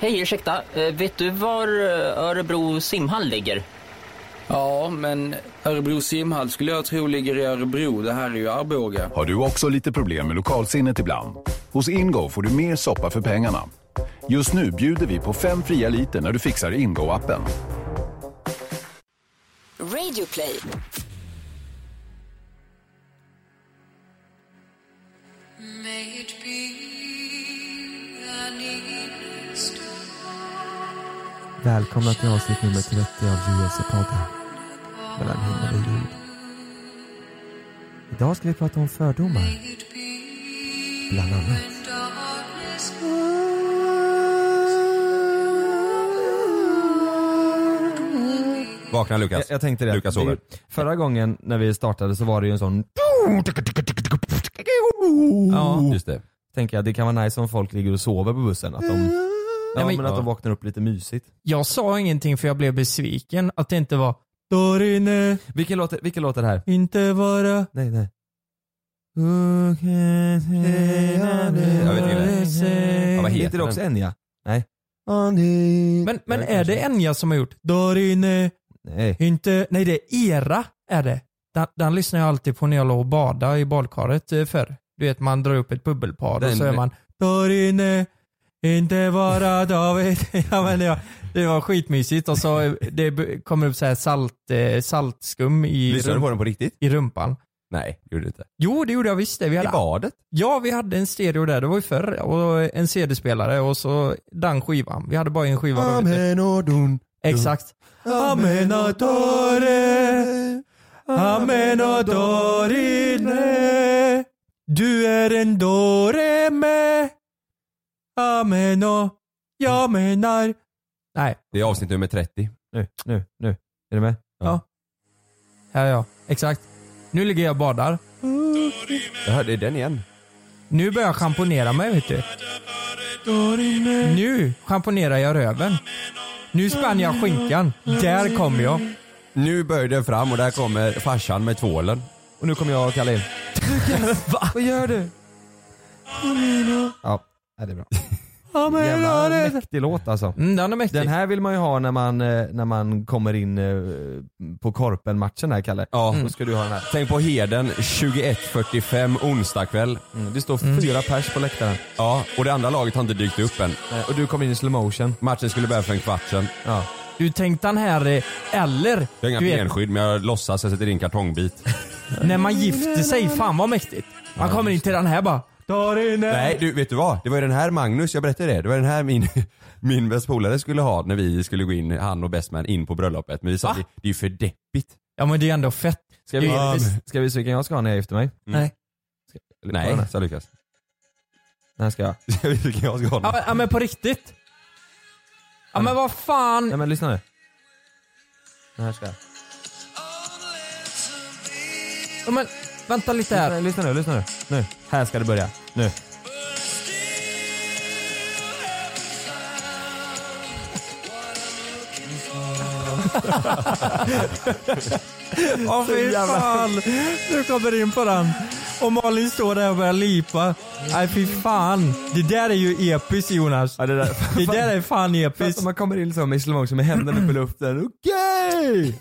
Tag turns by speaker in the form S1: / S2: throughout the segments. S1: Hej, ursäkta. Eh, Vet du var eh, Örebro simhall ligger?
S2: Ja, men Örebro simhall skulle jag tro ligger i Örebro. Det här är ju Arboga.
S3: Har du också lite problem med lokalsinnet ibland? Hos Ingo får du mer soppa för pengarna. Just nu bjuder vi på fem fria liter när du fixar Ingo-appen.
S4: Radio play.
S5: May it be an evening star
S6: Välkomna till avsnitt nummer 30 av JLC-podden. Mellan himmel och jord. Idag ska vi prata om fördomar. Bland annat.
S5: and darkness
S7: Vakna
S6: Jag,
S7: Lukas.
S6: jag tänkte det.
S7: Lukas
S6: det är
S7: sover.
S6: ju- förra gången när vi startade så var det ju en sån... Ja,
S7: Just det.
S6: tänker jag. Det kan vara nice om folk ligger och sover på bussen. Att de, Mm. ja,
S8: men-
S6: men att de vaknar upp lite mysigt.
S8: Jag sa ingenting för jag blev besviken att det inte var Där inne,
S6: Vilken låt, är- vilken låt är det här?
S8: inte vara
S6: Nej, nej.
S7: Jag vet inte. Ja, vad heter
S6: Heter det också
S7: den?
S6: Enya? Nej.
S8: Men, men
S6: Ja,
S8: är
S6: kanske.
S8: det Enya som har gjort Där inne,
S6: Nej.
S8: inte, nej det är Era är det. Den, den lyssnar jag alltid på när jag låg och badade i badkaret eh, förr. Du vet man drar upp ett bubbelpar och
S6: Den-
S8: så är man Där inne, inte vara David. ja, men det, var, det var skitmysigt och så eh, det b- kommer upp så här salt, eh, saltskum i,
S7: Lyssnade du
S8: rump-
S7: på den på riktigt?
S8: i rumpan.
S7: Nej, gjorde du inte.
S8: Jo det gjorde jag visst det. Vi
S7: I
S8: hade
S7: badet?
S8: Ja, vi hade en stereo där, det var ju förr. Och en CD-spelare och så den skivan. Vi hade bara en skiva. då, vet du. Exakt. Amenadore, amenadorine. Du är en dåre med. Ameno, jag menar. Nej,
S7: Det är avsnitt nummer 30.
S6: Nu, nu, nu. Är du med?
S8: ja ja, exakt. Nu ligger jag och badar.
S7: Jag hörde den igen.
S8: Nu börjar jag schamponera mig vet du. Nu schamponerar jag röven. Nu spänner jag skinkan. Där kommer jag.
S7: Nu böjde jag fram och där kommer farsan med tvålen.
S6: Och nu kommer jag och Kalle in.
S8: Va? Vad gör du?
S6: Ja, ja, det är bra.
S8: Ja, men
S6: Jävla
S8: vad är det?
S6: mäktig låt alltså.
S8: Mm, den är mäktig.
S6: Den här vill man ju ha när man, eh, när man kommer in eh, på korpen-matchen här Kalle. Mm.
S7: Ja.
S6: Då ska du ha den här.
S7: Tänk på Heden 21.45 onsdag kväll.
S6: Mm. Det står fyra pers på läktaren.
S7: Ja, och det andra laget har inte dykt upp än.
S6: Eh, Och du kommer in i slow motion.
S7: Matchen skulle börja för en kvart sedan.
S6: Ja.
S8: Du tänkte den här, eh, eller
S7: Jag har inga
S8: du vet,
S7: benskydd men jag låtsas jag sätter in kartongbit.
S8: när man gifter sig, fan vad mäktigt. Man kommer in till den här bara. Där inne.
S7: Nej du, vet du vad? Det var ju den här Magnus, jag berättade det. Det var den här min, min bästa polare skulle ha när vi skulle gå in, han och bestman in på bröllopet. Men vi sa
S8: Va?
S7: det, det är ju för deppigt.
S8: Ja men det är ändå fett.
S6: Ska vi, mm.
S8: Det är-
S6: ska vi visa vilken jag ska ha när jag gifter mig?
S8: Nej.
S6: Ska-
S7: Nej, sa Lukas.
S6: Den här ska jag.
S7: Jag vet vilken jag ska ha
S8: Ja,
S7: nu.
S8: men- ja men på riktigt. Ja men vad fan.
S6: Ja men lyssna nu. Den här ska jag.
S8: Ja, men, vänta lite här.
S6: Lyssna, lyssna nu, lyssna nu. Nu. Här ska det börja. Nu.
S8: Ja fy fan. Du kommer in på den. Och Malin står där och börjar lipa. Nej fy fan. Det där är ju episkt Jonas.
S6: Ja, det där.
S8: Det där är fan
S6: Fast
S8: episkt.
S6: om man kommer in liksom i slow motion med händerna uppe i luften. Okej!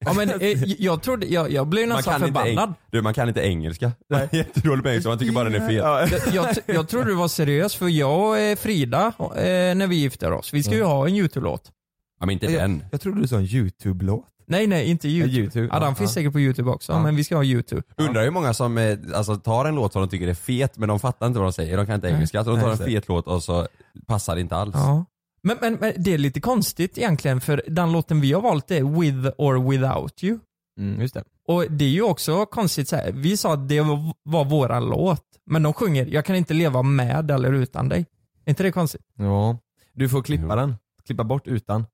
S8: Ja, men, eh, jag, trodde, jag, jag blev
S7: Man
S8: nästan
S7: kan, inte
S8: förbannad.
S7: eng- du, man kan inte engelska. Man är jättedålig på engelska, man tycker bara den är fel.
S8: Jag, jag, jag trodde du var seriös för jag och eh, Frida, eh, när vi gifter oss, vi ska
S7: Mm.
S8: ju ha en YouTube-låt.
S7: Ja men inte den.
S6: Jag trodde du sa en YouTube-låt.
S8: Nej nej, inte YouTube.
S6: Ja, YouTube,
S8: ja,
S6: ja,
S8: den finns
S6: ja.
S8: säkert på YouTube också,
S6: Ja.
S8: men vi ska ha YouTube.
S7: Undrar hur många som eh, alltså, tar en låt som de tycker är fet men de fattar inte vad de säger, de kan inte engelska. Så de tar en fet låt och så passar det inte alls.
S8: Ja. Men, men, men det är lite konstigt egentligen för den låten vi har valt är With or Without You.
S6: Mm, just det.
S8: Och det är ju också konstigt så här. vi sa att det var- var våran låt, men de sjunger 'Jag kan inte leva med eller utan dig'. Är inte det konstigt?
S6: Ja. Du får klippa den. Klippa bort utan.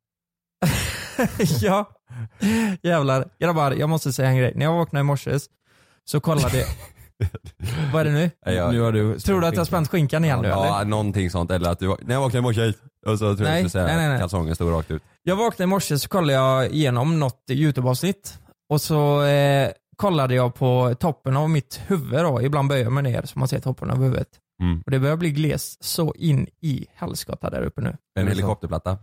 S8: ja. Jävlar. Grabbar, jag måste säga en grej. När jag vaknade i morse så kollade jag... Vad är det nu?
S7: Nej, jag-
S6: Nu har du
S8: Tror du att jag spänt skinkan igen nu eller?
S7: Ja, någonting sånt. Eller att du, var- när jag vaknade i morse hit. och så tror jag
S8: Nej,
S7: jag skulle
S8: nej, nej,
S7: säga
S8: nej.
S7: att kalsongen stod rakt ut.
S8: Jag vaknade i morse så kollade jag igenom något YouTube-avsnitt och så eh, kollade jag på toppen av mitt huvud då. Ibland böjer jag mig ner så man ser toppen av huvudet.
S7: Mm.
S8: Och det börjar bli gles så in i helskotta där uppe nu.
S7: En helikopterplatta.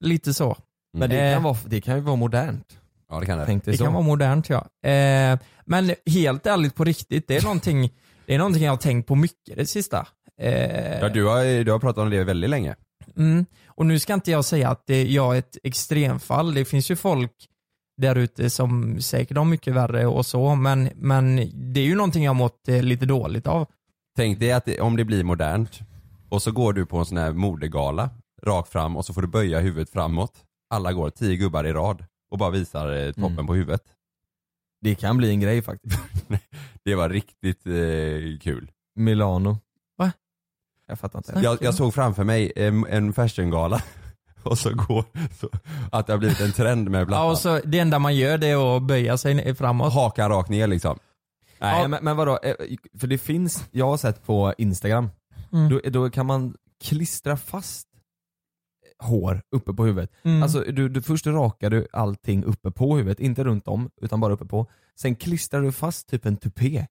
S8: Lite så.
S6: Men det
S8: Eh.
S6: kan, vara, det kan ju vara modernt.
S7: Ja det kan det.
S6: Tänk dig
S8: Det
S6: så.
S8: kan vara modernt ja. Eh, men helt ärligt på riktigt, det är någonting, det är någonting jag har tänkt på mycket det sista. Eh,
S7: Ja, du, har, du har pratat om det väldigt länge.
S8: mm. Och nu ska inte jag säga att det, jag är ett extremfall. Det finns ju folk där ute som säkert har mycket värre och så, men, men det är ju någonting jag har mått eh, lite dåligt av.
S7: Tänk dig att det, om det blir modernt och så går du på en sån här modegala rakt fram och så får du böja huvudet framåt. Alla går tio gubbar i rad och bara visar eh, toppen
S6: Mm.
S7: på huvudet.
S6: Det kan bli en grej faktiskt.
S7: Det var riktigt eh, kul.
S6: Milano.
S8: Va?
S6: Jag fattar inte.
S8: Snack-
S7: Jag, jag såg framför mig en, en fashiongala och så går så, att det har blivit en trend med plattan.
S8: Ja, och så, det enda man gör det är att böja sig ner- framåt.
S7: Hakan rakt ner liksom.
S6: Nej
S8: Ja.
S6: men, men vadå, Eh, för det finns, jag har sett på Instagram,
S8: Mm.
S6: då, då kan man klistra fast hår uppe på huvudet.
S8: Mm.
S6: Alltså du, du först rakar du allting uppe på huvudet, inte runt om utan bara uppe på. Sen klistrar du fast typ en tupé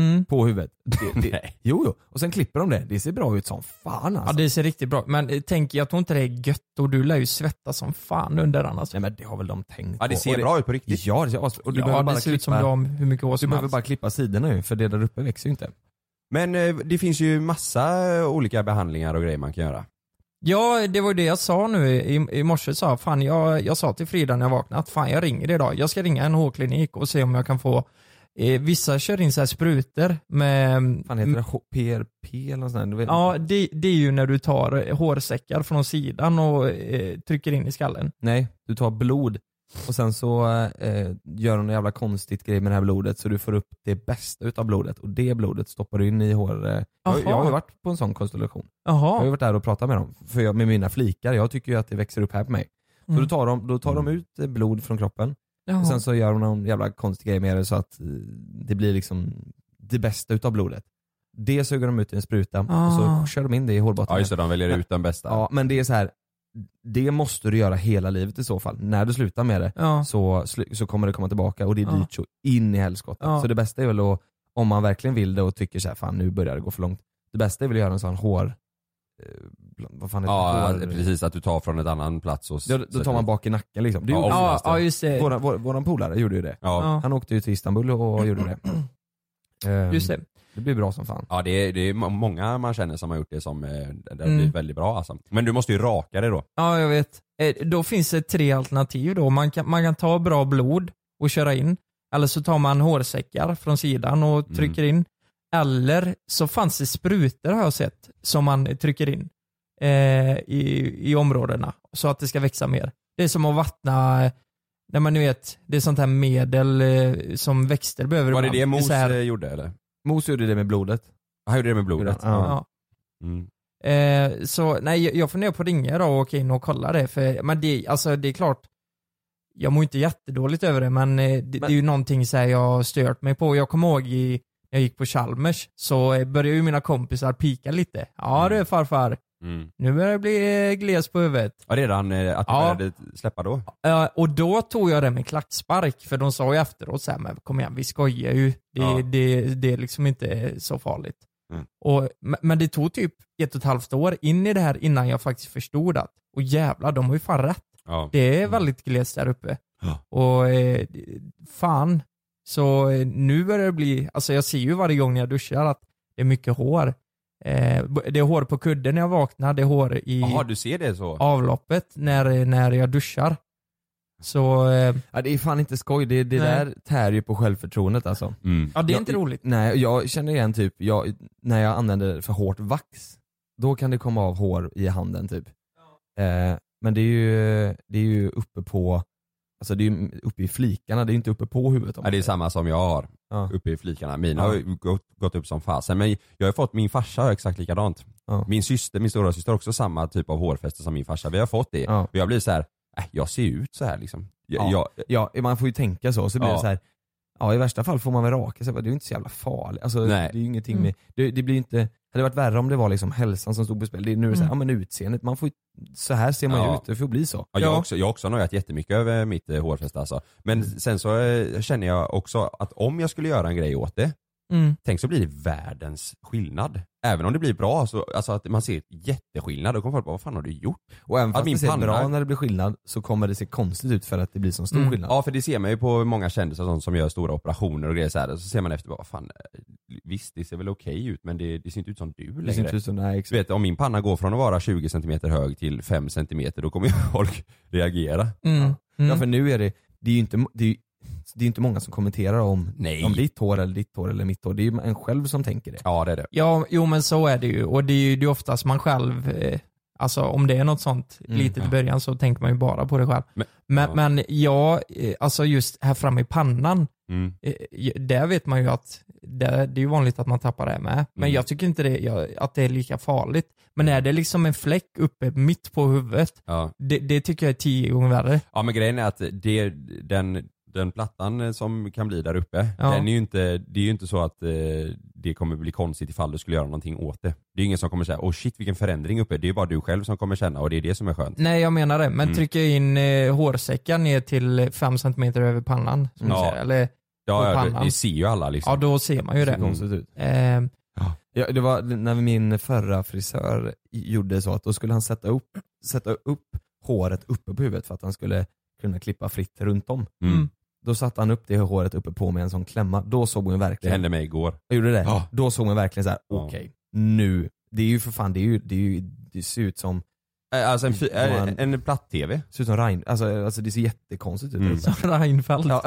S8: mm.
S6: på huvudet. Det, det, jo, jo. Och sen klipper de det. Det ser bra ut som fan
S8: Ja
S6: alltså.
S8: det ser riktigt bra ut. men eh, tänk jag tror inte det är gött och du lär ju svettas som fan under annars.
S6: Nej men det har väl de tänkt
S7: Ja det
S6: på.
S7: ser
S6: Och
S7: bra ut på riktigt.
S6: Ja det ser as- och du
S8: ja,
S6: behöver bara
S8: det ser ut som
S6: klippa-
S8: du har hur mycket hår
S6: Du
S8: som
S6: behöver
S8: helst.
S6: bara klippa sidorna ju, för det där uppe växer ju inte.
S7: Men eh, det finns ju massa eh, olika behandlingar och grejer man kan göra.
S8: Ja, det var ju det jag sa nu i, i morse. Sa, jag, fan, jag, jag sa till Frida när jag vaknade att fan jag ringer idag. Jag ska ringa en hårklinik och se om jag kan få eh, Vissa kör in så här sprutor med...
S6: Fan heter det H- PRP eller nåt sånt där? Du vet-
S8: Ja, det, det är ju när du tar eh, hårsäckar från sidan och eh, trycker in i skallen.
S6: Nej, du tar blod och sen så eh, gör de en jävla konstigt grej med det här blodet så du får upp det bästa utav blodet och det blodet stoppar du in i hår. Eh. Jag,
S8: Aha.
S6: jag har ju varit på en sån konstellation. Jag har ju
S8: Jaha.
S6: varit där och pratat med dem, för jag, med mina flikar. Jag tycker ju att det växer upp här på mig. Så
S8: Mm.
S6: då tar de, då tar de ut eh, blod från kroppen och sen så gör de någon jävla konstig grej med det så att eh, det blir liksom det bästa utav blodet. Det suger de ut i en spruta och
S8: Ah.
S6: så kör de in det i hårbotten.
S7: Ja just det, de väljer ut den bästa.
S6: Ja, men det är så här. Det måste du göra hela livet i så fall. När du slutar med det
S8: ja.
S6: så, slu- så kommer det komma tillbaka och det är
S8: Ja.
S6: dyrt så in i helskotta.
S8: Ja.
S6: Så det bästa är väl att, om man verkligen vill det och tycker så här, fan nu börjar det gå för långt. Det bästa är väl att göra en sån hår... eh, Vad fan heter
S7: Ja,
S6: det? Hår-
S7: precis att du tar från ett annan plats och s-
S6: Ja, då tar man bak i nacken liksom. Det
S7: Ja,
S6: gjorde
S7: och-
S6: ju
S8: Ja,
S7: Jonas, det.
S8: ja, just det.
S6: våran, vår, våran polare gjorde ju det.
S7: Ja,
S8: Ja,
S6: Han åkte ju till Istanbul och gjorde det. Ehm,
S8: just det.
S6: Det blir bra som fan.
S7: ja det, är, det är må- många man känner som har gjort det som eh, det har
S8: Mm.
S7: blivit väldigt bra alltså. Men du måste ju raka det då.
S8: Ja, jag vet. Eh, Då finns det tre alternativ då. Man kan, man kan ta bra blod och köra in. Eller så tar man hårsäckar från sidan och
S7: Mm.
S8: trycker in. Eller så fanns det sprutor har jag sett som man trycker in eh, i, i områdena så att det ska växa mer. Det är som att vattna, eh, när man nu vet, det är sånt här medel eh, som växter behöver.
S7: Var det
S8: ibland.
S7: det
S8: är
S7: Mos
S8: så här-
S7: eh, gjorde eller?
S6: Mos gjorde det med blodet.
S7: Han gjorde det med blodet.
S6: Ja.
S8: Ja.
S7: Mm.
S8: Eh, så nej, jag- jag funderar på att ringa då och åka in och kolla det. För, men det, alltså, det är klart, jag mår inte jättedåligt över det, men, eh, det, det är ju någonting så här, jag har stört mig på. Jag kommer ihåg i, när jag gick på Chalmers så eh, började ju mina kompisar pika lite. Ja du farfar,
S7: Mm.
S8: nu börjar det bli eh, gles på huvudet.
S7: Ja, redan eh, att du
S8: Ja.
S7: började släppa då?
S8: Eh, och då tog jag det med klackspark, för de sa ju efteråt så här, men kom igen vi skojar ju. Det,
S7: Ja.
S8: det, det är liksom inte så farligt.
S7: Mm.
S8: Och, men- men det tog typ ett och ett halvt år in i det här innan jag faktiskt förstod att, och jävlar de har ju fan rätt.
S7: Ja.
S8: Det är väldigt glest där uppe.
S7: Mm. Ja.
S8: Och eh, fan, så eh, nu börjar det bli, alltså jag ser ju varje gång när jag duschar att det är mycket hår. Eh, det är hår på kudden när jag vaknar, det är hår i
S7: Jaha, du ser det så?
S8: avloppet när, när jag duschar. Så eh,
S6: Ja, det är fan inte skoj. Det, det
S8: Nej.
S6: där tär ju på självförtroendet alltså.
S7: Mm.
S8: Ja det är
S6: Jag-
S8: inte roligt.
S6: Nej, jag känner igen typ, jag, när jag använder för hårt vax, då kan det komma av hår i handen typ. Eh, men det är, ju, det är ju uppe på, alltså det är ju uppe i flikarna, det är ju inte uppe på huvudet. om
S7: Ja, det är
S6: man säger.
S7: samma som jag har
S6: Ja.
S7: uppe i flikarna. Mina
S6: Ja.
S7: har ju gått, gått upp som fasen. Men jag har fått, min farsa har exakt likadant.
S6: Ja.
S7: Min syster, min stora syster har också samma typ av hårfäste som min farsa. Vi har fått det.
S6: Ja.
S7: Och jag blir så här, äh, jag ser ut så här liksom. Jag,
S6: Ja.
S7: jag,
S6: Ja, man får ju tänka så, så blir
S7: Ja.
S6: det så här. Ja i värsta fall får man väl raka sig, det är ju inte så jävla farligt. Alltså,
S7: Nej.
S6: Det är ju
S8: Mm.
S6: ingenting med, det, det blir ju inte, hade det varit värre om det var liksom hälsan som stod på spel. Det är nu mm. så här, ja men utseendet, man får ju, så här ser man ju
S7: Ja.
S6: ut, det får bli så.
S7: Ja, jag, har också, jag har också nöjat jättemycket över
S6: Mm.
S7: mitt eh, hårfäste alltså. Men sen så eh, känner jag också att om jag skulle göra en grej åt det
S8: Mm.
S7: Tänk så blir det världens skillnad. Även om det blir bra, så, alltså att man ser jätteskillnad. Då kommer folk bara, vad fan har du gjort?
S6: Och även
S7: Att
S6: fast
S7: min
S6: det ser
S7: panna-
S6: bra när det blir skillnad så kommer det se konstigt ut för att det blir så stor
S8: Mm.
S6: skillnad.
S7: Ja för det ser man ju på många kändisar och sånt som gör stora operationer och grejer så här. Så ser man efter, bara, vad fan, eh, visst det ser väl okej ut men det, det ser inte ut som du
S6: det ser
S7: längre.
S6: inte ut som, nej,
S7: Du vet, om min panna går från att vara 20 cm hög till 5 cm då kommer ju folk reagera.
S8: Mm. Mm.
S6: Ja för nu är det, det är ju inte, det är, ju- det är inte många som kommenterar om,
S7: Nej.
S6: om ditt hår eller ditt hår eller mitt hår. Det är ju en själv som tänker det.
S7: Ja det är det.
S8: Ja, jo men så är det ju. Och det är ju det är oftast man själv, eh, alltså om det är något sånt
S6: Mm,
S8: litet
S6: ja.
S8: i början så tänker man ju bara på det själv.
S7: Men-
S8: Men, men,
S7: ja.
S8: jag, eh, alltså just här framme i pannan,
S7: Mm.
S8: eh, j- där vet man ju att det, det är ju vanligt att man tappar det med. Men
S7: Mm.
S8: jag tycker inte det, jag, att det är lika farligt. Men är det liksom en fläck uppe mitt på huvudet,
S7: Ja.
S8: det, det tycker jag är tio gånger värre.
S7: ja men grejen är att det, den, den plattan eh, som kan bli där uppe,
S8: Ja.
S7: den är ju inte, det är ju inte så att eh, det kommer bli konstigt ifall du skulle göra någonting åt det. Det är ju ingen som kommer säga, åh shit vilken förändring uppe. Det är ju bara du själv som kommer känna och det är det som är skönt.
S8: Nej jag menar det, men
S7: Mm.
S8: trycker jag in eh, hårsäckar ner till 5 cm över pannan, som
S7: Ja.
S8: du säger, eller,
S7: Ja,
S8: på
S7: ja det,
S8: pannan.
S7: det ser ju alla liksom.
S8: ja då ser man ju
S6: Det
S8: det.
S6: ser konstigt ut.
S8: Eh,
S6: Ja, det var när min förra frisör gjorde så att då skulle han sätta upp, sätta upp håret uppe på huvudet för att han skulle kunna klippa fritt runt om.
S7: Mm.
S6: Då satte han upp det håret uppe på med en sån klämma. Då såg hon
S7: Det
S6: verkligen,
S7: hände mig igår.
S6: Jag gjorde det?
S7: Ja.
S6: Då såg hon verkligen så här:
S7: Ja.
S6: okej, nu, det är ju för fan, det, är ju, det, är ju, det ser ut som,
S7: Eh, Alltså en, fy- eh,
S6: Ja, han-
S7: en platt-tv.
S6: ser ut som Rein, alltså, alltså det ser jättekonstigt ut. alltså.
S7: Mm.
S8: Reinfeldt.
S6: Ja,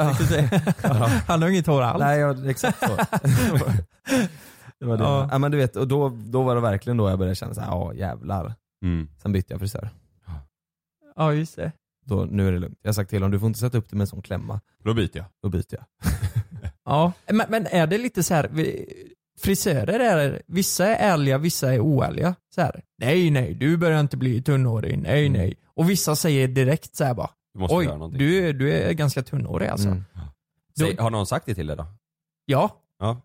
S6: ja.
S8: Han har inget hår alls.
S6: Nej, ja, exakt så. det var det.
S8: Ja.
S6: Ja. men du vet, och då, då var det verkligen då jag började känna såhär, ja jävlar.
S7: Mm.
S6: Sen bytte jag frisör.
S8: Ja, just det.
S6: Då, nu är det lugnt. Jag har sagt till honom, du får inte sätta upp det med en sån klämma.
S7: Då byter jag.
S6: Då byter jag.
S8: Ja. Men, men är det lite så här, vi- frisörer är, vissa är ärliga, vissa är oärliga. Så här, nej, nej, du börjar inte bli tunnhårig, nej,
S6: Mm.
S8: nej. Och vissa säger direkt så här bara,
S7: Du måste
S8: oj,
S7: göra någonting.
S8: du, är- du är ganska tunnhårig alltså.
S6: Mm.
S7: Säg, har någon sagt det till dig då?
S8: Ja,
S7: Ja.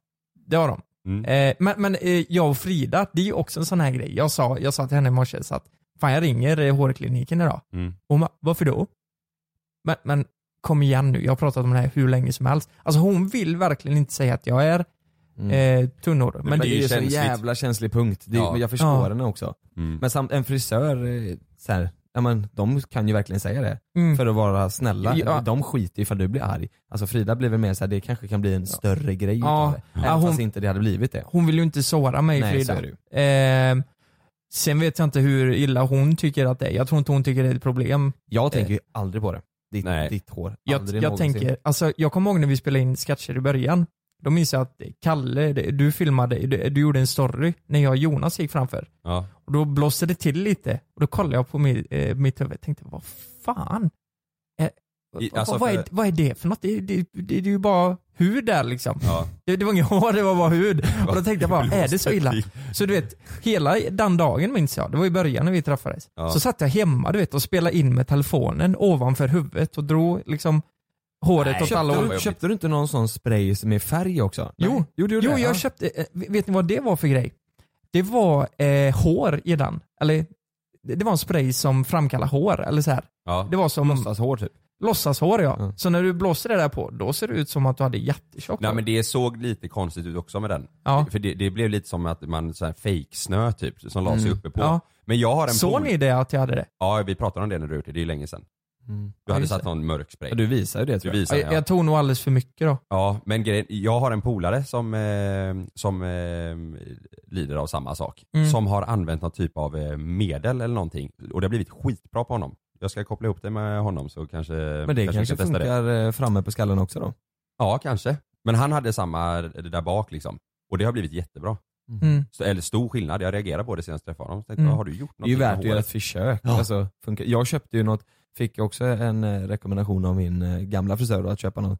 S8: det har de.
S7: Mm.
S8: Eh, men men eh, jag och Frida, det är ju också en sån här grej. Jag sa, jag sa till henne i morse så att, fan jag ringer eh, hårkliniken idag.
S7: Mm.
S8: Hon bara, varför då? Men, men kom igen nu, jag har pratat om det här hur länge som helst. Alltså hon vill verkligen inte säga att jag är
S6: Mm.
S8: eh, tunnhårig. Men,
S7: men
S6: Det
S8: det,
S6: är ju så
S7: känsligt.
S6: jävla känslig punkt. Det,
S7: Ja.
S6: men Jag förstår
S8: Ja.
S6: henne också.
S7: Mm.
S6: Men samt en frisör, eh, så här, ja, men, de kan ju verkligen säga det.
S8: mm,
S6: För att vara snälla.
S8: Ja.
S6: De skiter i ifall du blir arg. Alltså Frida blev väl mer såhär, det kanske kan bli en större grej
S8: Ja.
S6: utav det. Även
S8: Ja, hon-
S6: fast inte det hade blivit det.
S8: hon vill ju inte såra mig
S6: Nej,
S8: Frida.
S6: så är det ju.
S8: Eh, sen vet jag inte hur illa hon tycker att det är. Jag tror inte hon tycker det är ett problem.
S6: Jag tänker ju aldrig på det. Ditt,
S7: Nej.
S6: ditt hår.
S8: Jag,
S6: Aldrig
S8: jag
S6: någonsin.
S8: tänker, alltså jag kommer ihåg när vi spelade in sketcher i början. Då minns jag att Kalle, det- du filmade, du, du gjorde en story när jag och Jonas gick framför.
S7: Ja.
S8: Och då blåste det till lite. Och då kollade jag på mitt, eh, mitt huvud och tänkte, vad fan? Eh,
S7: I-
S8: vad-
S7: alltså,
S8: vad, är,
S7: för-
S8: vad är det för något? Det, det, det, det är ju bara hud där liksom.
S7: Ja.
S8: Det, det var inget hår, det var bara hud. Och då tänkte jag bara, är det så illa? Så du vet, hela den dagen minns jag, det var i början när vi träffades.
S7: Ja.
S8: Så satt jag hemma du vet och spelade in med telefonen ovanför huvudet och drog liksom håret åt alla
S6: Köpte
S8: håll.
S6: du, köpte du inte någon sån spray som är färg också?
S8: Jo,
S6: Nej. gjorde du
S8: Jo,
S6: det?
S8: jag köpte, eh, vet ni vad det var för grej? Det var eh, hår i den. Eller, det det var en spray som framkallar hår, eller så här.
S7: Ja.
S8: Det var som
S6: Låtsas hår typ.
S8: låtsashår ja.
S6: Mm.
S8: Så när du blåser det där på, då ser det ut som att du hade jättetjockt
S7: Nej
S8: hår.
S7: men det såg lite konstigt ut också med den.
S8: Ja.
S7: För det, det blev lite som att man så här fake-snö typ som la sig
S6: Mm.
S7: uppe på.
S8: Ja.
S7: Men jag har en
S8: Såg
S7: pol-
S8: ni det att jag hade det?
S7: Ja vi pratade om det när du gjorde det, det är ju länge sedan. Du
S6: Mm.
S8: Ja,
S7: hade
S8: just
S7: satt någon mörk spray.
S6: Ja, Du visar ju det
S7: Du
S6: tror jag.
S7: visade
S8: jag,
S7: ja.
S8: jag tog nog alldeles för mycket då.
S7: ja men grejen, jag har en polare som, eh, som eh, lider av samma sak.
S8: Mm.
S7: Som har använt någon typ av eh, medel eller någonting. Och det har blivit skitbra på honom. Jag ska koppla ihop det med honom så kanske
S6: Men det
S7: vi
S6: kanske,
S7: kan testa det.
S6: funkar eh, framme på skallen också då?
S7: Ja, kanske. Men han hade samma det där bak liksom. Och det har blivit jättebra.
S8: Mm.
S7: Så, eller stor skillnad. Jag reagerade på det senast jag träffade honom. Så Tänkte,
S8: Mm.
S7: "Ja, Har du gjort
S6: Det är ju
S7: någonting
S6: värt att
S7: med
S6: göra ett
S7: håret?"
S6: försök.
S7: Ja.
S6: Alltså, funkar. Jag köpte ju något, fick också en eh, rekommendation av min eh, gamla frisör då, att köpa något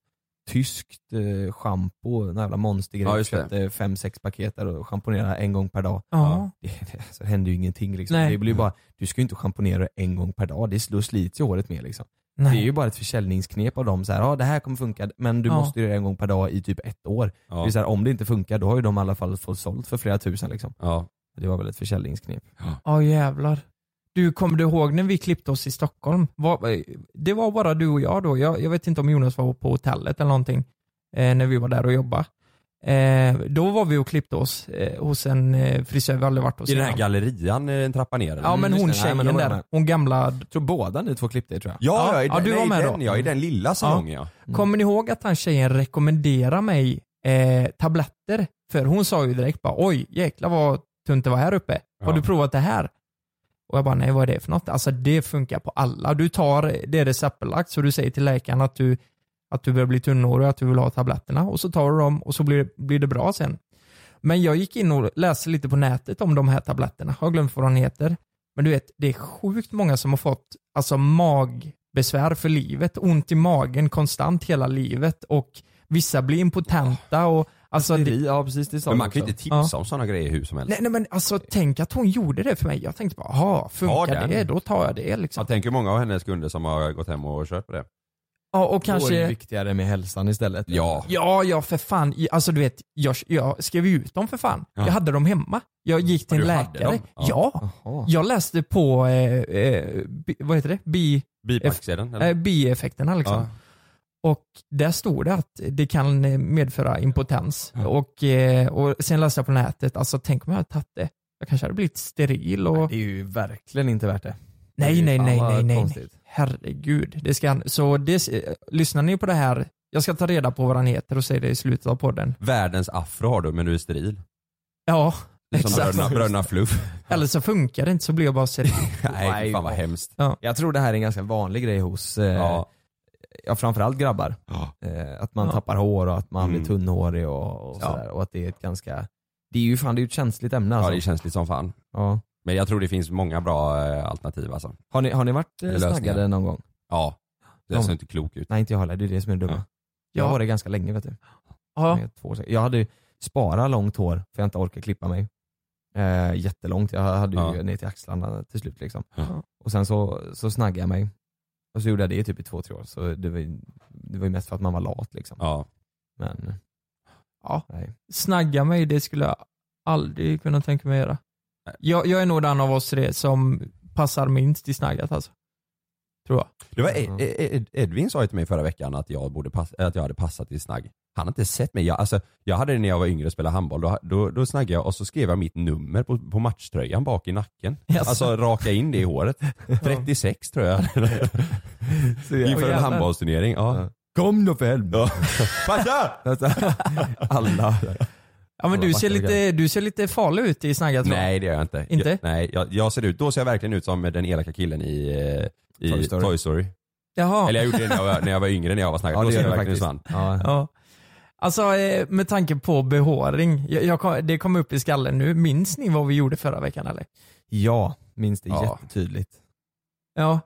S6: tyskt eh, schampo, en jävla monstergrej.
S7: Ja,
S6: jag
S7: just det.
S6: köpte fem, sex paket där och schamponerade en gång per dag.
S8: Ja.
S6: Det, det alltså, hände ju ingenting liksom.
S8: Nej.
S6: Det blir ju bara, du ska ju inte schamponera en gång per dag, det slår slits i håret med liksom.
S8: Nej.
S6: Det är ju bara ett försäljningsknep av dem, så här, ja det här kommer funka, men du
S8: Ja.
S6: måste göra det en gång per dag i typ ett år. Det är så
S7: Ja.
S6: här, om det inte funkar, då har ju de i alla fall fått sålt för flera tusen liksom.
S7: Ja.
S6: Det var väl ett försäljningsknep.
S8: Ja jävlar. Du, kommer du ihåg när vi klippte oss i Stockholm? Var, det var eh, bara du och jag då. Jag, jag vet inte om Jonas var på hotellet eller någonting eh, när vi var där och jobbade. Eh, då var vi och klippte oss eh, hos en eh, frisör vi aldrig varit hos
S7: I den här
S8: innan.
S7: gallerian, är det en trappa ner? eller?
S8: Ja Mm, men hon
S6: just det. Nej,
S8: tjejen
S6: men då var jag
S8: där,
S6: med.
S8: hon gamla.
S6: Jag tror båda ni två klippte er tror jag.
S7: Ja,
S8: Ja,
S7: ja, i,
S8: ja,
S7: den,
S8: du var
S7: nej,
S8: med
S7: den,
S8: då.
S7: ja, i den lilla salongen ja.
S8: Kommer ni ihåg att han tjejen rekommenderade mig eh, tabletter? För hon sa ju direkt bara oj jäklar vad tunt det var här uppe. Har
S7: Ja.
S8: du provat det här? Och jag bara nej vad är det för något? Alltså det funkar på alla. Du tar det receptbelagt så du säger till läkaren att du, att du börjar bli tunnhårig och att du vill ha tabletterna och så tar du dem och så blir, blir det bra sen. Men jag gick in och läste lite på nätet om de här tabletterna. Har glömt vad de heter. Men du vet, det är sjukt många som har fått alltså, magbesvär för livet. Ont i magen konstant hela livet och vissa blir impotenta och alltså... Det,
S6: Ja precis, det sa
S7: Men
S6: du
S7: man kan ju
S6: också.
S7: inte tipsa om sådana grejer hur som helst.
S8: nej, nej men alltså tänk att hon gjorde det för mig. Jag tänkte bara, jaha,
S7: Ta
S8: funkar
S7: den.
S8: det? Då tar jag det
S7: Jag
S8: liksom.
S7: tänker många av hennes kunder som har gått hem och kört på det.
S8: Ja, och
S6: Då är det
S8: kanske...
S6: viktigare med hälsan istället.
S7: Ja.
S8: Ja, ja för fan. I- Alltså du vet, jag, jag skrev ju ut dem för fan.
S7: Ja. Mm.
S8: Jag hade dem hemma. Jag gick till en
S7: du hade
S8: läkare.
S7: dem? Ja.
S8: Ja.
S6: Jaha.
S8: Jag läste på, eh, eh, bi, vad heter det? Bi,
S7: Bipacksedeln eller?
S8: eh, bieffekterna liksom.
S7: Ja.
S8: Och där stod det att det kan eh, medföra impotens. Och, eh, och sen läste jag på nätet, alltså tänk om jag hade tagit det. Jag kanske hade blivit steril och...
S6: Det är ju verkligen inte värt det.
S8: Nej, nej,
S6: Fan,
S8: nej,
S6: vad
S8: nej, nej, nej.
S6: konstigt.
S8: Herregud. Det ska, så det, eh, lyssnar ni på det här, jag ska ta reda på vad han heter och säga det i slutet av podden.
S7: Världens afro har du men du är steril.
S8: Ja,
S7: Det är Som
S8: Exakt.
S7: bröderna, bröderna Fluff.
S8: eller så funkar det inte så blir jag bara steril.
S7: Nej, fy fan vad hemskt.
S6: Jag tror det här är en ganska vanlig grej hos, eh, ja.
S7: Ja.
S6: framförallt grabbar.
S7: Ja.
S6: Eh, att man
S8: Ja.
S6: tappar hår och att man
S7: Mm.
S6: blir tunnhårig och, och
S8: Ja.
S6: sådär. Och att det är ett ganska, det är ju fan det är ju ett känsligt ämne
S7: Ja
S6: alltså.
S7: det känns lite som fan.
S6: Ja.
S7: Men jag tror det finns många bra eh, alternativ alltså.
S6: Har, ni, har ni varit eh,
S7: Lösningar.
S6: snaggade någon gång?
S7: Ja. Det
S6: Ja.
S7: ser inte klok ut.
S6: Nej inte jag heller, det är det som är det dumma.
S7: Ja.
S6: Jag
S8: Ja.
S6: var det ganska länge vet du.
S8: Ja,
S6: Med Två, år sedan. jag hade ju sparat långt hår för jag inte orkar klippa mig. Eh, jättelångt, jag hade ju
S7: Ja.
S6: ner till axlarna till slut liksom.
S7: Ja.
S6: Och sen så, så snaggade jag mig. Och så gjorde jag det typ i två, tre år. Så det var ju, det var ju mest för att man var lat liksom.
S7: Ja.
S6: Men
S8: Ja.
S6: nej.
S8: snagga mig, det skulle jag aldrig kunna tänka mig göra.
S7: Nej.
S8: Jag, jag är nog den av oss tre som passar minst i snaggat alltså. Tror jag.
S7: Det var Ed- Ed- Edvin sa ju till mig förra veckan att jag, borde pass, att jag hade passat i snagg. Han har inte sett mig. Jag, alltså, jag hade det när jag var yngre och spelade handboll. Då, då, då snaggade jag och så skrev jag mitt nummer på, på matchtröjan bak i nacken.
S8: Jaså.
S7: Alltså raka in det i håret. 36 tror jag. Inför en
S8: jävlar.
S7: handbollsturnering. Ja.
S6: Ja. Kom då för helvete!
S7: Passa!
S6: Alla.
S8: Ja men
S6: Kolla
S8: du ser,
S6: backen,
S8: lite, du ser lite farlig ut i snaggat tror jag.
S7: Nej det gör jag inte.
S8: Inte?
S7: Jag, nej, jag, jag ser ut, då ser jag verkligen ut som den elaka killen i, eh, i
S6: Toy
S7: Toy
S6: Story.
S7: Story.
S8: Jaha.
S7: Eller jag gjorde det när jag, var- när jag var yngre när jag var snaggad.
S6: Ja,
S7: då
S6: det
S7: ser
S6: gör
S7: jag
S6: du
S7: verkligen ut
S6: faktiskt.
S7: som han.
S6: Ja.
S8: Ja. Alltså eh, med tanke på behåring, jag, jag kom, det kom upp i skallen nu. Minns ni vad vi gjorde förra veckan eller?
S6: ja, minns det
S7: Ja.
S6: jättetydligt.
S8: Ja.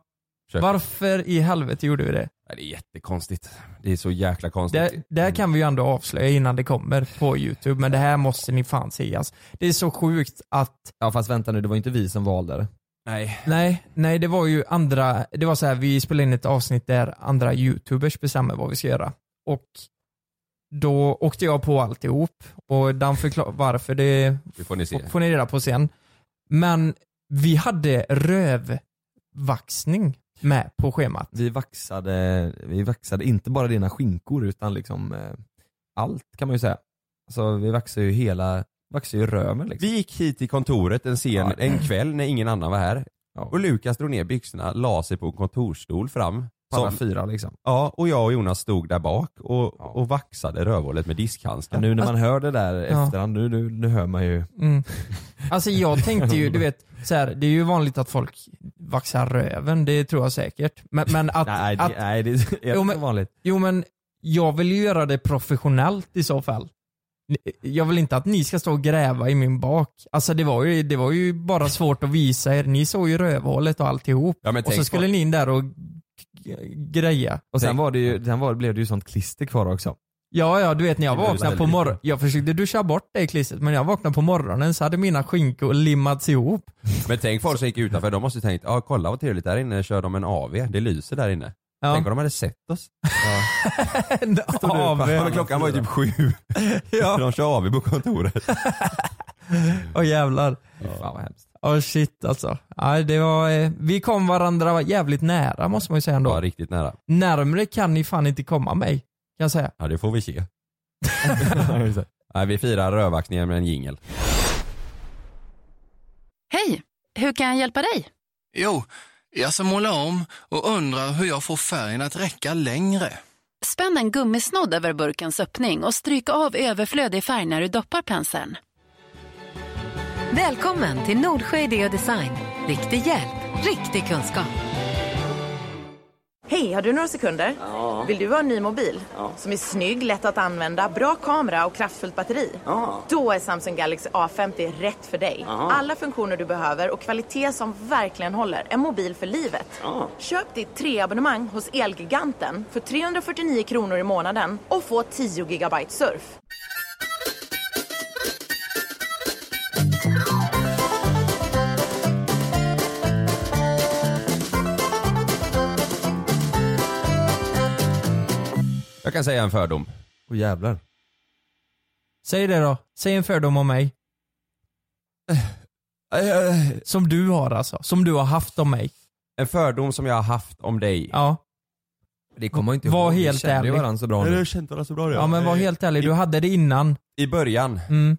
S7: Försök.
S8: Varför i helvete gjorde vi det?
S7: Nej, Det är jättekonstigt. Det är så jäkla konstigt.
S8: Det, det här kan vi ju ändå avslöja innan det kommer på youtube, men det här måste ni fan se alltså. Det är så sjukt att
S6: Ja fast vänta nu, det var ju inte vi som valde det.
S7: Nej.
S8: Nej, nej det var ju andra, det var så här, vi spelade in ett avsnitt där andra youtubers bestämmer vad vi ska göra. Och då åkte jag på alltihop och Dan förklarar varför, det
S7: Det får ni se.
S8: får ni reda på sen. Men vi hade rövvaxning med på schemat.
S6: Vi vaxade, vi vaxade inte bara dina skinkor utan liksom eh, allt kan man ju säga. Alltså vi vaxade ju hela, vaxade ju röven liksom.
S7: Vi gick hit till kontoret en sen en kväll när ingen annan var här. Och Lukas drog ner byxorna, la sig på en kontorsstol fram.
S6: Alla
S7: Som-
S6: fyra liksom.
S7: ja, och jag och Jonas stod där bak och, och vaxade rövhålet med diskhandskar.
S6: Nu när man hör det där
S8: Ja.
S6: efterhand, nu, nu, nu hör man ju
S8: Mm. Alltså jag tänkte ju, du vet, så här, det är ju vanligt att folk vaxar röven, det tror jag säkert. Men, men att,
S6: Nej, det,
S8: att
S6: nej, det är
S8: Jo,
S6: jo,
S8: men-
S6: vanligt.
S8: Jo men jag vill ju göra det professionellt i så fall. Ni- Jag vill inte att ni ska stå och gräva i min bak. Alltså det var ju, det var ju bara svårt att visa er. Ni såg ju rövhålet och alltihop.
S7: Ja, men
S8: och så
S7: tänk
S8: skulle
S7: på-
S8: ni in där och g- greja.
S6: Och sen, var det ju, sen var, blev det ju sånt klister kvar också.
S8: Ja, ja, du vet när jag
S6: Det blev
S8: vaknade på
S6: väldigt-
S8: morgonen. Jag försökte duscha bort det klistret men när jag vaknade på morgonen så hade mina skinkor limmats ihop.
S7: Men tänk folk som gick utanför, de måste ju tänkt, ja kolla vad trevligt där inne kör de en AV, det lyser där inne.
S8: Ja.
S7: Tänk om de hade sett oss.
S8: En AV.
S7: Ja, men klockan var ju typ sju.
S8: Ja,
S7: De kör AV på kontoret.
S8: åh jävlar.
S6: Fan vad hemskt.
S8: Åh shit alltså. Ja, det var, eh, vi kom varandra jävligt nära måste man ju säga ändå.
S7: Ja, riktigt nära.
S8: Närmre kan ni fan inte komma mig, kan jag säga.
S7: Ja, det får vi se. Nej, vi firar rövvaxningen med en jingel.
S9: Hej! Hur kan jag hjälpa dig?
S10: Jo, jag ska måla om och undrar hur jag får färgen att räcka längre.
S9: Spänn en gummisnodd över burkens öppning och stryk av överflödig färg när du doppar penseln.
S5: Välkommen till Nordsjö Idé och Design. Riktig hjälp, riktig kunskap.
S4: Hej, har du några sekunder? Vill du ha en ny mobil? Som är snygg, lätt att använda, bra kamera och kraftfullt batteri? Då är Samsung Galaxy A50 rätt för dig. Alla funktioner du behöver och kvalitet som verkligen håller. En mobil för livet. Köp ditt treabonnemang hos Elgiganten för 349 kronor i månaden och få 10 GB surf.
S7: Jag kan säga en fördom.
S6: Åh jävlar.
S8: Säg det då. Säg en fördom om mig. Som du har alltså. Som du har haft om mig.
S7: En fördom som jag har haft om dig.
S8: Ja.
S6: Det kommer jag inte
S8: Var
S6: ihåg. Vi
S8: helt
S6: kände ju
S8: ärlig.
S6: varandra så bra nu.
S7: Jag kände varandra så bra
S8: Ja men var helt ärlig, du hade det innan.
S7: I början.
S8: Mm.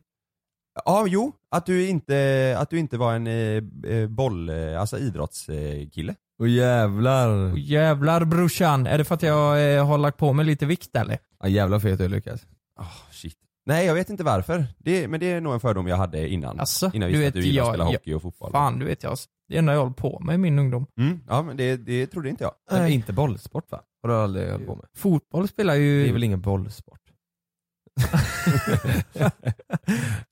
S7: Ja, jo. Att du inte, att du inte var en eh, eh, boll, eh, alltså idrottskille.
S6: Åh jävlar.
S8: Och jävlar brorsan, är det för att jag eh, har lagt på mig lite vikt eller?
S6: Ja, jävlar fet du är, Lukas.
S7: Oh, shit. Nej, jag vet inte varför. Det, men det är nog en fördom jag hade innan.
S8: Alltså,
S7: innan jag visste
S8: du vet,
S7: att du gillade att
S8: jag-
S7: spela
S8: jag-
S7: hockey och fotboll.
S8: Fan du vet jag, det enda jag håller på med i min ungdom.
S7: Mm. Ja, men det, det trodde inte jag.
S6: Det är inte bollsport va? Har du aldrig hållit på med?
S8: Fotboll spelar
S6: Det
S8: ju,
S6: är väl ingen bollsport?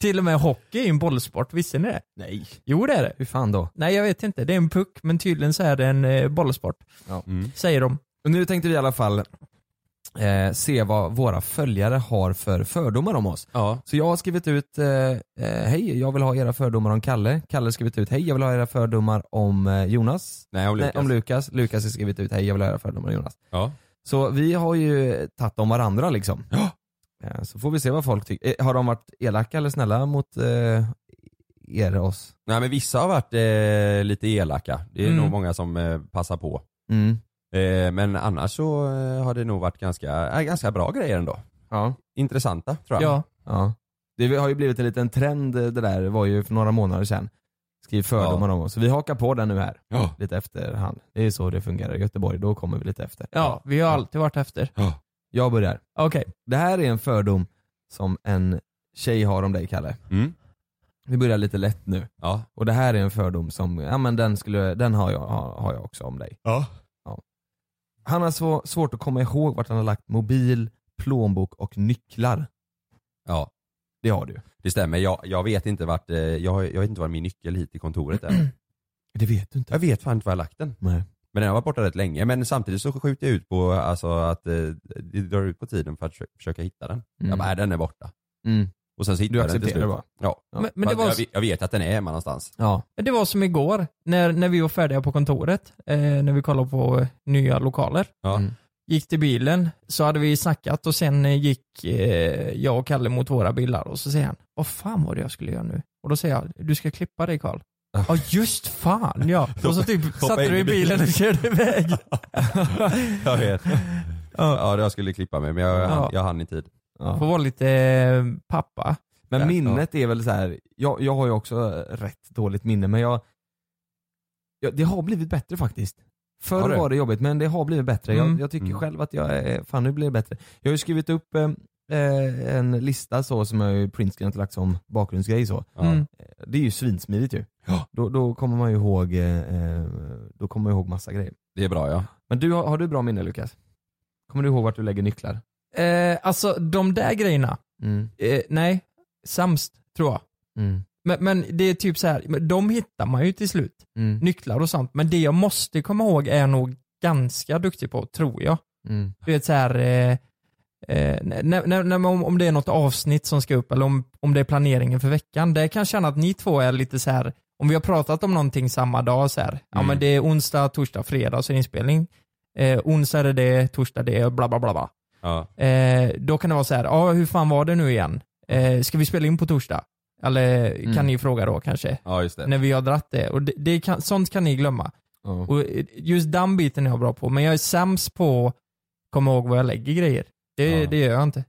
S8: till och med hockey är ju en bollsport, visste ni det?
S6: Nej.
S8: Jo det är det.
S6: Hur fan då?
S8: Nej jag vet inte, det är en puck men tydligen så är det en eh, bollsport.
S6: Ja.
S7: Mm.
S8: Säger de.
S6: Och nu tänkte vi i alla fall eh, se vad våra följare har för fördomar om oss.
S7: Ja.
S6: Så jag har skrivit ut, eh, eh, hej jag vill ha era fördomar om Kalle. Kalle har skrivit ut, hej jag vill ha era fördomar om eh, Jonas.
S7: Nej, om Lukas.
S6: Nej, om Lukas. Lukas har skrivit ut, hej jag vill ha era fördomar om Jonas.
S7: Ja.
S6: Så vi har ju tagit om varandra liksom. Eh, Så får vi se vad folk tycker. Eh, Har de varit elaka eller snälla mot eh, er och oss?
S7: Nej, men vissa har varit eh, lite elaka. Det är
S8: Mm.
S7: nog många som eh, passar på. Eh, men annars så eh, har det nog varit ganska, eh, ganska bra grejer ändå.
S6: Ja.
S7: Intressanta tror jag.
S8: Ja.
S6: ja. Det har ju blivit en liten trend eh, det där, det var ju för några månader sedan. Skriv fördomar om oss. Så vi hakar på den nu här.
S7: Ja.
S6: Lite efterhand. Det är så det fungerar i Göteborg, då kommer vi lite efter.
S8: Ja, vi har alltid varit efter.
S6: Jag börjar.
S8: Okej.
S6: Det här är en fördom som en tjej har om dig Kalle.
S7: Mm.
S6: Vi börjar lite lätt nu.
S7: Ja.
S6: Och det här är en fördom som, ja men den, skulle, den har, jag, har, har jag också om dig.
S7: Ja.
S6: Han har svå, svårt att komma ihåg vart han har lagt mobil, plånbok och nycklar.
S7: Ja.
S6: Det har du.
S7: Det stämmer. Jag, jag vet inte vart, eh, jag, har- jag vet inte var min nyckel hit till kontoret är.
S6: Det vet du inte.
S7: Jag vet fan inte var jag lagt den.
S6: Nej.
S7: Men den har varit borta rätt länge. Men samtidigt så skjuter jag ut på alltså, att eh, det drar ut på tiden för att försöka- försöka hitta den.
S6: Mm.
S7: Jag bara, "Nej, den är borta.
S6: Mm.
S7: Och sen så hittar
S6: Du
S7: jag den till
S6: accepterar
S7: slut.
S6: det bara?
S7: Ja.
S8: Men, men det,
S7: Fast
S8: var,
S7: jag, vet- jag vet att den är hemma någonstans.
S6: Ja.
S8: det var som igår, när, när vi var färdiga på kontoret, eh, när vi kollade på eh, nya lokaler.
S7: Ja.
S6: Mm.
S8: Gick till bilen, så hade vi snackat och sen eh, gick eh, jag och Kalle mot våra bilar och så säger han, vad fan var det jag skulle göra nu? Och då säger jag, du ska klippa dig Karl. Ja just fan ja. Och så typ satte
S7: in
S8: du
S7: i
S8: i bilen och körde iväg.
S7: Jag vet. ja, jag skulle klippa mig men jag,
S8: Ja.
S7: jag hann i tid.
S8: Får vara lite eh, pappa.
S6: Men
S7: Ja.
S6: minnet är väl så här. Jag, jag har ju också rätt dåligt minne men jag, jag det har blivit bättre faktiskt.
S7: Har
S6: Förr
S7: det?
S6: var det jobbigt men det har blivit bättre.
S8: Mm.
S6: Jag, jag tycker
S7: Mm.
S6: själv att jag är, fan nu blir det bättre. Jag har ju skrivit upp eh, eh, en lista så som jag ju printscreenat och lagt som bakgrundsgrej så.
S7: Ja.
S8: Mm.
S6: Det är ju svinsmidigt ju. Då, då kommer man ju ihåg, eh, eh, då kommer man ihåg massa grejer.
S7: Det är bra ja.
S6: Men du, har har du bra minne Lukas? Kommer du ihåg vart du lägger nycklar?
S8: Eh, alltså de där grejerna,
S6: Mm.
S8: eh, nej, sämst tror jag.
S6: Mm.
S8: Men, men det är typ så här, men de hittar man ju till slut.
S6: Mm.
S8: Nycklar och sånt. Men det jag måste komma ihåg är jag nog ganska duktig på, tror jag.
S6: Mm.
S8: Du vet så här, eh, eh, när, när, när, om, om det är något avsnitt som ska upp eller om, om det är planeringen för veckan. Där kan jag känna att ni två är lite så här, om vi har pratat om någonting samma dag så här, ja men det är onsdag, torsdag, fredag så är det inspelning. Eh, onsdag är det det, torsdag det, och bla bla bla. bla.
S7: ja.
S8: Eh, då kan det vara så här, ja hur fan var det nu igen? Eh, ska vi spela in på torsdag? Eller kan
S6: Mm.
S8: ni fråga då kanske?
S7: Ja just det.
S8: När vi har dratt det. Och det, det kan, sånt kan ni glömma.
S6: Ja.
S8: Och eh, just den biten är jag bra på, men jag är sämst på att komma ihåg var jag lägger grejer. Det,
S7: Ja.
S8: det gör jag inte.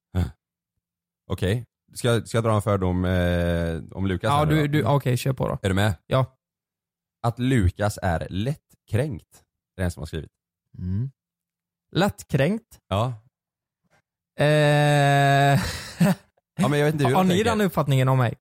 S7: Okej. Ska, jag- ska jag dra en fördom eh, om Lukas?
S8: Ja,
S7: här nu
S8: du,
S7: då?
S8: du, okej kör på då.
S7: Är du med?
S8: Ja.
S7: Att Lukas är lättkränkt. Det är den som har skrivit.
S6: Mm.
S8: Lättkränkt.
S7: Ja.
S8: Eh...
S7: ja men jag vet inte hur
S8: Har
S7: de
S8: ni
S7: tänker.
S8: den uppfattningen om mig?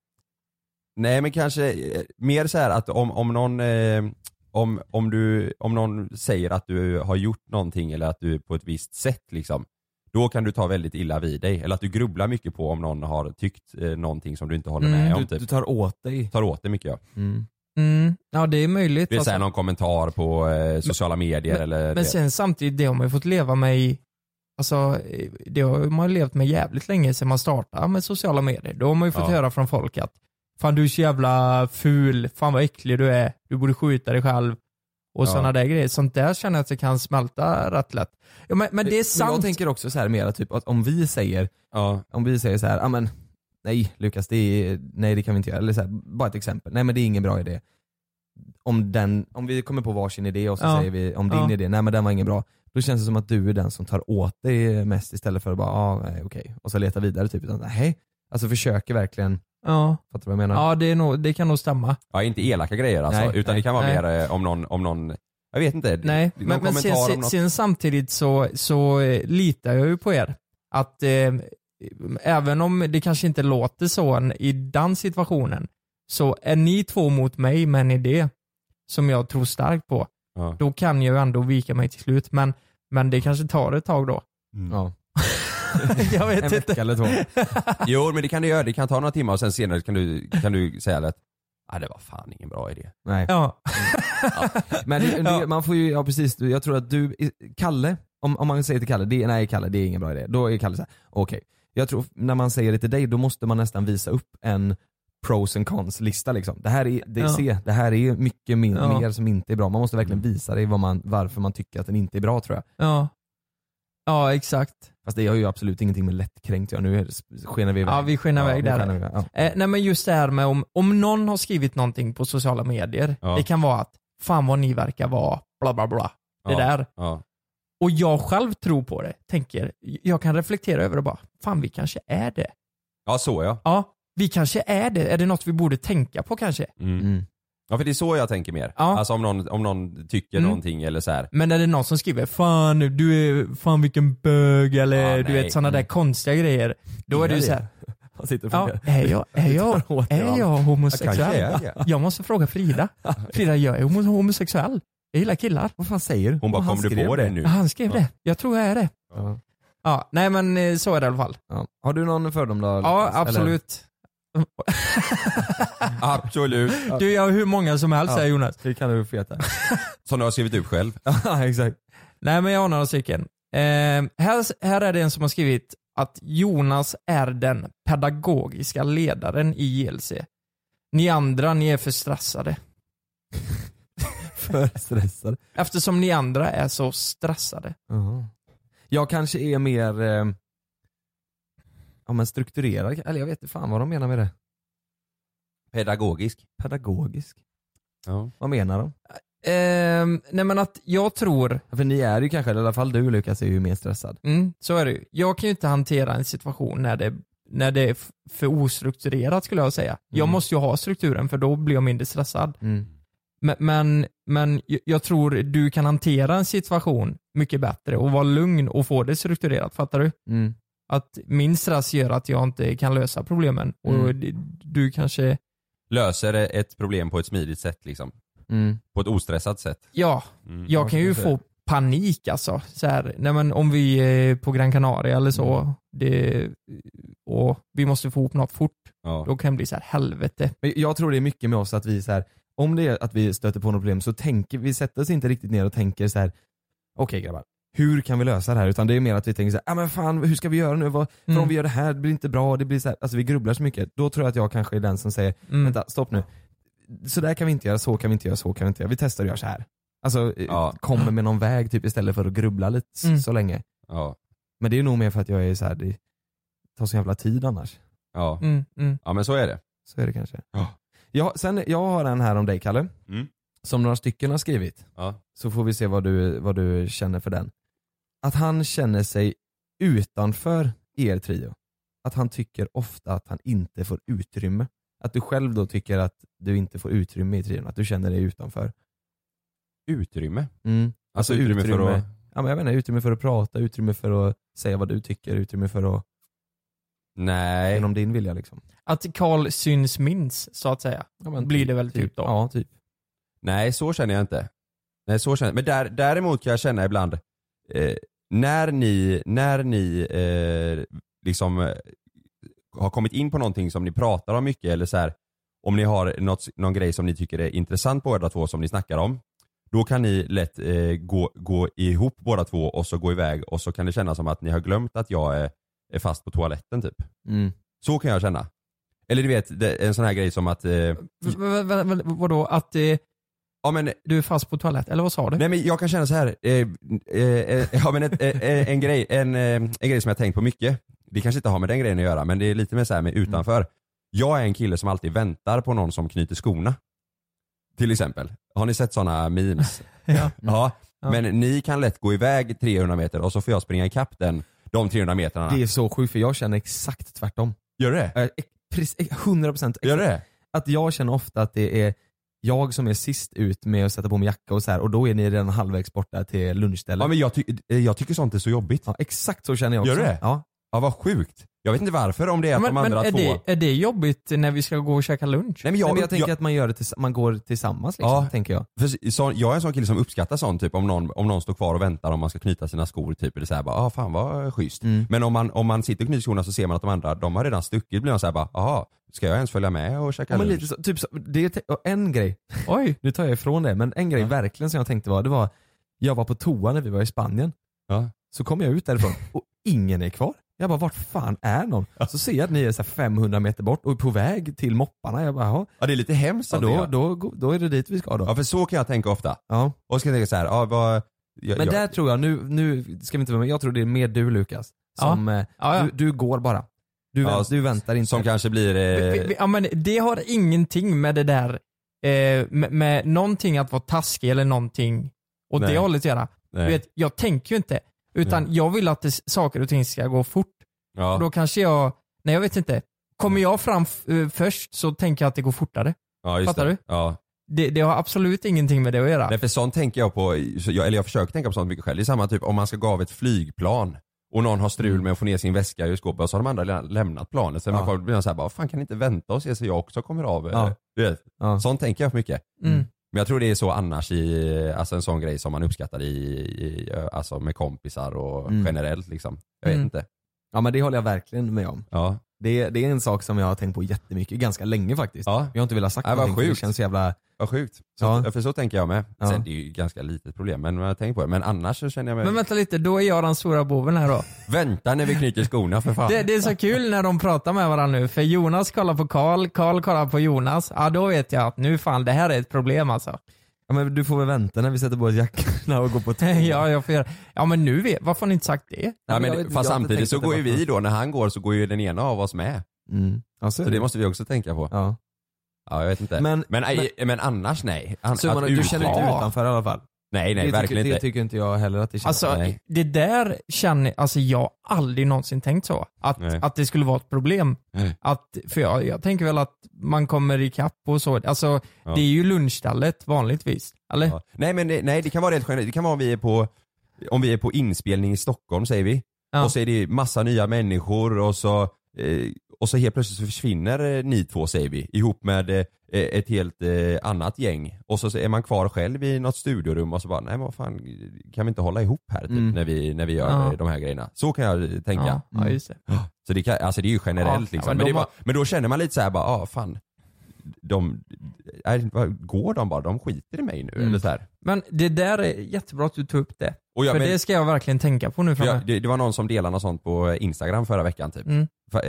S7: Nej men kanske eh, mer så här att om, om någon eh, om, om, du, om någon säger att du har gjort någonting eller att du är på ett visst sätt liksom. Då kan du ta väldigt illa vid dig. Eller att du grubblar mycket på om någon har tyckt eh, någonting som du inte håller med
S8: Mm.
S7: om.
S8: Du-
S7: Typ.
S8: du
S6: tar åt dig.
S7: Tar åt dig mycket ja.
S8: Mm. Ja, det är möjligt.
S7: Det är
S8: alltså.
S7: såhär någon kommentar på eh, sociala medier eller
S8: men
S7: det.
S8: sen samtidigt, det har man ju fått leva med i, alltså eh, det har man ju levt med jävligt länge sedan man startade med sociala medier. Då har man ju fått
S6: Ja.
S8: höra från folk att fan du är så jävla ful, fan vad äcklig du är, du borde skjuta dig själv och
S6: Ja.
S8: sådana där grejer. Sånt där känner jag att det kan smälta rätt lätt. Ja, men, men det är
S6: Eh, Jag
S8: sant.
S6: tänker också så här mera typ att om vi säger, om vi säger så här, "Ah, men nej Lukas, det är, nej det kan vi inte göra. Eller så här, bara ett exempel, nej men det är ingen bra idé. Om, den, om vi kommer på varsin idé och så
S8: Ja.
S6: säger vi om din
S8: Ja.
S6: idé, nej men den var ingen bra. Då känns det som att du är den som tar åt dig mest istället för att bara, ah, nej, okej, och så leta vidare typ. Utan, nej. Alltså försöker verkligen,
S8: Ja,
S6: fattar du vad jag menar?
S8: ja det, är nog, det kan nog stämma.
S7: Ja, inte elaka grejer alltså,
S6: Nej,
S7: utan
S6: nej,
S7: det kan vara
S8: nej.
S7: mer eh, om någon, om någon, jag vet inte.
S8: Nej,
S7: Eh, någon
S8: men, men
S7: kommentar
S8: sen,
S7: om
S8: sen,
S7: något.
S8: sen samtidigt så, så eh, litar jag ju på er. Att eh, även om det kanske inte låter så en- i den situationen, så är ni två mot mig med en idé som jag tror starkt på,
S7: Ja.
S8: då kan jag ju ändå vika mig till slut. Men, men det kanske tar ett tag då.
S6: Ja.
S8: jag vet
S6: en
S8: inte.
S6: vecka eller två.
S7: Jo men det kan du göra, det kan ta några timmar och sen senare kan du, kan du säga att nej det var fan ingen bra idé.
S6: Nej.
S8: Ja.
S6: Men det, det, man får ju, ja precis, Du- jag tror att du, i- Kalle, om, om man säger till Kalle, det, nej Kalle det är ingen bra idé, då är Kalle såhär, okej. Jag tror, när man säger det till dig, då måste man nästan visa upp en pros and cons lista liksom. Det här är, det,
S8: Ja.
S6: se, det här är mycket min,
S8: Ja. Mm.
S6: mer som inte är bra. Man måste verkligen visa dig vad man, varför man tycker att den inte är bra tror jag.
S8: Ja. ja, exakt.
S6: Fast det har ju absolut ingenting med lättkränkt att göra, nu är det- skenar vi iväg.
S8: Ja, vi skenar iväg
S6: nu
S8: där.
S6: skenar vi iväg, ja.
S8: Eh, nej men just det här med om, om någon har skrivit någonting på sociala medier,
S6: Ja.
S8: det kan vara att fan vad ni verkar vara bla bla bla. Det
S6: Ja,
S8: där.
S7: Ja.
S8: Och jag själv tror på det, tänker, jag kan reflektera över det bara, fan vi kanske är det.
S7: Ja så ja.
S8: Ja, vi kanske är det. Är det något vi borde tänka på kanske?
S7: Mm. Ja för det är så jag tänker mer. Alltså om någon, om någon tycker
S8: Mm.
S7: någonting eller så här.
S8: Men är det någon som skriver 'Fan, du är, fan vilken bög' eller
S7: Ja,
S8: du
S7: nej.
S8: vet sådana där
S7: Mm.
S8: konstiga grejer. Då är det ju
S6: Inga
S8: såhär,
S6: Han sitter och
S8: ja,
S6: funderar.
S8: är jag, är jag,
S6: tar åt dig
S8: är
S6: allt.
S8: jag homosexuell?
S6: Jag kanske är det.
S8: Jag måste fråga Frida. Frida, jag är homo- homosexuell. Jag gillar killar.
S6: Vad fan säger du?
S7: Hon bara
S6: Och han
S7: kom du
S6: skrev
S7: på det nu?
S8: Ja, Han skrev det. Jag tror jag är det.
S6: Ja.
S8: Ja, nej men eh, så är det i alla fall.
S6: Ja. Har du någon fördom då?
S8: Ja,
S6: Lukas? Eller-
S8: absolut.
S7: Absolut.
S8: Du, jag har hur många som helst
S6: Ja.
S8: säger Jonas.
S6: Det kan du feta.
S7: Som du har skrivit upp själv.
S6: ja, exakt.
S8: Nej men jag har några stycken. Eh, här, här är det en som har skrivit att Jonas är den pedagogiska ledaren i JLC. Ni andra, ni är för stressade.
S6: För stressad.
S8: Eftersom ni andra är så stressade.
S6: Jaha. Jag kanske är mer eh, ja, men strukturerad, eller jag vet inte fan vad de menar med det.
S7: Pedagogisk.
S6: Pedagogisk?
S7: Ja.
S6: Vad menar de?
S8: Ehm, nej men att jag tror,
S6: För ni är ju kanske, eller i alla fall du Lukas, är ju mer stressad.
S8: mm, så är det ju. Jag kan ju inte hantera en situation när det, när det är f- för ostrukturerat skulle jag säga. Jag
S6: Mm.
S8: måste ju ha strukturen för då blir jag mindre stressad.
S6: Mm.
S8: Men, men, men j- jag tror du kan hantera en situation mycket bättre och vara lugn och få det strukturerat, fattar du?
S6: Mm.
S8: Att min stress gör att jag inte kan lösa problemen och
S6: Mm.
S8: d- du kanske,
S7: Löser ett problem på ett smidigt sätt liksom.
S6: Mm.
S7: På ett ostressat sätt.
S8: ja,
S7: Mm.
S8: jag kan ju få panik alltså. Så här, nej men om vi är på Gran Canaria eller så det, och vi måste få ihop något fort,
S7: Ja.
S8: då kan det bli så här helvete.
S6: Men jag tror det är mycket med oss att vi så här, om det är att vi stöter på något problem så tänker vi, sätter oss inte riktigt ner och tänker så här. okej grabbar, hur kan vi lösa det här? Utan det är mer att vi tänker så här, ah, men fan hur ska vi göra nu? Vad, för
S8: Mm.
S6: om vi gör det här, det blir inte bra, det blir så här, alltså vi grubblar så mycket. Då tror jag att jag kanske är den som säger,
S8: Mm.
S6: vänta stopp nu, så där kan vi inte göra, så kan vi inte göra, så kan vi inte göra, vi testar och gör så här. Alltså eh,
S7: Ja.
S6: kommer med någon väg typ istället för att grubbla lite s-
S8: Mm.
S6: så länge.
S7: Ja.
S6: Men det är nog mer för att jag är så här, det tar så jävla tid annars.
S7: Ja.
S8: Mm, mm.
S7: ja men så är det.
S6: Så är det kanske.
S7: Ja.
S6: Ja, sen, jag har en här om dig Kalle,
S7: Mm.
S6: som några stycken har skrivit.
S7: Ja.
S6: Så får vi se vad du, vad du känner för den. Att han känner sig utanför er trio. att han tycker ofta att han inte får utrymme. Att du själv då tycker att du inte får utrymme i trion, att du känner dig utanför.
S7: Utrymme?
S6: Mm.
S7: Alltså utrymme för att-
S6: Ja, men jag menar, utrymme för att prata, utrymme för att säga vad du tycker, utrymme för att...
S7: Nej.
S6: Genom din vilja liksom.
S8: Att Karl syns minst, så att säga. Blir det väl typ, då.
S6: Ja, typ.
S7: Nej, så känner jag inte. Nej, så känner jag. Men där, däremot kan jag känna ibland, eh, när ni, när ni eh, liksom eh, har kommit in på någonting som ni pratar om mycket eller så här, om ni har något, någon grej som ni tycker är intressant båda två som ni snackar om, då kan ni lätt eh, gå, gå ihop båda två och så gå iväg och så kan det kännas som att ni har glömt att jag är, är fast på toaletten typ.
S6: Mm.
S7: Så kan jag känna. Eller du vet, det, en sån här grej som att eh,
S8: V- v- v- v- vadå, att eh, du är fast på toalett, eller vad sa du?
S7: Nej men jag kan känna så här. Eh, eh, eh, ja, men ett, eh, eh, en, grej, en, eh, en grej som jag har tänkt på mycket, det kanske inte har med den grejen att göra men det är lite mer så här
S6: Mm.
S7: med utanför. Jag är en kille som alltid väntar på någon som knyter skorna. Till exempel. Har ni sett sådana memes?
S8: ja.
S7: Men ni kan lätt gå iväg 300 meter och så får jag springa ikapp den, de 300 metrarna.
S6: Det är så sjukt för jag känner exakt tvärtom.
S7: Gör det?
S6: Eh, ex- precis, eh, 100% exakt.
S7: Gör det?
S6: Att jag känner ofta att det är jag som är sist ut med att sätta på mig jacka och så här och då är ni redan halvvägs borta till lunchstället.
S7: Ja, men jag, ty eh, jag tycker sånt är så jobbigt.
S6: Ja, exakt så känner jag också.
S7: Gör det?
S6: Ja.
S7: ja vad sjukt. Jag vet inte varför om det är att
S8: men,
S7: de
S8: men
S7: andra
S8: är,
S7: två...
S8: det, är det jobbigt när vi ska gå och käka lunch?
S7: Nej, men jag-
S6: Nej, men jag tänker
S7: jag-
S6: att man, gör det tills, man går tillsammans liksom,
S7: Ja.
S6: tänker jag.
S7: För så, jag är en sån kille som uppskattar sånt, typ om någon, om någon står kvar och väntar om man ska knyta sina skor, typ eller såhär bara ah, fan vad schysst. Men om man, om man sitter och knyter skorna så ser man att de andra, de har redan stuckit, blir man såhär bara jaha, ska jag ens följa med och käka
S6: Ja, men
S7: lunch?
S6: lite så, typ så, det är te- och en grej,
S8: Oj.
S6: nu tar jag ifrån det, men en grej verkligen som jag tänkte var, det var, jag var på toa när vi var i Spanien.
S7: Ja.
S6: Så kom jag ut därifrån och ingen är kvar. Jag bara, vart fan är någon? Så ser jag att ni är så här 500 meter bort och är på väg till mopparna. Jag bara, jaha.
S7: Ja det är lite hemskt
S6: Så
S7: sånt,
S6: då,
S7: tycker jag.
S6: då, då, är det dit vi ska då.
S7: Ja för så kan jag tänka ofta.
S6: Ja.
S7: Och så kan jag tänka såhär, ah, vad, jag,
S6: Men
S7: jag,
S6: där tror jag, nu, nu ska vi inte vara med, jag tror det är mer du Lukas. Som, eh,
S8: Ja, ja.
S6: Du, du går bara. Du,
S7: Ah, Ja,
S6: vänt, du väntar inte.
S7: som kanske blir, eh,
S8: Vi- vi- Ja, men det har ingenting med det där, eh, med, med någonting att vara taskig eller någonting åt
S7: Nej.
S8: det hållet att göra. Du
S7: Nej.
S8: vet, jag tänker ju inte. Utan jag vill att det, s- saker och ting ska gå fort.
S7: ja,
S8: Och då kanske jag, nej jag vet inte. Kommer jag fram f- eh, först så tänker jag att det går fortare.
S7: ja just
S8: fattar
S7: det.
S8: du?
S7: Ja.
S8: Det, det har absolut ingenting med det att göra.
S7: Nej för sånt tänker jag på, så jag, eller jag försöker tänka på sånt mycket själv. Det är samma typ om man ska gå av ett flygplan och någon har strul med att få ner sin väska ur skåpet och så har de andra redan lämnat planet. Så
S6: Mm. Ja.
S7: man kommer bli såhär, bara, fan kan ni inte vänta och se så jag också kommer av? eh,
S6: Ja.
S7: Du vet,
S6: Ja.
S7: sånt tänker jag för mycket.
S8: Mm.
S7: Men jag tror det är så annars i, alltså en sån grej som man uppskattar i, i alltså med kompisar och
S6: Mm.
S7: generellt liksom. Jag vet
S8: Mm.
S7: inte.
S6: Ja men det håller jag verkligen med om.
S7: Ja.
S6: Det, det är en sak som jag har tänkt på jättemycket, ganska länge faktiskt.
S7: Ja.
S6: Jag har inte velat sagt
S7: Nej, vad
S6: någonting, för det
S7: sjukt.
S6: känns så jävla...
S7: Vad sjukt. Så,
S6: Ja.
S7: För så tänker jag med.
S6: Ja.
S7: Sen det är ju ett ganska litet problem men jag tänker på det. Men annars så känner jag mig,
S8: Men vänta lite, då är jag den stora boven här då.
S7: vänta när vi knyter skorna för fan.
S8: Det, det är så kul när de pratar med varandra nu, för Jonas kollar på Karl, Karl kollar på Jonas. Ja, då vet jag att nu fan, det här är ett problem alltså.
S6: Ja men du får väl vänta när vi sätter på oss jackorna och går på toa.
S8: ja, jag får göra. ja, men nu vet, varför har ni inte sagt det?
S7: Ja,
S6: Jag vet
S7: men,
S6: inte,
S7: fast
S6: jag har inte
S7: samtidigt
S6: tänkt
S7: så
S6: att det
S7: går ju
S6: var
S7: vi
S6: så.
S7: då, när han går så går ju den ena av oss med.
S6: Mm. Ja, så är
S7: Så det måste vi också tänka på.
S6: Ja.
S7: Ja, jag vet inte. Men,
S6: Men-
S7: men, nej, men annars nej. An,
S6: Så man,
S7: att
S6: du
S7: ut-
S6: känner inte
S7: Ja.
S6: utanför i alla fall?
S7: Nej, nej,
S6: det
S7: verkligen
S6: tycker, Det
S7: inte.
S6: tycker inte jag heller att det känns.
S8: Alltså,
S7: Nej.
S8: det där känner, alltså jag har aldrig någonsin tänkt så. Att,
S7: Nej.
S8: att det skulle vara ett problem.
S7: Nej.
S8: Att, för jag, jag tänker väl att man kommer ikapp och så. Alltså,
S7: Ja.
S8: det är ju lunchstället vanligtvis. Eller?
S7: Ja. Nej, men det, nej, det kan vara rent generellt. Det kan vara om vi är på, om vi är på inspelning i Stockholm säger vi.
S8: Ja.
S7: Och så är det massa nya människor och så, eh, och så helt plötsligt så försvinner eh, ni två säger vi. Ihop med eh, ett helt eh, annat gäng. Och så så är man kvar själv i något studiorum och så bara, nej men vad fan, kan vi inte hålla ihop här typ
S6: Mm.
S7: när, vi, när vi gör
S8: Ja.
S7: eh, de här grejerna. Så kan jag eh, tänka.
S8: Ja, ja, just det.
S7: Så det, kan, alltså det är ju generellt
S8: Ja,
S7: liksom.
S8: men
S7: Men,
S8: de
S7: det är bara,
S8: har-
S7: men då känner man lite så här bara, ah fan. De, är, vad, går de bara? De skiter i mig nu
S8: Mm.
S7: eller så här.
S8: Men det där är jättebra att du tog upp det.
S7: Och jag,
S8: för
S7: men,
S8: det ska jag verkligen tänka på nu
S7: för
S8: framöver.
S7: jag, det, det var någon som delade något sånt på Instagram förra veckan typ.
S8: Mm.
S7: Fa-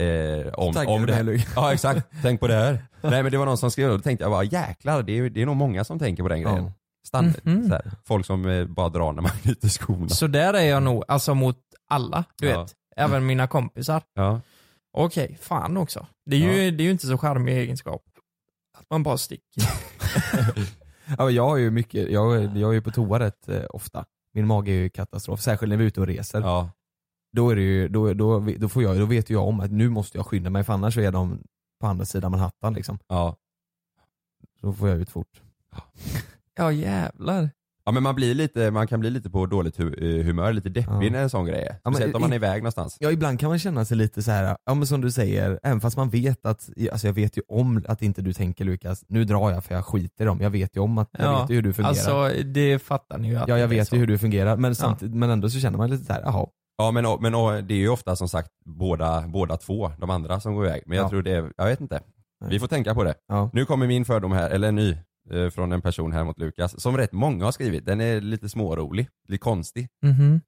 S7: eh, om,
S6: Taggade
S7: om
S6: du mig,
S7: det
S6: Luke?
S7: Ja exakt, tänk på det här. Nej men det var någon som skrev och då tänkte jag bara jäklar det är, det är nog många som tänker på den grejen.
S6: Ja.
S7: Stann,
S8: Mhm.
S7: så här, folk som eh, bara drar när man knyter skorna.
S8: Så där är jag nog, alltså mot alla, du
S7: Ja. Mm.
S8: vet. Även mina kompisar.
S7: Ja.
S8: Okej, fan också. Det är, ju, det är ju inte så charmig egenskap. Att man bara sticker.
S6: Ja, men jag har ju mycket, jag, jag är ju på toa rätt eh, ofta. Min mage är ju katastrof, särskilt när vi är ute och reser.
S7: Ja.
S6: Då, är det ju, då, då, då, får jag, då vet jag om att nu måste jag skynda mig för annars är de på andra sidan Manhattan liksom.
S7: Ja.
S6: Då får jag ut fort.
S8: Ja jävlar.
S7: Ja men man, blir lite, man kan bli lite på dåligt hu- eh, humör, lite deppig när en sån grej är.
S6: men
S7: Speciellt om
S6: i-
S7: man är iväg någonstans.
S6: Ja ibland kan man känna sig lite så här, ja men som du säger, även fast man vet att, alltså jag vet ju om att inte du tänker Lukas, nu drar jag för jag skiter i dem. Jag vet ju om att, jag vet ju hur du fungerar.
S8: Alltså det fattar ni ju att
S6: ja jag
S8: det är
S6: vet
S8: så.
S6: ju hur du fungerar men, samtidigt, men ändå så känner man lite så här, jaha.
S7: Ja men, men och, det är ju ofta som sagt båda, båda två, de andra som går iväg. Men jag
S6: Ja.
S7: tror det är, jag vet inte. Vi får tänka på det.
S6: Ja.
S7: Nu kommer min fördom här, eller en ny, eh, från en person här mot Lukas, som rätt många har skrivit. Den är lite smårolig, lite konstig.
S8: Mhm.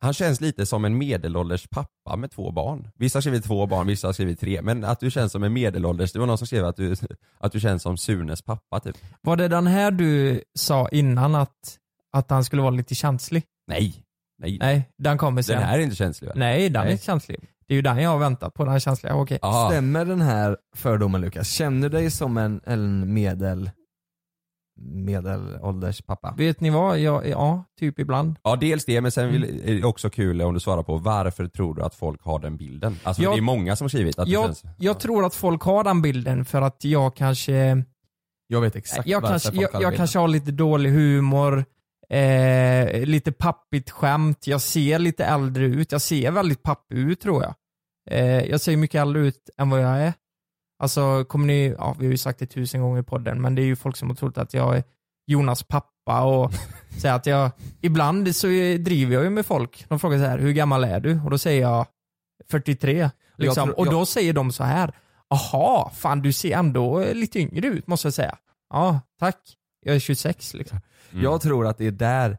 S7: Han känns lite som en medelålders pappa med två barn. Vissa har skrivit två barn, vissa har skrivit tre. Men att du känns som en medelålders, det var någon som skrev att du, att du känns som Sunes pappa typ.
S8: Var det den här du sa innan att, att han skulle vara lite känslig?
S7: Nej, nej.
S8: Nej, den kommer sen.
S7: Den här är inte känslig väl?
S8: Nej, den är
S7: Nej.
S8: inte känslig. Det är ju den jag har väntat på, den känsliga. Okej.
S7: Ah.
S6: Stämmer den här fördomen Lukas? Känner du dig som en, en medel, medelålders pappa?
S8: Vet ni vad? Jag, ja, typ ibland.
S7: Ja, dels det, men sen vill,
S6: Mm.
S7: är det också kul om du svarar på varför tror du att folk har den bilden? Alltså
S8: Jag-
S7: det är många som har skrivit att
S8: Jag,
S7: det känns...
S8: jag tror att folk har den bilden för att jag kanske
S6: Jag vet exakt
S8: jag
S6: varför
S8: kanske,
S6: folk
S8: jag,
S6: har
S8: jag
S6: det.
S8: kanske har lite dålig humor, eh, lite pappigt skämt, jag ser lite äldre ut, jag ser väldigt pappig ut tror jag. Eh, jag ser mycket äldre ut än vad jag är. Alltså kommer ni, ja vi har ju sagt det tusen gånger i podden, men det är ju folk som har trott att jag är Jonas pappa och säger att jag, ibland så driver jag ju med folk. De frågar så här, hur gammal är du? Och då säger jag 43. Liksom.
S6: tror-
S8: och då
S6: jag-
S8: säger de så här, aha, fan du ser ändå eh, lite yngre ut måste jag säga. Ja, tack. Jag är 26 liksom.
S6: Jag tror att det är, där,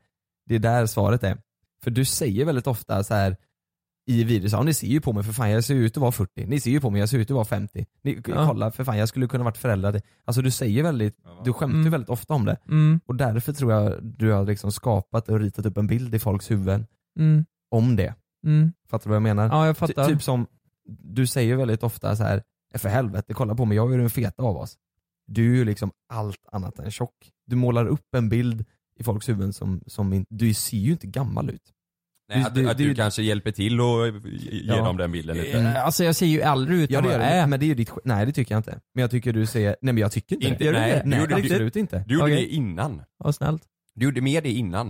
S6: det är där svaret är. För du säger väldigt ofta så här i videos, ja, ni ser ju på mig för fan jag ser ut att vara 40, ni ser ju på mig jag ser ut att vara 50, ni,
S8: Ja.
S6: kolla för fan jag skulle kunna varit förälder. till-" Alltså du säger väldigt, du skämtar ju
S8: Mm.
S6: väldigt ofta om det.
S8: Mm.
S6: Och därför tror jag du har liksom skapat och ritat upp en bild i folks huvuden
S8: Mm.
S6: om det.
S8: Mm.
S6: Fattar du vad jag menar?
S8: Ja, jag
S6: Ty-
S8: fattar.
S6: typ som, du säger ju väldigt ofta så här, "Eh, för helvete kolla på mig, jag är ju den feta av oss. Du är ju liksom allt annat än tjock. Du målar upp en bild i folks huvuden som, som in, du ser ju inte gammal ut.
S7: Nej, att du, att du kanske hjälper till och ge
S6: Ja.
S7: dem den bilden lite.
S8: Eh, Alltså jag ser ju äldre ut
S6: Ja
S8: än
S6: det
S8: vad
S6: gör
S8: jag är.
S6: du, men det är ju ditt sk- Nej det tycker jag inte. Men jag tycker du säger, nej men jag tycker inte,
S7: Inte-
S6: det. Gör
S7: nej,
S6: du det?
S7: du
S6: Nej
S7: gjorde-
S6: absolut inte.
S7: Du gjorde
S6: Okej.
S7: det innan.
S8: Vad snällt.
S7: Du gjorde mer det innan.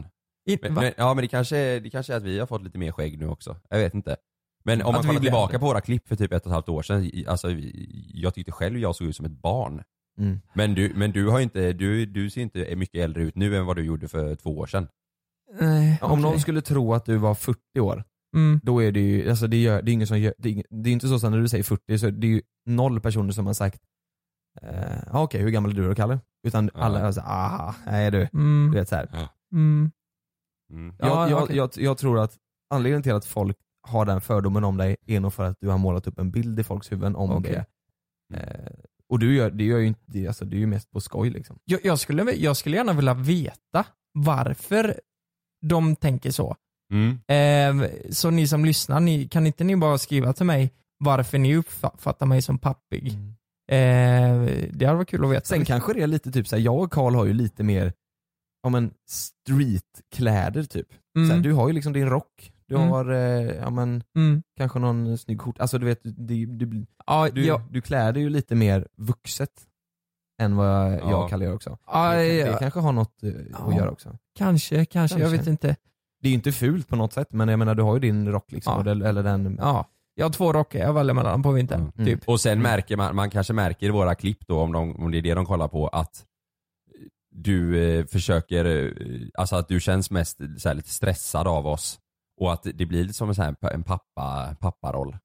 S8: In-
S7: Men,
S8: va?
S7: men, ja men det kanske, det kanske är att vi har fått lite mer skägg nu också. Jag vet inte. Men om
S6: Att
S7: man
S6: vi
S7: kollar
S6: blir
S7: tillbaka
S6: äldre.
S7: på våra klipp för typ ett och ett halvt år sedan, i- alltså vi- jag tyckte själv jag såg ut som ett barn.
S6: Mm.
S7: Men du, men du har inte, du, du ser inte mycket äldre ut nu än vad du gjorde för två år sedan.
S8: Nej,
S6: Om någon skulle tro att du var 40 år,
S8: Mm.
S6: då är det ju, alltså det, gör, det är ingen som gör, det är, ing- det är inte så att när du säger 40 så är det ju noll personer som har sagt eh, ah, okej hur gammal är du då Kalle? Utan
S7: Ja.
S6: alla är såhär, ah, nej du.
S8: Mm.
S6: Du vet såhär.
S8: Mm.
S7: Mm.
S6: Jag,
S8: Ja,
S6: jag,
S8: okej.
S6: jag, jag tror att anledningen till att folk har den fördomen om dig är nog för att du har målat upp en bild i folks huvuden om
S8: Okej.
S6: det. Eh, och du gör, det gör ju inte, det, alltså, det är ju mest på skoj liksom.
S8: Jag, jag, skulle, jag skulle gärna vilja veta varför de tänker så.
S7: Mm.
S8: Eh, så ni som lyssnar, ni, kan inte ni bara skriva till mig varför ni uppfattar mig som pappig? Eh, det hade varit kul att veta.
S6: Sen kanske det är lite typ såhär, jag och Karl har ju lite mer ja, men streetkläder typ.
S8: Mm.
S6: Såhär, du har ju liksom din rock, du
S8: Mm.
S6: har eh, ja, men,
S8: Mm.
S6: kanske någon snygg skjorta, alltså du vet, du, du,
S8: Ja,
S6: du,
S8: jag-
S6: du klär dig ju lite mer vuxet än vad jag
S7: Ja.
S6: och kallar gör också.
S8: Ja,
S6: det, det
S8: ja.
S6: kanske har något eh,
S8: Ja.
S6: att göra också.
S8: kanske, kanske, jag
S6: Kanske.
S8: vet inte.
S6: Det är ju inte fult på något sätt men jag menar du har ju din rock liksom,
S8: Ja.
S6: eller, eller den...
S8: Ja, jag har två rockar jag väljer mellan på vintern.
S6: Mm.
S8: Typ.
S7: Och sen märker man, man kanske märker i våra klipp då om, de, om det är det de kollar på att du eh, försöker, eh, alltså att du känns mest så här, lite stressad av oss och att det blir lite som en, så här, en pappa, papparoll.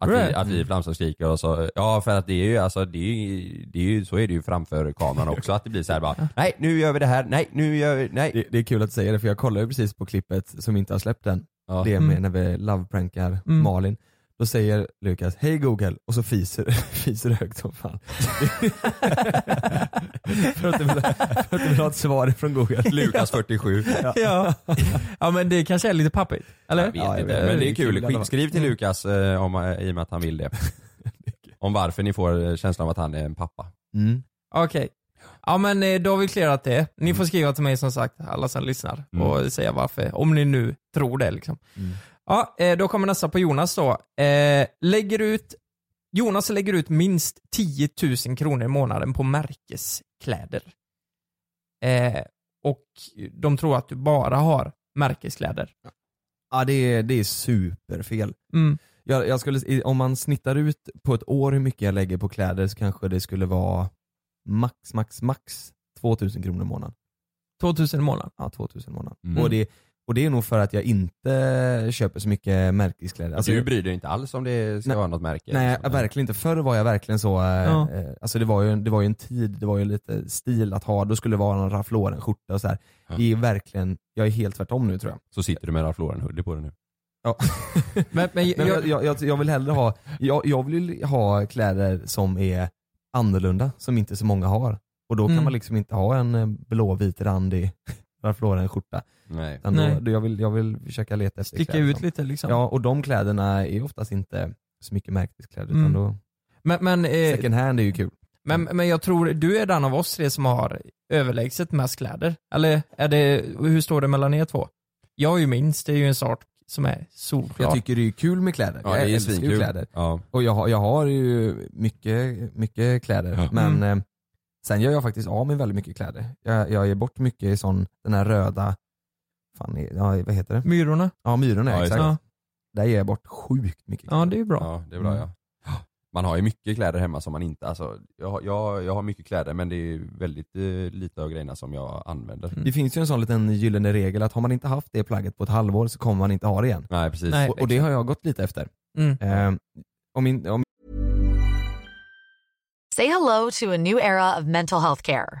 S7: Att vi,
S8: Right.
S7: att vi flamsar och skriker och så, ja för att det är ju, alltså det är ju, det är ju så är det ju framför kameran också att det blir så här bara, nej nu gör vi det här, nej nu gör vi, nej.
S6: Det, det är kul att säga det för jag kollade ju precis på klippet som inte har släppt än.
S7: Ja.
S6: Det med
S8: Mm.
S6: när vi loveprankar
S8: Mm.
S6: Malin. Då säger Lukas hej Google och så fiser, fiser högt som fan. för att du vill- för att du vill ha ett svar från Google.
S7: Lukas 47.
S8: Ja. ja, men det kanske är lite pappigt. Eller?
S7: Jag vet
S6: Ja, jag
S7: inte,
S6: vet.
S7: men det
S6: Det
S7: är
S6: är kul i
S7: kul.
S6: alla fall.
S7: Skriv till Lukas eh, om, eh, i och med att han vill det. om varför ni får eh, känslan av att han är en pappa.
S6: Mm.
S8: Okej. Ja men eh, då har vi clearat det. Ni får skriva till mig som sagt, alla som lyssnar,
S7: Mm.
S8: och säga varför. Om ni nu tror det liksom.
S6: Mm.
S8: Ja, eh, då kommer nästa på Jonas då. Eh, lägger ut, Jonas lägger ut minst 10 000 kronor i månaden på märkeskläder. Eh, och de tror att du bara har märkeskläder.
S6: Ja det är, det är superfel.
S8: Mm.
S6: Jag, jag skulle, i- om man snittar ut på ett år hur mycket jag lägger på kläder så kanske det skulle vara max, max, max 2000 kronor i månaden.
S8: 2000 i månaden?
S6: Ja, 2000 i månaden.
S7: Mm.
S6: Och, det, och det är nog för att jag inte köper så mycket märkeskläder. Alltså,
S7: du bryr dig inte alls om det ska
S6: Nej.
S7: vara något märke?
S6: Nej,
S7: liksom.
S6: jag, verkligen inte. Förr var jag verkligen så, eh,
S8: Ja.
S6: eh, alltså det var, ju, en- det var ju en tid, det var ju lite stil att ha, då skulle det vara någon Ralph Lauren-skjorta och så här.
S7: Ja.
S6: Det är verkligen, jag är helt tvärtom nu tror jag.
S7: Så sitter du med Ralph Lauren-hoodie på dig nu?
S6: Ja.
S8: Men, men,
S6: Nej, men
S8: jag,
S6: jag, jag, jag, jag vill hellre ha, jag, jag vill ju ha kläder som är annorlunda, som inte så många har. Och då
S8: Mm.
S6: kan man liksom inte ha en eh, blåvit randig Ralph Lauren-skjorta.
S7: Nej.
S6: Utan då-
S8: Nej.
S6: då Jag, vill, jag vill försöka leta efter
S8: sticka
S6: kläder
S8: ut
S6: som-
S8: lite liksom.
S6: Ja, och de kläderna är oftast inte så mycket märkeskläder
S8: Mm.
S6: utan då,
S8: Men, men, eh,
S6: second hand är ju kul.
S8: men, men jag tror du är den av oss tre som har överlägset mest kläder. Eller är det, hur står det mellan er två? Jag har ju minst, det är ju en sak som är solklar.
S6: Jag tycker det är kul med kläder.
S7: Ja, det är
S6: jag
S7: ju
S6: älskar
S7: svinkul.
S6: ju kläder.
S7: Ja.
S6: Och jag, har- jag har ju mycket, mycket kläder.
S7: Ja.
S6: Men
S8: Mm.
S6: eh, sen gör jag faktiskt av med väldigt mycket kläder. Jag, jag ger bort mycket i sån, den här röda, fan, i- ja, vad heter det?
S8: Myrorna?
S6: Ja myrorna
S7: Ja, just
S6: exakt.
S7: det.
S8: Ja.
S6: Där ger jag bort sjukt mycket
S8: Ja, det är ju bra.
S7: Ja, det är bra
S6: Mm.
S7: ja. Man har ju mycket kläder hemma som man inte, alltså, jag, har- jag, jag har mycket kläder men det är väldigt eh, lite av grejerna som jag använder.
S8: mm.
S6: Det finns ju en sån liten gyllene regel att har man inte haft det plagget på ett halvår så kommer man inte ha det igen.
S7: Nej precis.
S8: Nej.
S6: Och, och det har jag gått lite efter.
S8: Mm.
S6: Eh, om min, om
S5: Say hello to a new era of mental health care.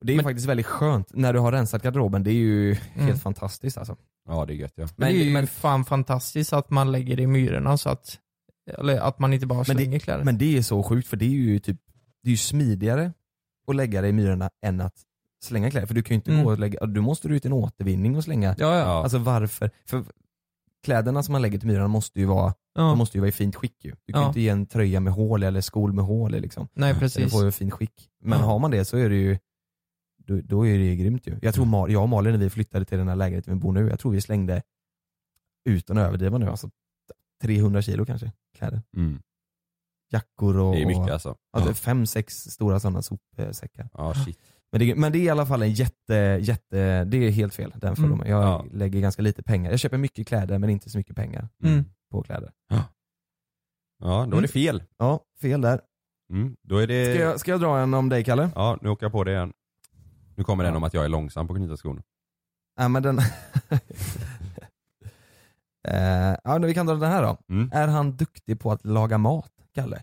S6: Och Det är
S8: Men-
S6: faktiskt väldigt skönt när du har rensat garderoben. Det är ju
S8: Mm.
S6: helt fantastiskt alltså.
S7: ja det är gött ja.
S8: Men, det är ju
S6: men-
S8: fan fantastiskt att man lägger det i myrorna så att, eller att man inte bara
S6: Men det-
S8: slänger kläder.
S6: Men det är så sjukt för det är ju typ, det är ju smidigare att lägga det i myrorna än att slänga kläder. För du kan ju inte
S8: Mm.
S6: gå och lägga, du måste du ut i en återvinning och slänga.
S8: ja, ja.
S7: Ja.
S6: Alltså varför? För kläderna som man lägger till myrorna måste ju vara,
S8: ja.
S6: de måste ju vara i fint skick ju. Du kan ju
S8: Ja.
S6: inte ge en tröja med hål eller skol med hål i, liksom.
S8: Nej
S6: Den
S8: precis.
S6: får ju fint skick. Men
S8: Ja.
S6: har man det så är det ju då, då är det ju grymt ju. Jag
S8: Mm.
S6: tror Mal, jag och Malin när vi flyttade till den här lägenheten vi bor nu, jag tror vi slängde, utan att överdriva nu, alltså 300 kilo kanske kläder.
S7: Mm.
S6: Jackor och
S7: Det är mycket alltså.
S6: alltså, fem, sex stora sådana sopsäckar.
S7: Ja shit.
S6: Men det, men det är i alla fall en jätte, jätte, det är helt fel den fördomen. Jag
S7: Ja.
S6: lägger ganska lite pengar. Jag köper mycket kläder men inte så mycket pengar
S8: Mm.
S6: på kläder.
S7: Ja, då är det fel.
S6: Ja, fel där.
S7: Mm. Då är det...
S6: Mm. Ska jag, ska jag dra en om dig Kalle?
S7: Ja, nu åker jag på det igen. Nu kommer den om att jag är långsam på att knyta skon.
S6: Ja men den... Eh, ja, men vi kan dra den här då.
S7: Mm.
S6: Är han duktig på att laga mat, Kalle?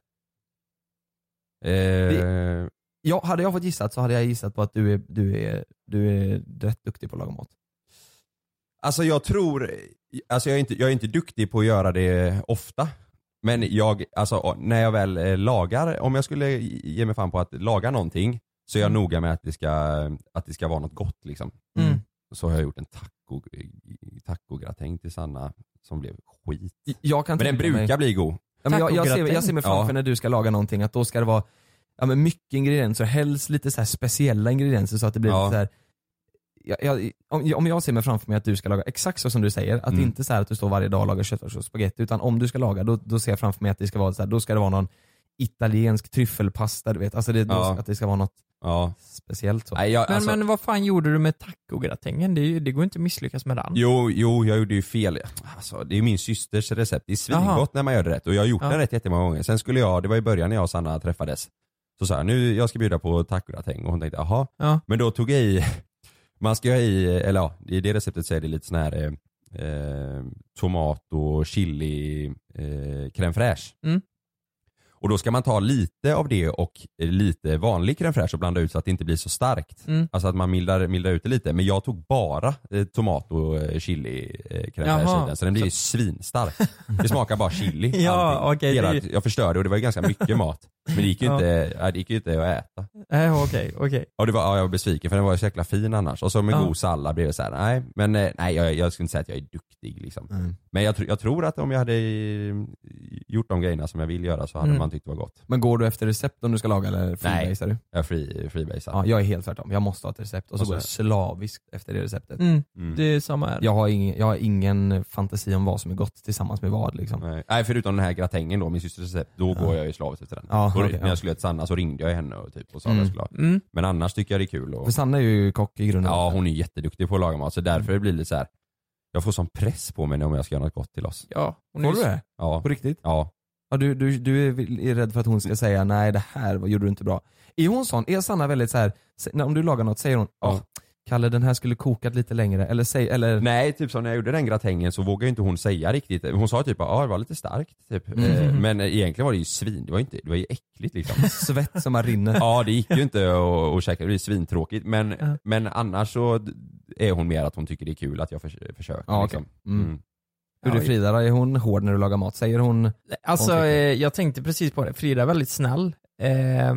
S7: Eh,
S6: Ja, hade jag fått gissat så hade jag gissat på att du är, du är, du är rätt duktig på att laga mat.
S7: Alltså jag tror, alltså jag är, inte, jag är inte duktig på att göra det ofta. Men jag, alltså när jag väl eh, lagar, om jag skulle ge mig fan på att laga någonting så är jag noga med att det ska, att det ska vara något gott liksom.
S8: Mm.
S7: Så har jag gjort en taco, tacogratäng till Sanna som blev skit.
S6: Jag kan
S7: Men den
S6: tänka mig-
S7: brukar bli god.
S6: Ja, men jag, jag, ser,
S8: Tacogratäng.
S6: jag ser mig framför
S7: Ja.
S6: när du ska laga någonting att då ska det vara ja, men mycket ingredienser, helst lite så här speciella ingredienser så att det blir
S7: Ja.
S6: lite så här. Jag, jag, om, om jag ser mig framför mig att du ska laga exakt så som du säger, att det
S7: Mm.
S6: inte så här att du står varje dag och lagar köttfärssås och spagetti utan om du ska laga då, då ser jag framför mig att det ska vara så här, då ska det vara någon italiensk tryffelpasta du vet, alltså det,
S7: Ja.
S6: då, att det ska vara något
S7: Ja.
S6: speciellt så.
S7: Nej, jag,
S8: Men,
S7: alltså,
S8: men vad fan gjorde du med tacogratängen? Det, är ju- det går inte att misslyckas med den.
S7: Jo, jo, jag gjorde ju fel. Alltså, det är min systers recept. Det är svingott när man gör det rätt och jag har gjort
S6: Ja.
S7: det rätt jättemånga gånger. Sen skulle jag, det var i början när jag och Sanna träffades. Så sa jag, nu jag ska bjuda på tacogratäng och hon tänkte jaha.
S8: Ja.
S7: Men då tog jag i, man ska ha i, eller ja, i det receptet så är det lite sån här eh, eh, tomat och chili eh, crème fraîche.
S8: Mm.
S7: Och då ska man ta lite av det och eh, lite vanlig crème fraîche och blanda ut så att det inte blir så starkt.
S8: Mm.
S7: Alltså att man mildrar, mildrar ut det lite. Men jag tog bara eh, tomat och eh, chili eh, crème
S8: Jaha.
S7: fraîche i den. Så den blev ju svinstark. Det smakar bara chili.
S8: Ja,
S7: allting.
S8: okej,
S7: Hela-
S8: det-
S7: Jag förstörde och det var ju ganska mycket mat. Men det gick ju
S8: Ja.
S7: inte, ja. det gick ju inte att äta.
S8: Eh, Okej, okej.
S7: Ja, det var, ja, jag var besviken för den var ju så jäkla fin annars. Och så med
S8: Ja.
S7: god sallad blev det så här. nej men eh, nej jag, jag skulle inte säga att jag är duktig liksom.
S6: Mm.
S7: Men jag, tr- jag tror att om jag hade eh, gjort de grejerna som jag vill göra så hade
S6: Mm.
S7: man tyckt det var gott.
S6: Men går du efter recept om du ska laga eller freebasar du?
S7: Jag free, freebasar.
S6: Ja, jag är helt tvärtom. Jag måste ha ett recept och så
S7: Och så-
S6: går jag slaviskt efter det receptet.
S8: Mm. Det är samma här.
S6: Jag, har ingen, jag har ingen fantasi om vad som är gott tillsammans med vad liksom.
S7: Nej. Nej förutom den här gratängen då, min systers recept, då
S6: Ja.
S7: går jag ju slaviskt efter den.
S6: Ja,
S7: då,
S6: okej,
S7: när
S6: ja.
S7: jag skulle göra till Sanna så ringde jag henne och, typ, och sa
S6: Mm.
S7: vad jag skulle ha.
S6: Mm.
S7: Men annars tycker jag det är kul. Och,
S6: För Sanna Mm. är ju kock i grunden.
S7: ja hon är jätteduktig på att laga mat så därför blir det så här. jag får sån press på mig om jag ska göra något gott till oss.
S8: Ja, hon är
S6: Får
S8: ju-
S6: du det?
S7: Ja.
S6: På riktigt?
S7: Ja.
S6: Ja, du, du, du är, väl- är rädd för att hon ska säga nej det här var- gjorde du inte bra. Är hon sån? Är Sanna väldigt så här, sä- när- om du lagar något säger hon "Ah, Kalle den här skulle kokat lite längre eller säg, eller
S7: Nej, typ som när jag gjorde den gratängen så vågade ju inte hon säga riktigt. Hon sa typ att ah, det var lite starkt. Typ.
S6: Mm.
S7: Eh, Men egentligen var det ju svin. Det var ju, inte, det var ju äckligt liksom.
S6: svett som man rinner.
S7: ja, det gick ju inte att att käka. Det var ju svintråkigt. Men,
S6: Ja.
S7: men annars så d- är hon mer att hon tycker det är kul att jag förs försöker.
S6: Ja,
S7: liksom.
S6: okej. Mm.
S7: Mm.
S6: Hur är det Frida då? Är hon hård när du lagar mat? Säger hon
S8: Alltså
S6: Hon
S8: eh, jag tänkte precis på det, Frida är väldigt snäll eh,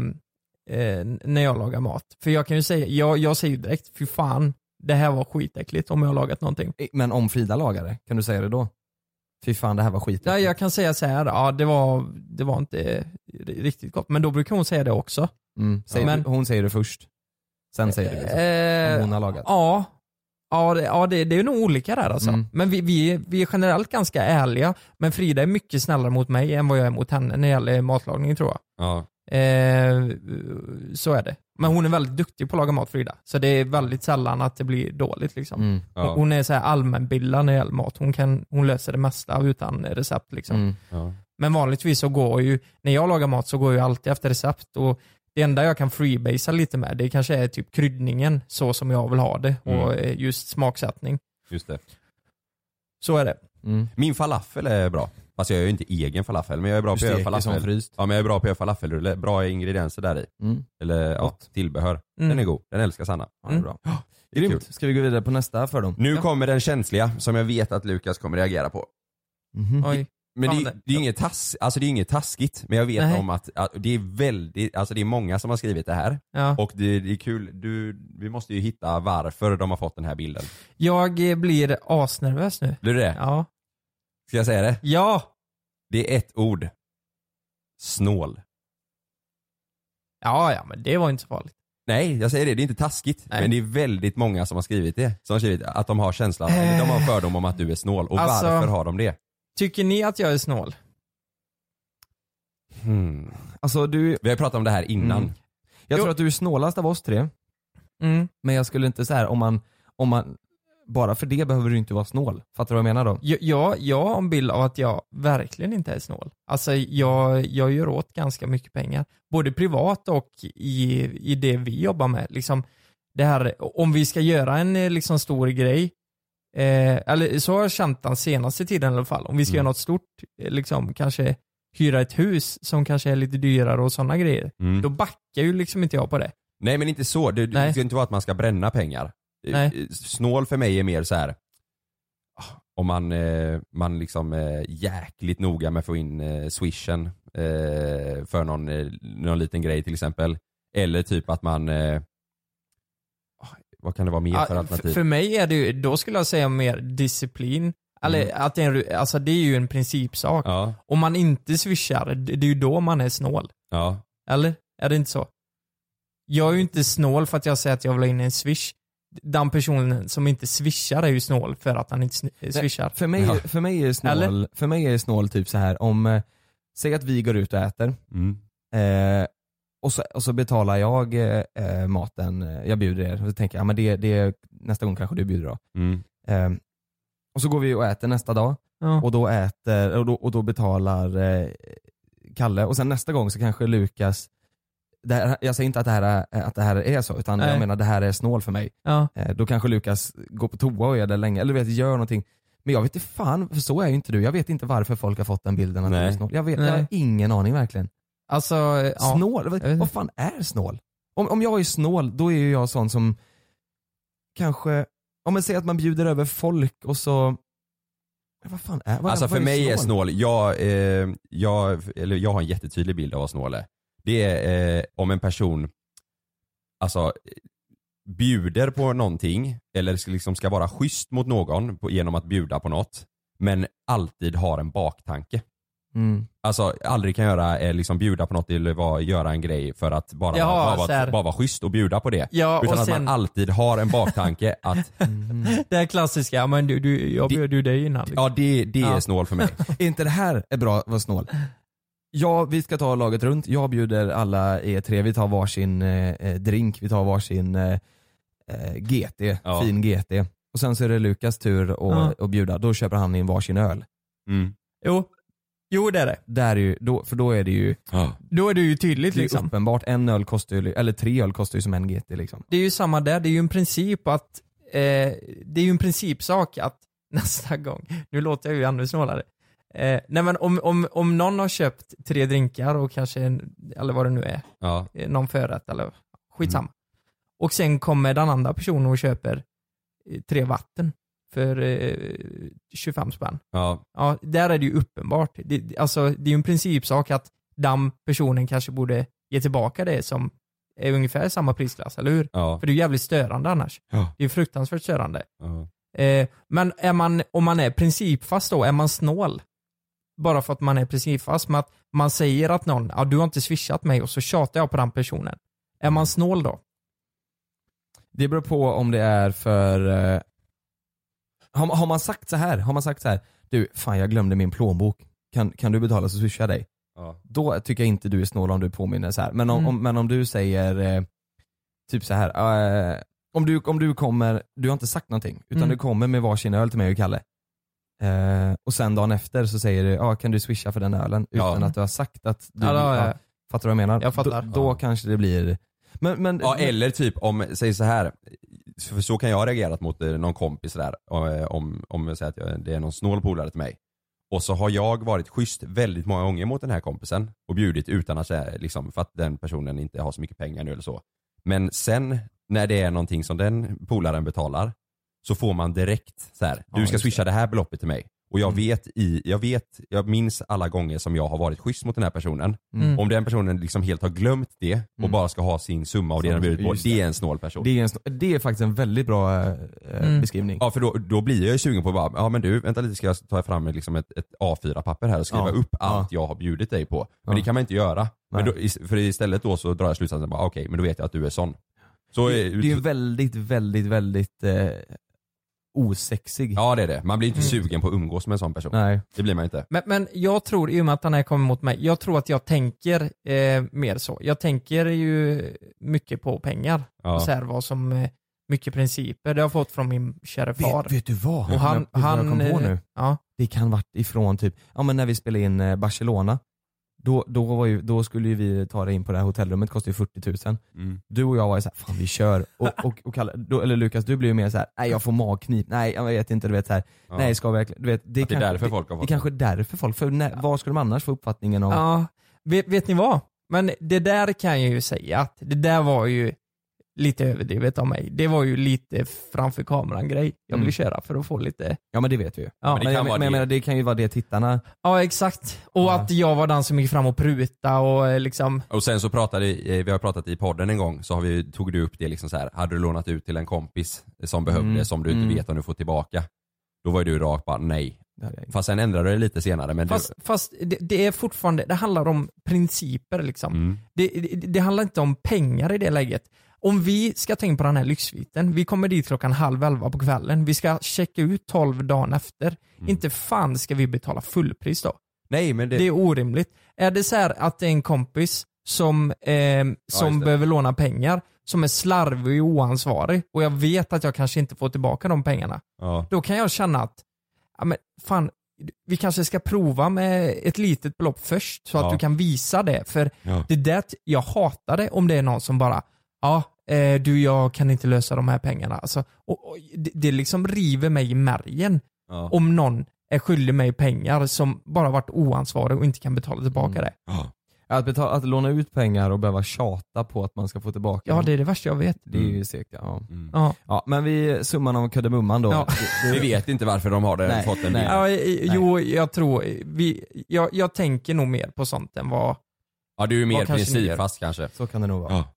S8: eh, när jag lagar mat. För jag kan ju säga, jag, jag säger ju direkt, fy fan, det här var skitäckligt om jag har lagat någonting.
S6: Men om Frida lagar det, kan du säga det då? Fy fan det här var skit.
S8: Ja, jag kan säga så här, ja det var, det var inte eh, riktigt gott. Men då brukar hon säga det också.
S6: Mm. Säger
S8: Men-
S6: du, hon säger det först. Sen säger du liksom.
S8: Eh,
S6: Om hon har lagat.
S8: Ja, ja, det, ja det, det är nog olika där alltså.
S6: Mm.
S8: Men vi, vi, vi är generellt ganska ärliga, men Frida är mycket snällare mot mig än vad jag är mot henne när det gäller matlagning tror jag.
S7: Ja.
S8: Eh, så är det. Men hon är väldigt duktig på att laga mat Frida, så det är väldigt sällan att det blir dåligt liksom.
S6: Mm.
S7: Ja.
S8: Hon är så här allmänbildad när det gäller mat. Hon, kan, hon löser det mesta utan recept liksom.
S6: Mm.
S7: Ja.
S8: Men vanligtvis så går ju, när jag lagar mat så går jag alltid efter recept och det enda jag kan freebasea lite med det kanske är typ kryddningen så som jag vill ha det och
S7: Mm.
S8: eh, just smaksättning.
S7: Just det.
S8: Så är det.
S6: Mm.
S7: Min falafel är bra. Fast jag gör ju inte egen falafel, men jag är bra
S6: Du
S7: på att göra
S6: steker som
S7: falafel.
S6: fryst.
S7: Ja, men jag är bra på att göra falafelrulle. Bra ingredienser där i.
S6: Mm.
S7: Eller ja,
S6: Gott. Mm.
S7: tillbehör. Den
S8: Mm.
S7: är god. Den älskar Sanna.
S6: Ja, det är bra.
S7: Det är kul.
S6: Grymt. Ska vi gå vidare på nästa fördom?
S7: Nu kommer den känsliga som jag vet att Lukas kommer reagera på.
S6: Mhm.
S8: Oj.
S7: Men
S8: Fan,
S7: det,
S8: det-
S7: det, är inget tass, alltså det är inget taskigt, men jag vet
S8: Nej.
S7: om att, att det är väldigt, alltså det är många som har skrivit det här.
S8: Ja.
S7: Och det, det är kul, du, vi måste ju hitta varför de har fått den här bilden.
S8: Jag eh, blir asnervös nu.
S7: Blir du det?
S8: Ja.
S7: Ska jag säga det?
S8: Ja!
S7: Det är ett ord. Snål.
S8: Ja, ja, men det var inte så farligt.
S7: Nej, jag säger det, det är inte taskigt.
S8: Nej.
S7: Men det är väldigt många som har skrivit det. Som har skrivit att de har känslan,
S6: Eh.
S7: eller de har en fördom om att du är snål. Och
S8: Alltså-
S7: varför har de det?
S8: Tycker ni att jag är snål?
S7: Hmm.
S6: Alltså du,
S7: Vi har ju pratat om det här innan.
S6: Mm. jag
S8: Jo.
S6: tror att du är snålast av oss tre.
S8: Mm.
S6: Men jag skulle inte så här om man, om man, bara för det behöver du inte vara snål. Fattar du vad jag menar då?
S8: Jag, jag, jag har en bild av att jag verkligen inte är snål. Alltså jag, jag gör åt ganska mycket pengar. Både privat och i, i det vi jobbar med. Liksom, det här, om vi ska göra en eh, liksom, stor grej, eh, eller så har jag känt den senaste tiden i alla fall. Om vi ska
S7: Mm.
S8: göra något stort, eh, liksom, kanske hyra ett hus som kanske är lite dyrare och sådana grejer.
S7: Mm.
S8: Då backar ju liksom inte jag på det.
S7: Nej men inte så, det, det
S8: Nej.
S7: ska inte vara att man ska bränna pengar. Eh,
S8: Nej.
S7: Snål för mig är mer så här. ah, om man, eh, man liksom eh, jäkligt noga med att få in eh, swishen eh, för någon, eh, någon liten grej till exempel. Eller typ att man, eh, ah, vad kan det vara mer för
S8: Ja,
S7: alternativ?
S8: f- för mig är det ju, då skulle jag säga mer disciplin. Eller
S7: Mm.
S8: att det är, en ru- alltså det är ju en principsak.
S7: Ja,
S8: Om man inte swishar, det det är ju då man är snål.
S7: ja.
S8: Eller? Är det inte så? Jag är ju inte snål för att jag säger att jag vill ha in en swish. Den personen som inte swishar är ju snål för att han inte sn- swishar.
S6: För mig,
S7: Ja.
S6: för mig är snål,
S8: Eller?
S6: för mig är snål typ så här om, eh, säg att vi går ut och äter
S7: Mm.
S6: eh, och, så, och så betalar jag eh, eh, maten, eh, jag bjuder er och så tänker jag, ja men det, det, nästa gång kanske du bjuder då.
S7: Mm.
S6: Eh, Och så går vi och äter nästa dag.
S8: Ja.
S6: Och, då äter, och, då, och då betalar eh, Kalle. Och sen nästa gång så kanske Lukas, det här, jag säger inte att det här är, att det här är så, utan
S8: Nej.
S6: jag menar det här är snål för mig.
S8: Ja.
S6: Eh, då kanske Lukas går på toa och gör det länge, eller du vet, gör någonting. Men jag vet inte fan, för så är ju inte du. Jag vet inte varför folk har fått den bilden att du är
S7: Nej.
S6: snål. Jag, vet, jag har
S8: Nej.
S6: ingen aning verkligen.
S8: Alltså, ja.
S6: Snål? Vad, vad fan är snål? Om, om jag är snål, då är ju jag sån som kanske, om man säger att man bjuder över folk och så, men vad fan är, vad,
S7: Alltså
S6: vad
S7: för mig är
S6: snål?
S7: snål, jag, eh, jag, eller jag har en jättetydlig bild av vad snål är. Det är eh, om en person alltså, eh, bjuder på någonting eller ska- liksom ska vara schysst mot någon på, genom att bjuda på något men alltid har en baktanke.
S6: Mm.
S7: Alltså aldrig kan göra, eh, liksom bjuda på något eller vara, göra en grej för att bara, bara,
S8: Jaha, så
S7: bara,
S8: här.
S7: bara vara schysst och bjuda på det.
S8: Ja,
S7: Utan
S8: och
S7: att
S8: sen-
S7: man alltid har en baktanke att
S8: Det här klassiska, ja, men du, du, jag bjöd ju dig innan. liksom.
S7: ja det, det är
S6: Ja.
S7: snål för mig.
S6: Är inte det här är bra att vara snål? Ja, vi ska ta laget runt. Jag bjuder alla er tre. Vi tar varsin eh, eh, drink, vi tar varsin eh, eh, GT,
S7: Ja.
S6: fin GT. Och sen så är det Lukas tur att
S8: Ja.
S6: att bjuda. Då köper han in varsin öl.
S7: Mm.
S8: Jo. jo, det är det.
S6: Där är ju, då, för då är det ju
S7: Ja.
S8: Då är det ju tydligt
S6: det är ju
S8: Typ liksom.
S6: uppenbart. En öl kostar ju, eller tre öl kostar ju som en GT liksom.
S8: Det är ju samma där, det är ju en princip att eh, det är ju en principsak att nästa gång, nu låter jag ju ännu snålare. Eh, nej men om, om, om någon har köpt tre drinkar och kanske en, eller vad det nu är,
S7: Ja.
S8: eh, någon förrätt eller skitsamma. Och sen kommer den andra personen och köper eh, tre vatten för eh, 25 spänn.
S7: Ja.
S8: Ja, där är det ju uppenbart. Det, alltså, det är ju en principsak att den personen kanske borde ge tillbaka det som är ungefär samma prisklass, eller hur?
S7: Ja.
S8: För det är ju jävligt störande annars.
S7: Ja.
S8: Det är ju fruktansvärt störande.
S7: Ja.
S8: Eh, men är man, om man är principfast då, är man snål? Bara för att man är principfast med att man säger att någon, ja du har inte swishat mig och så tjatar jag på den personen. Är man snål då?
S6: Det beror på om det är för... Eh, har, har man sagt så här? Har man sagt så här? Du, fan jag glömde min plånbok. Kan, kan du betala så swishar jag dig?
S7: Ja.
S6: Då tycker jag inte du är snål om du påminner så här. Men om,
S8: Mm.
S6: om, men om du säger eh, typ så här. Eh, om, du, om du kommer, du har inte sagt någonting, utan
S8: Mm.
S6: du kommer med varsin öl till mig och Kalle. Eh, och sen dagen efter så säger du, ah, kan du swisha för den ölen?
S7: Ja.
S6: Utan att du har sagt att du,
S8: Ja, då, ja.
S6: fattar du vad jag menar?
S8: Jag fattar.
S6: Då, då
S7: Ja.
S6: kanske det blir, men, men,
S7: Ja eller typ om, säg så här för så kan jag ha reagerat mot eh, någon kompis där eh, om, om jag säger att jag- det är någon snål polare till mig. Och så har jag varit schysst väldigt många gånger mot den här kompisen och bjudit utan att säga, liksom, för att den personen inte har så mycket pengar nu eller så. Men sen när det är någonting som den polaren betalar så får man direkt så här,
S6: Ja,
S7: du ska
S6: just
S7: swisha det här beloppet till mig. Och jag
S6: Mm.
S7: vet, i, jag vet, jag minns alla gånger som jag har varit schysst mot den här personen.
S6: Mm.
S7: Om den personen liksom helt har glömt det och
S6: Mm.
S7: bara ska ha sin summa och det
S6: Som-
S7: den har bjudit på,
S6: just
S7: det är en snål person.
S6: Det är, en, sn- det är faktiskt en väldigt bra eh,
S8: Mm.
S6: beskrivning.
S7: Ja för då, då blir jag ju sugen på att bara, ja men du vänta lite ska jag ta fram liksom ett, ett A4-papper här och skriva
S6: Ja.
S7: upp allt jag har bjudit dig på. Men
S6: Ja.
S7: det kan man inte göra. Men
S6: Nej.
S7: då, is- för istället då så drar jag slutsatsen bara okej, men då vet jag att du är sån. Så,
S6: det,
S7: är-
S6: det är ju väldigt, väldigt, väldigt eh, osexig.
S7: ja det är det. Man blir inte
S8: Mm.
S7: sugen på att umgås med en sån person.
S6: Nej.
S7: Det blir man inte.
S8: Men, men jag tror, i och med att den här kommer mot mig, jag tror att jag tänker eh, mer så. Jag tänker ju mycket på pengar.
S7: Ja.
S8: Och så här vad som, eh, mycket principer. Det har jag fått från min kära far.
S6: Vet, vet du vad?
S8: Och han,
S6: Vet du vad jag kom
S8: han,
S6: på
S8: eh,
S6: nu?
S8: Ja,
S6: Det kan varit ifrån typ, ja men när vi spelade in eh, Barcelona, då, då, var ju, då skulle ju vi ta dig in på det här hotellrummet, kostade ju 40 000.
S7: Mm.
S6: Du och jag var ju såhär, fan vi kör. Och, och, och Kalle, då, eller Lukas, du blev ju mer såhär, nej jag får magknip, nej jag vet inte, du vet såhär,
S7: Ja.
S6: nej ska jag verkligen, du vet. Det,
S7: Att det är
S6: kanske-
S7: därför folk har
S6: det, det
S7: fått
S6: kanske är därför folk, för när, vad skulle de annars få uppfattningen om?
S8: ja. Vet, vet ni vad? Men det där kan jag ju säga att det där var ju lite överdrivet av mig. Det var ju lite framför kameran grej jag ville
S6: Mm.
S8: köra för att få lite,
S6: Ja men det vet vi ju.
S8: ja.
S7: Men
S6: Men,
S7: det kan
S6: jag,
S7: vara
S6: men jag
S7: det.
S6: menar det kan ju vara det tittarna,
S8: Ja exakt. Och
S6: Ja.
S8: att jag var den som gick fram och pruta och eh, liksom,
S7: Och sen så pratade, eh, vi har pratat i podden en gång, så har vi, tog du upp det liksom så här, hade du lånat ut till en kompis som behövde,
S6: Mm.
S7: som du inte
S6: Mm.
S7: vet om du får tillbaka. Då var ju du rakt bara nej.
S6: det hade jag inte.
S7: Fast sen ändrade du det lite senare men
S8: fast, fast det, det är fortfarande, det handlar om principer liksom.
S7: du... Mm.
S8: Det, det, det handlar inte om pengar i det läget. Om vi ska ta in på den här lyxviten, vi kommer dit klockan halv elva på kvällen, vi ska checka ut tolv dagen efter. Inte fan ska vi betala fullpris då.
S7: Nej men det...
S8: Det är orimligt. Är det så här att det är en kompis som, eh, som
S7: det.
S8: behöver låna pengar, som är slarvig och oansvarig och jag vet att jag kanske inte får tillbaka de pengarna.
S7: Ja.
S8: Då kan jag känna att ja men fan, vi kanske ska prova med ett litet belopp först så att
S6: Ja.
S8: du kan visa det. För
S6: Ja.
S8: det där, t- jag hatar det om det är någon som bara, ja eh, du jag kan inte lösa de här pengarna. Alltså, och, och, det, det liksom river mig i märgen
S7: Ja.
S8: om någon är skyldig mig pengar som bara varit oansvarig och inte kan betala tillbaka det.
S6: Att, betala, att låna ut pengar och behöva tjata på att man ska få tillbaka
S8: Ja,
S6: dem.
S8: det är det värsta jag vet.
S6: Mm.
S8: Mm.
S6: Det är ju
S7: Mm.
S6: segt ja. Ja.
S8: Ja.
S6: ja. Men vi, summan av kardemumman då.
S8: Ja.
S7: Vi vet inte varför de har det,
S6: Nej,
S7: fått den
S6: nej.
S7: bilen.
S8: Ja, i- jo, jag tror, vi, jag, jag tänker nog mer på sånt än vad,
S7: Ja, du är mer
S8: Vad kanske ni gör.
S7: principfast kanske.
S6: Så kan det nog vara.
S7: Ja.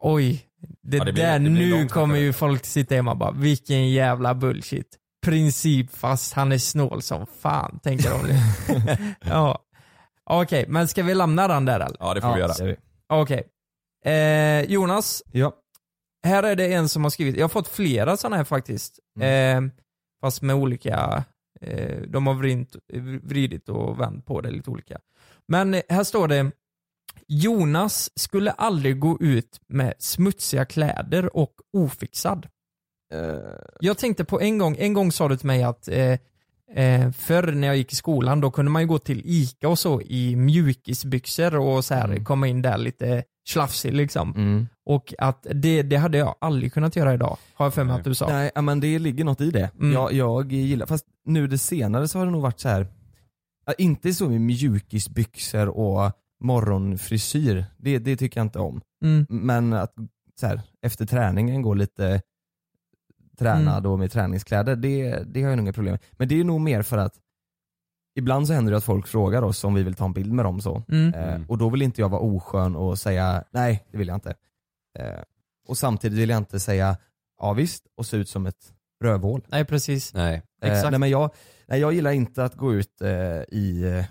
S8: oj, det,
S7: Ja, det blir-
S8: där,
S7: det blir
S8: nu
S7: långt
S8: kommer ju folk sitta hemma och bara, vilken jävla bullshit. Principfast, han är snål som fan, tänker de nu. ja. Okej, men ska vi lämna den där eller?
S7: Ja, det får vi göra.
S8: Okej. Eh, Jonas,
S6: Ja.
S8: här är det en som har skrivit, jag har fått flera sådana här faktiskt. Eh, fast med olika, eh, de har vrint, vridit och vänt på det lite olika. Men eh, här står det, Jonas skulle aldrig gå ut med smutsiga kläder och ofixad. Jag tänkte på en gång, en gång sa du till mig att eh, eh, förr när jag gick i skolan då kunde man ju gå till ICA och så i mjukisbyxor och så här komma in där lite slafsig liksom.
S6: Mm.
S8: Och att det, det hade jag aldrig kunnat göra idag, har jag för mig att du sa.
S6: Nej ja, men det ligger något i det.
S8: Mm.
S6: Jag, jag gillar, fast nu det senare så har det nog varit så här. ja, inte så med mjukisbyxor och morgonfrisyr. Det, det tycker jag inte om.
S8: Mm.
S6: Men att så här, efter träningen gå lite tränad
S8: Mm.
S6: och med träningskläder, det, det har jag nog inga problem med. Men det är nog mer för att ibland så händer det att folk frågar oss om vi vill ta en bild med dem så.
S8: Mm.
S6: Eh, och då vill inte jag vara oskön och säga nej, det vill jag inte. Eh, och samtidigt vill jag inte säga ja visst och se ut som ett rövhål.
S8: Nej, precis.
S7: Nej.
S6: Eh,
S8: Exakt.
S6: Nej, men jag, nej, jag gillar inte att gå ut eh, i, eh,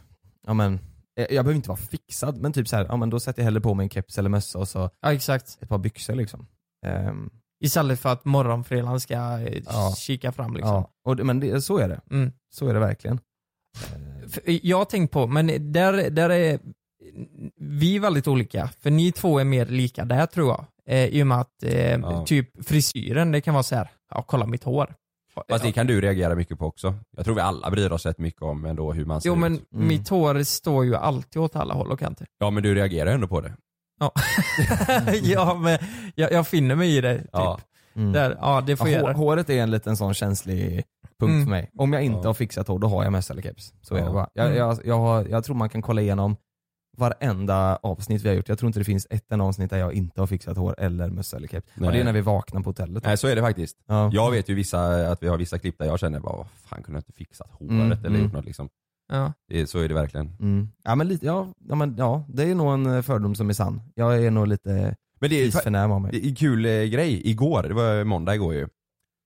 S6: ja men, eh, jag behöver inte vara fixad men typ så här, ja men då sätter jag hellre på mig en keps eller mössa och så
S8: Ja, exakt.
S6: ett par byxor liksom. Ehm,
S8: Istället för att morgonfrillan ska eh,
S6: Ja.
S8: kika fram liksom.
S6: ja. och, det- men det, så är det.
S8: Mm.
S6: Så är det verkligen.
S8: För Jag har tänkt på, men där, där är vi väldigt olika. För ni två är mer lika där tror jag. Eh, I och med att eh,
S7: Ja.
S8: typ frisyren, det kan vara så här, ja kolla mitt hår.
S7: Fast det kan du reagera mycket på också. Jag tror vi alla bryr oss rätt mycket om ändå hur man ser
S8: Jo men
S7: ut.
S6: Mm.
S8: mitt hår står ju alltid åt alla håll och kanter.
S7: Ja men du reagerar ändå på det.
S8: ja men jag, jag finner mig i det. Typ.
S7: Ja.
S6: Mm.
S8: Där, ja det får
S6: Ja,
S8: jag
S6: hår,
S8: göra.
S6: håret är en liten sån känslig punkt
S8: Mm.
S6: för mig. Om jag inte
S7: Ja.
S6: har fixat hår, då har jag mössa eller keps. Så är
S7: Ja.
S6: det bara.
S8: Mm.
S6: Jag, jag, jag, har, jag tror man kan kolla igenom varenda avsnitt vi har gjort. Jag tror inte det finns ett enda avsnitt där jag inte har fixat hår eller mössa eller keps. Ja,
S7: Nej.
S6: det är när vi vaknar på hotellet.
S7: Nej så är det faktiskt.
S6: Ja.
S7: Jag vet ju vissa, att vi har vissa klipp där jag känner bara, vad fan kunde jag inte fixat håret
S6: Mm,
S7: eller
S6: mm.
S7: gjort något liksom.
S8: Ja.
S7: Det, är- så är det verkligen.
S6: Mm. Ja, men lite, ja, ja, men, ja, det är nog en eh, fördom som är sann. Jag är nog lite
S7: Men det är ju
S6: isförnäm av mig.
S7: det är en kul eh, grej, igår, det var måndag igår ju.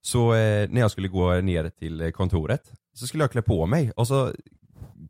S7: Så eh, när jag skulle gå ner till eh, kontoret så skulle jag klä på mig och så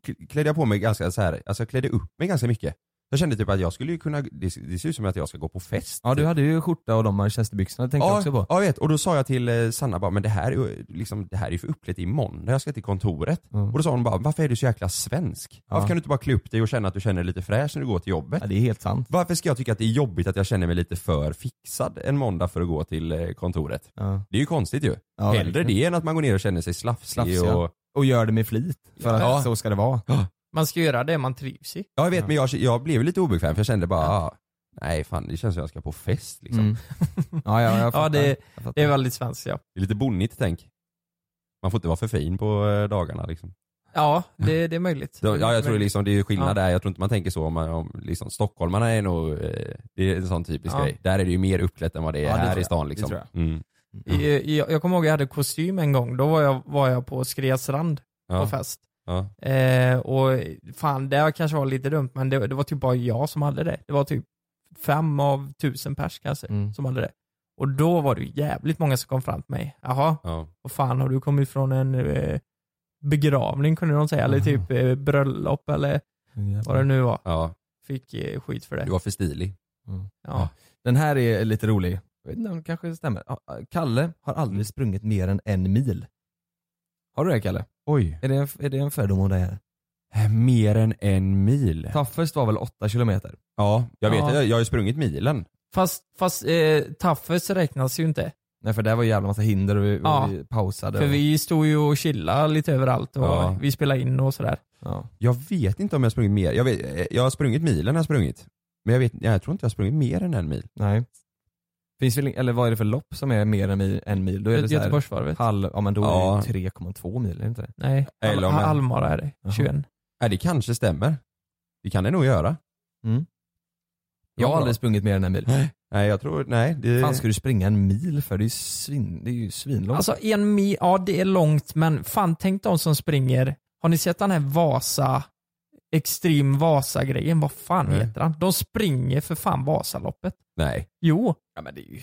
S7: k- klädde jag på mig ganska så här, alltså jag klädde upp mig ganska mycket. Jag kände typ att jag skulle ju kunna, det, det ser ut som att jag ska gå på fest.
S8: Typ.
S6: Ja, du hade ju skjorta och de manchesterbyxorna, det tänkte jag också på.
S7: Ja, jag vet. Och då sa jag till eh, Sanna bara, men det här är ju liksom, det här är ju för uppklätt imorgon när jag ska till kontoret.
S6: Mm.
S7: Och då sa hon bara, varför är du så jäkla svensk? Varför
S6: Ja.
S7: kan du inte bara klä upp dig och känna att du känner dig lite fräsch när du går till jobbet?
S6: Ja, det är helt sant.
S7: Varför ska jag tycka att det är jobbigt att jag känner mig lite för fixad en måndag för att gå till eh, kontoret?
S6: Ja.
S7: Det är ju konstigt ju.
S6: Ja,
S7: Hellre
S6: verkligen.
S7: det än att man går ner och känner sig slafsig.
S6: Slafsig, ja.
S7: och...
S6: Och gör det med flit, för att
S7: Ja.
S6: så ska det vara.
S8: Man ska göra det man trivs i.
S7: ja, jag vet men jag, jag blev ju lite obekväm för jag kände bara, ah, nej fan det känns som jag ska på fest liksom.
S6: Mm. Ja, ja, jag fattar.
S8: Ja, det,
S6: jag fattar.
S8: det är väldigt svenskt ja.
S7: Det är lite bonnigt tänk. Man får inte vara för fin på eh, dagarna liksom.
S8: Ja, det, det är möjligt.
S7: Ja, jag tror liksom, det är ju skillnad
S8: Ja.
S7: där. Jag tror inte man tänker så om, man- om liksom, stockholmarna är nog, eh, det är en sån typisk
S8: Ja.
S7: grej. Där är det ju mer uppklätt än vad det är
S6: Ja, det
S7: här
S6: tror
S7: i
S6: jag.
S7: stan
S6: Det
S7: liksom.
S6: tror
S7: Mm.
S6: liksom-
S8: I- Jag, jag kommer ihåg jag hade kostym en gång, då var jag, var jag på Skresrand på
S7: Ja.
S8: fest.
S7: Ja.
S8: Eh, och fan, det kanske var lite dumt men det, det var typ bara jag som hade det. Det var typ fem av tusen pers kanske
S6: Mm.
S8: som hade det. Och då var det ju jävligt många som kom fram till mig. Jaha,
S7: Ja.
S8: och fan har du kommit från en eh, begravning kunde de säga, eller
S6: Aha.
S8: typ eh, bröllop eller vad det nu var.
S7: ja,
S8: Fick eh, skit för det.
S7: du var för stilig.
S8: Ja.
S6: Den här är lite rolig. Jag vet inte om det kanske stämmer. Ja, Kalle har aldrig sprungit mer än en mil. Har du det Kalle?
S7: Oj. Eh,
S6: Är det en, är det en fördom om dig? här?
S7: Mer än en mil.
S6: Toughest var väl 8 kilometer?
S7: Ja, jag vet.
S8: Ja.
S7: Jag, jag har ju sprungit milen.
S8: Fast, fast eh, Taffes räknas ju inte.
S6: Nej för det var ju jävla massa hinder och vi, och
S8: Ja.
S6: vi pausade.
S8: För
S6: och,
S8: vi stod ju och chillade lite överallt och
S6: Ja.
S8: vi spelade in och sådär.
S6: ja.
S7: Jag vet inte om jag har sprungit mer. Jag, vet, eh, jag har sprungit milen har jag sprungit. Men jag, vet, jag tror inte jag har sprungit mer än en mil.
S6: Nej. Finns väl, eller vad är det för lopp som är mer än mil? En mil? Då är det
S8: Gö-
S6: så här,
S8: Göteborgsvarvet?
S6: halv, ja men då
S7: Ja.
S6: är det ju 3,2 mil, är det inte?
S8: Nej,
S7: Eller
S8: Al-
S7: om jag-
S8: Almara är det.
S6: Jaha.
S8: 21.
S7: Nej, Äh, det kanske stämmer. Det kan det nog göra.
S6: Mm. Jag har
S7: Ja.
S6: aldrig sprungit mer än en mil.
S7: Nej, jag tror, nej. Det,
S6: fan ska du springa en mil för? Det är ju, svin, det är ju svinlångt.
S8: Alltså en mil, ja det är långt men fan tänk de som springer. Har ni sett den här Vasa, Extrem Vasa-grejen? Vad fan
S7: Nej.
S8: heter han? De springer för fan Vasaloppet.
S7: Nej.
S8: Jo,
S6: ja, men det är ju...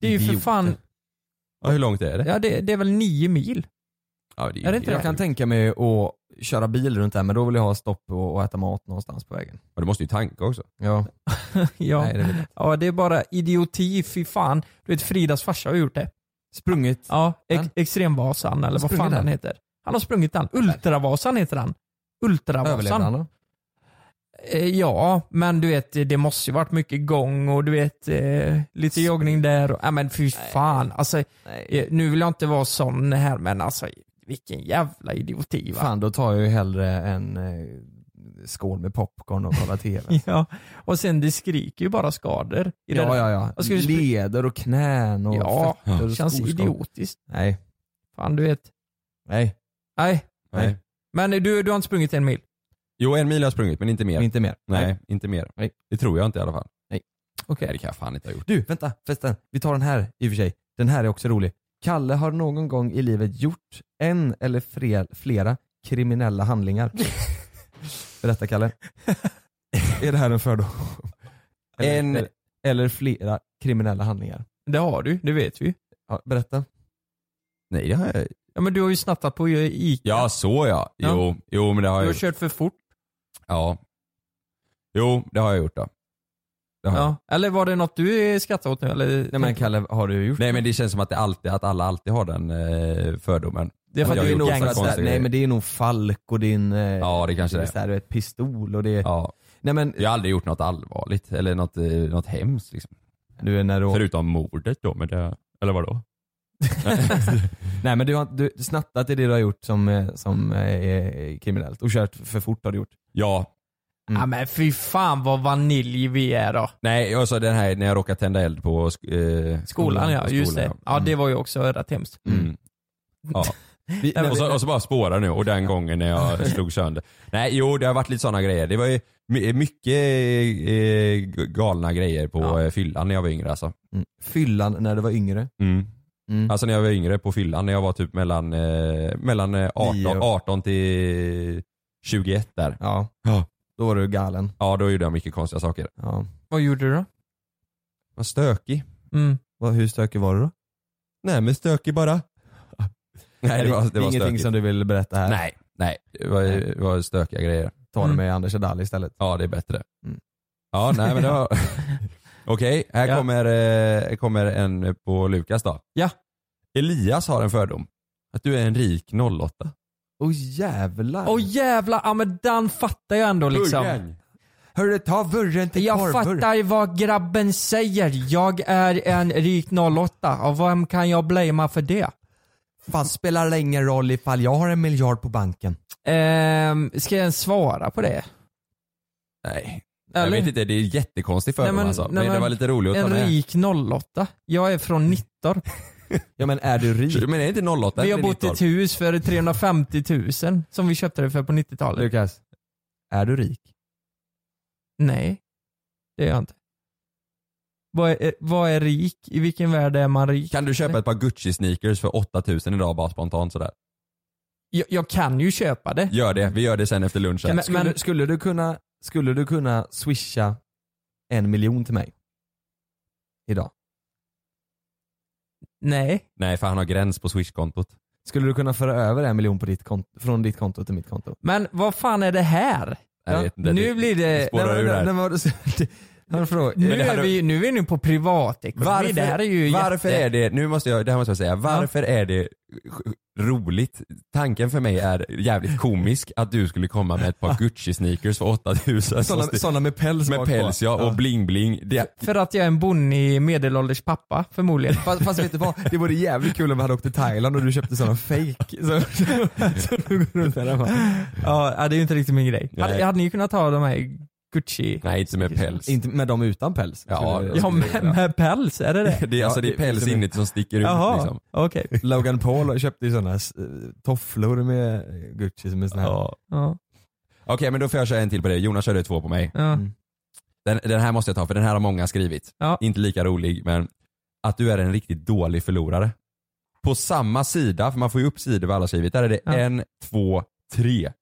S8: det är ju för
S6: Idioter.
S8: fan,
S7: Ja, hur långt är det?
S8: ja det, det är väl nio mil?
S7: Ja, det
S8: Är det inte
S6: Jag kan tänka mig att köra bil runt där men då vill jag ha stopp och, och äta mat någonstans på vägen.
S7: Och du måste ju tanka också.
S6: Ja.
S8: Ja.
S6: Nej, det vill jag. inte.
S8: ja, det är bara idioti, fy fan. Du vet Fridas farsa har gjort det.
S6: Sprungit.
S8: Ja, ex
S6: Den?
S8: Extremvasan eller vad
S6: Sprungit
S8: fan
S6: den?
S8: han heter. Han har sprungit den. Ultravasan heter han. Ultravasan.
S6: Överlevde han då?
S8: Eh, Ja, men du vet, det måste ju varit mycket gång och du vet, eh, lite joggning där. Och, ja, men fy fan. Alltså, eh, nu vill jag inte vara sån här, men alltså vilken jävla idioti va?
S6: Fan då tar jag ju hellre en eh, skål med popcorn och kollar TV.
S8: Ja. Och sen det skriker ju bara skador. I
S6: ja
S8: det
S6: ja ja.
S8: Jag skulle spr-
S6: Leder och knän och
S8: Ja,
S6: fötter och
S8: känns
S6: skoskav.
S8: idiotiskt.
S6: Nej.
S8: Fan du vet.
S6: Nej.
S8: Nej,
S7: Nej.
S8: men du, du har inte sprungit en mil?
S7: Jo, en mil har jag sprungit, men inte mer.
S6: Inte mer.
S7: nej, inte mer.
S6: Nej.
S7: Det tror jag inte i alla fall.
S8: Okej.
S7: Nej, det kan jag fan inte ha gjort.
S6: Du, vänta förresten. Vi tar den här i och för sig. Den här är också rolig. Kalle har någon gång i livet gjort en eller fre- flera kriminella handlingar. Berätta Kalle. är det här en fördom? Eller,
S7: En-
S6: eller, eller flera kriminella handlingar.
S8: Det har du, det vet vi.
S6: Ja, berätta.
S7: Nej, det har jag
S8: Ja men du har ju snattat på Ica.
S7: Ja, så ja. Jo,
S8: Ja.
S7: jo men det har
S8: Du
S7: jag
S8: har
S7: gjort.
S8: kört för fort.
S7: Ja. Jo, det har jag gjort då. Det har jag.
S8: Ja. Eller var det något du skrattar åt nu eller?
S6: Nej men Kalle, har du gjort
S7: Nej men det känns som att, det alltid, att alla alltid har den eh, fördomen.
S6: Det är för
S7: Jag
S6: att du är
S7: gjorde
S6: nog
S7: massa
S6: för att
S7: konstiga
S6: nej
S7: grejer.
S6: men det är nog Falk och din, eh,
S7: Ja, det kanske det är.
S6: så här, du vet, pistol och det,
S7: Ja.
S6: nej men
S7: Jag har aldrig gjort något allvarligt eller något, eh, något hemskt liksom.
S6: du är när du,
S7: Förutom mordet då, men det, eller vadå?
S6: nej men du har du, snattat är det du har gjort som, eh, som eh, är kriminellt och kört för fort har du gjort.
S7: Ja,
S8: Ja men fy fan vad vanilj vi är då.
S7: nej jag sa den här när jag råkade tända eld på sk- eh,
S8: Skolan ja,
S7: på
S8: just det.
S7: skolan,
S8: Ja det var ju också rätt hemskt.
S7: Mm. Ja.
S6: Vi, nej,
S7: Och
S6: men-
S7: så, och så bara spårar nu och den gången när jag slog sönder. Nej jo det har varit lite sådana grejer. Det var ju my- mycket eh, galna grejer på
S8: Ja.
S7: eh, fyllan när jag var yngre alltså.
S6: mm. Fyllan när du var yngre.
S7: Mm.
S6: Mm.
S7: Alltså när jag var yngre på fyllan, när jag var typ mellan, eh, mellan eh, 18,
S6: Nio.
S7: 18 till 21 där.
S6: ja.
S7: Ja.
S6: Då var du galen.
S7: Ja då gjorde jag mycket konstiga saker.
S6: Ja.
S8: Vad gjorde du då?
S7: Var stökig.
S8: Mm.
S6: Vad, hur stökig var du då?
S7: Nej men stökig bara. Nej det var, det var
S6: ingenting
S7: stökigt.
S6: som du vill berätta här.
S7: Nej, nej. Det var, det var stökiga grejer.
S6: Ta det
S8: Mm.
S6: med Anders Adali istället.
S7: Ja, det är bättre.
S6: Mm.
S7: Ja, nej men det var... Okej, här
S8: Ja.
S7: kommer, eh, kommer en på Lukas då.
S8: Ja.
S7: Elias har en fördom. Att du är en rik 08.
S6: Åh jävlar.
S8: Åh jävlar, ja men den fattar jag ändå liksom.
S7: Burgaren.
S6: Hörru ta vurren till
S8: Jag
S6: korvor.
S8: fattar vad grabben säger. Jag är en rik 08 och vem kan jag blamea för det?
S6: Fan spelar det ingen roll ifall jag har en miljard på banken.
S8: Ehm, ska jag ens svara på det?
S7: Nej.
S8: Eller?
S7: Jag vet inte, det är en jättekonstig fördom
S8: Nej, men-
S7: alltså.
S8: nej,
S7: men, det
S8: men-
S7: var lite roligt att ta
S8: En
S7: med.
S8: rik 08? Jag är från Nittorp.
S6: Ja men är du rik?
S7: Men är det inte 08
S8: Vi
S7: eller
S8: har bott i
S7: 19?
S8: typ- ett hus för 350 000 som vi köpte det för på 90-talet.
S6: Lukas, är du rik?
S8: Nej, det är jag inte. Vad är, vad är rik? I vilken värld är man rik?
S7: Kan du köpa ett par Gucci-sneakers för 8000 idag bara spontant sådär?
S8: Jag, jag kan ju köpa det.
S7: Gör det, vi gör det sen efter lunchen.
S8: Men-
S6: skulle,
S8: men-
S6: skulle, du kunna, skulle du kunna swisha en miljon till mig? Idag.
S8: Nej.
S7: Nej för han har gräns på swish-kontot.
S6: Skulle du kunna föra över en miljon på ditt konto, från ditt konto till mitt konto?
S8: Men vad fan är det här?
S7: Jag vet inte,
S8: nu blir det-
S7: spårar
S6: Nej, men-
S7: ur här.
S6: nej, men vadå, så- det- Men förlåt,
S8: Nu
S6: men det här-
S8: är, vi, nu är vi inne på privatekonomi.
S6: Varför,
S8: det här är ju
S6: varför
S8: jätte...
S6: är det, nu måste jag, det här måste jag säga, varför är det roligt? Tanken för mig är jävligt komisk att du skulle komma med ett par Gucci-sneakers för 8000.
S8: Sådana- sådana
S6: med päls Med
S8: bak på.
S6: päls ja, och
S8: Ja.
S6: bling-bling. Det,
S8: För att jag är en bonnig medelålders pappa förmodligen.
S6: fast, fast vet du vad, det vore jävligt kul om vi hade åkt till Thailand och du köpte sådana fake. Så, så, så du går runt där hemma.
S8: Ja, ja, det är ju inte riktigt min grej.
S6: Nej.
S8: Hade, hade ni kunnat ta de här Gucci?
S6: Nej inte med päls. Inte med dem utan päls. Ja,
S8: Ja, med, med päls, är det det?
S6: Det är, alltså, det är päls inuti som sticker ut
S8: Jaha,
S6: liksom.
S8: okej.
S6: Logan Paul köpte ju sådana eh, tofflor med Gucci som är såna här. Ja.
S8: Ja.
S7: Okej men då får jag köra en till på dig. Jonas körde två på mig.
S8: Ja.
S7: Den, den här måste jag ta för den här har många skrivit.
S8: Ja.
S7: Inte lika rolig men att du är en riktigt dålig förlorare. På samma sida, för man får ju upp sidor vad alla har skrivit. Där är det
S8: Ja.
S7: en, två, tre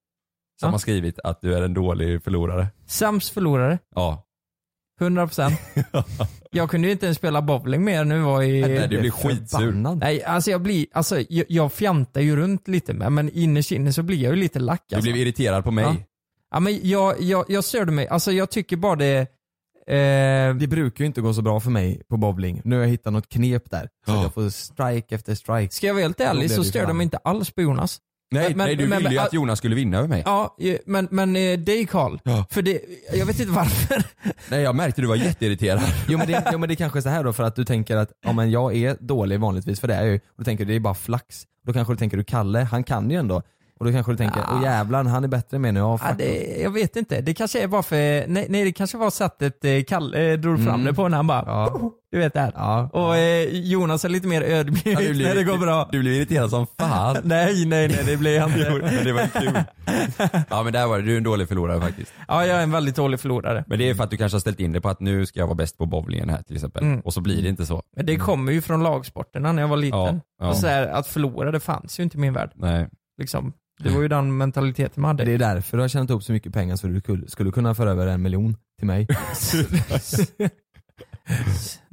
S7: som
S8: Ja.
S7: har skrivit att du är en dålig förlorare.
S8: Sams förlorare,
S7: Ja.
S8: 100%. jag kunde ju inte ens spela bowling mer nu var i...
S6: Nej, du blir skitsur.
S8: Nej, alltså jag blir, alltså jag, jag fjantar ju runt lite med men innerst inne så blir jag ju lite lack
S7: Du
S8: alltså.
S7: blev irriterad på mig.
S8: Ja. Ja men jag, jag, jag störde mig, alltså jag tycker bara det... Eh,
S6: Det brukar ju inte gå så bra för mig på bowling. Nu har jag hittat något knep där. Så att jag får strike efter strike.
S8: ska jag vara helt
S6: Då blev
S8: ärlig så
S6: det
S8: störde jag
S6: förbannat.
S8: mig inte alls på Jonas.
S7: Nej,
S8: Men-
S7: nej du
S8: men-
S7: ville ju
S8: men-
S7: att Jonas skulle vinna över mig.
S8: Ja, eh, men, men eh, dig Karl. För det, jag vet inte varför.
S7: Nej jag märkte du var jätteirriterad.
S6: Jo men, det, jo men det är kanske är så här då för att du tänker att ja, men jag är dålig vanligtvis för det är jag ju. Och då tänker du det är bara flax. Då kanske du tänker du Kalle, han kan ju ändå. Och då kanske du tänker
S7: Ah.
S8: Ja.
S6: åh jävlar han är bättre än mig nu. Ja,
S8: Ja,
S6: fuck off.
S8: det, jag vet inte. Det kanske är bara för, nej, nej det kanske var sättet eh, Kalle eh, drog fram
S6: Mm.
S8: det på när han bara,
S6: Ja.
S8: du vet det här.
S6: Ja.
S8: Och eh, Jonas är lite mer ödmjuk
S7: Ja, du blir-
S8: när det går bra.
S7: Du blev irriterad som fan.
S8: Nej, nej, nej det blir jag
S7: Jo,
S8: inte.
S7: men det var ju kul. Ja men där var det, du är en dålig förlorare faktiskt.
S8: Ja, jag är en väldigt dålig förlorare.
S7: Men det är för att du kanske har ställt in dig på att nu ska jag vara bäst på bowlingen här till exempel.
S8: Mm.
S7: Och så blir det inte så.
S8: Men
S6: Mm.
S8: det kommer ju från lagsporterna när jag var liten.
S7: Ja, ja.
S8: Och så här, att förlora det fanns ju inte i min värld.
S7: Nej.
S8: Liksom. Det var ju den mentaliteten man hade.
S6: Det är därför du har tjänat ihop så mycket pengar så du kul- skulle kunna föra över en miljon till mig.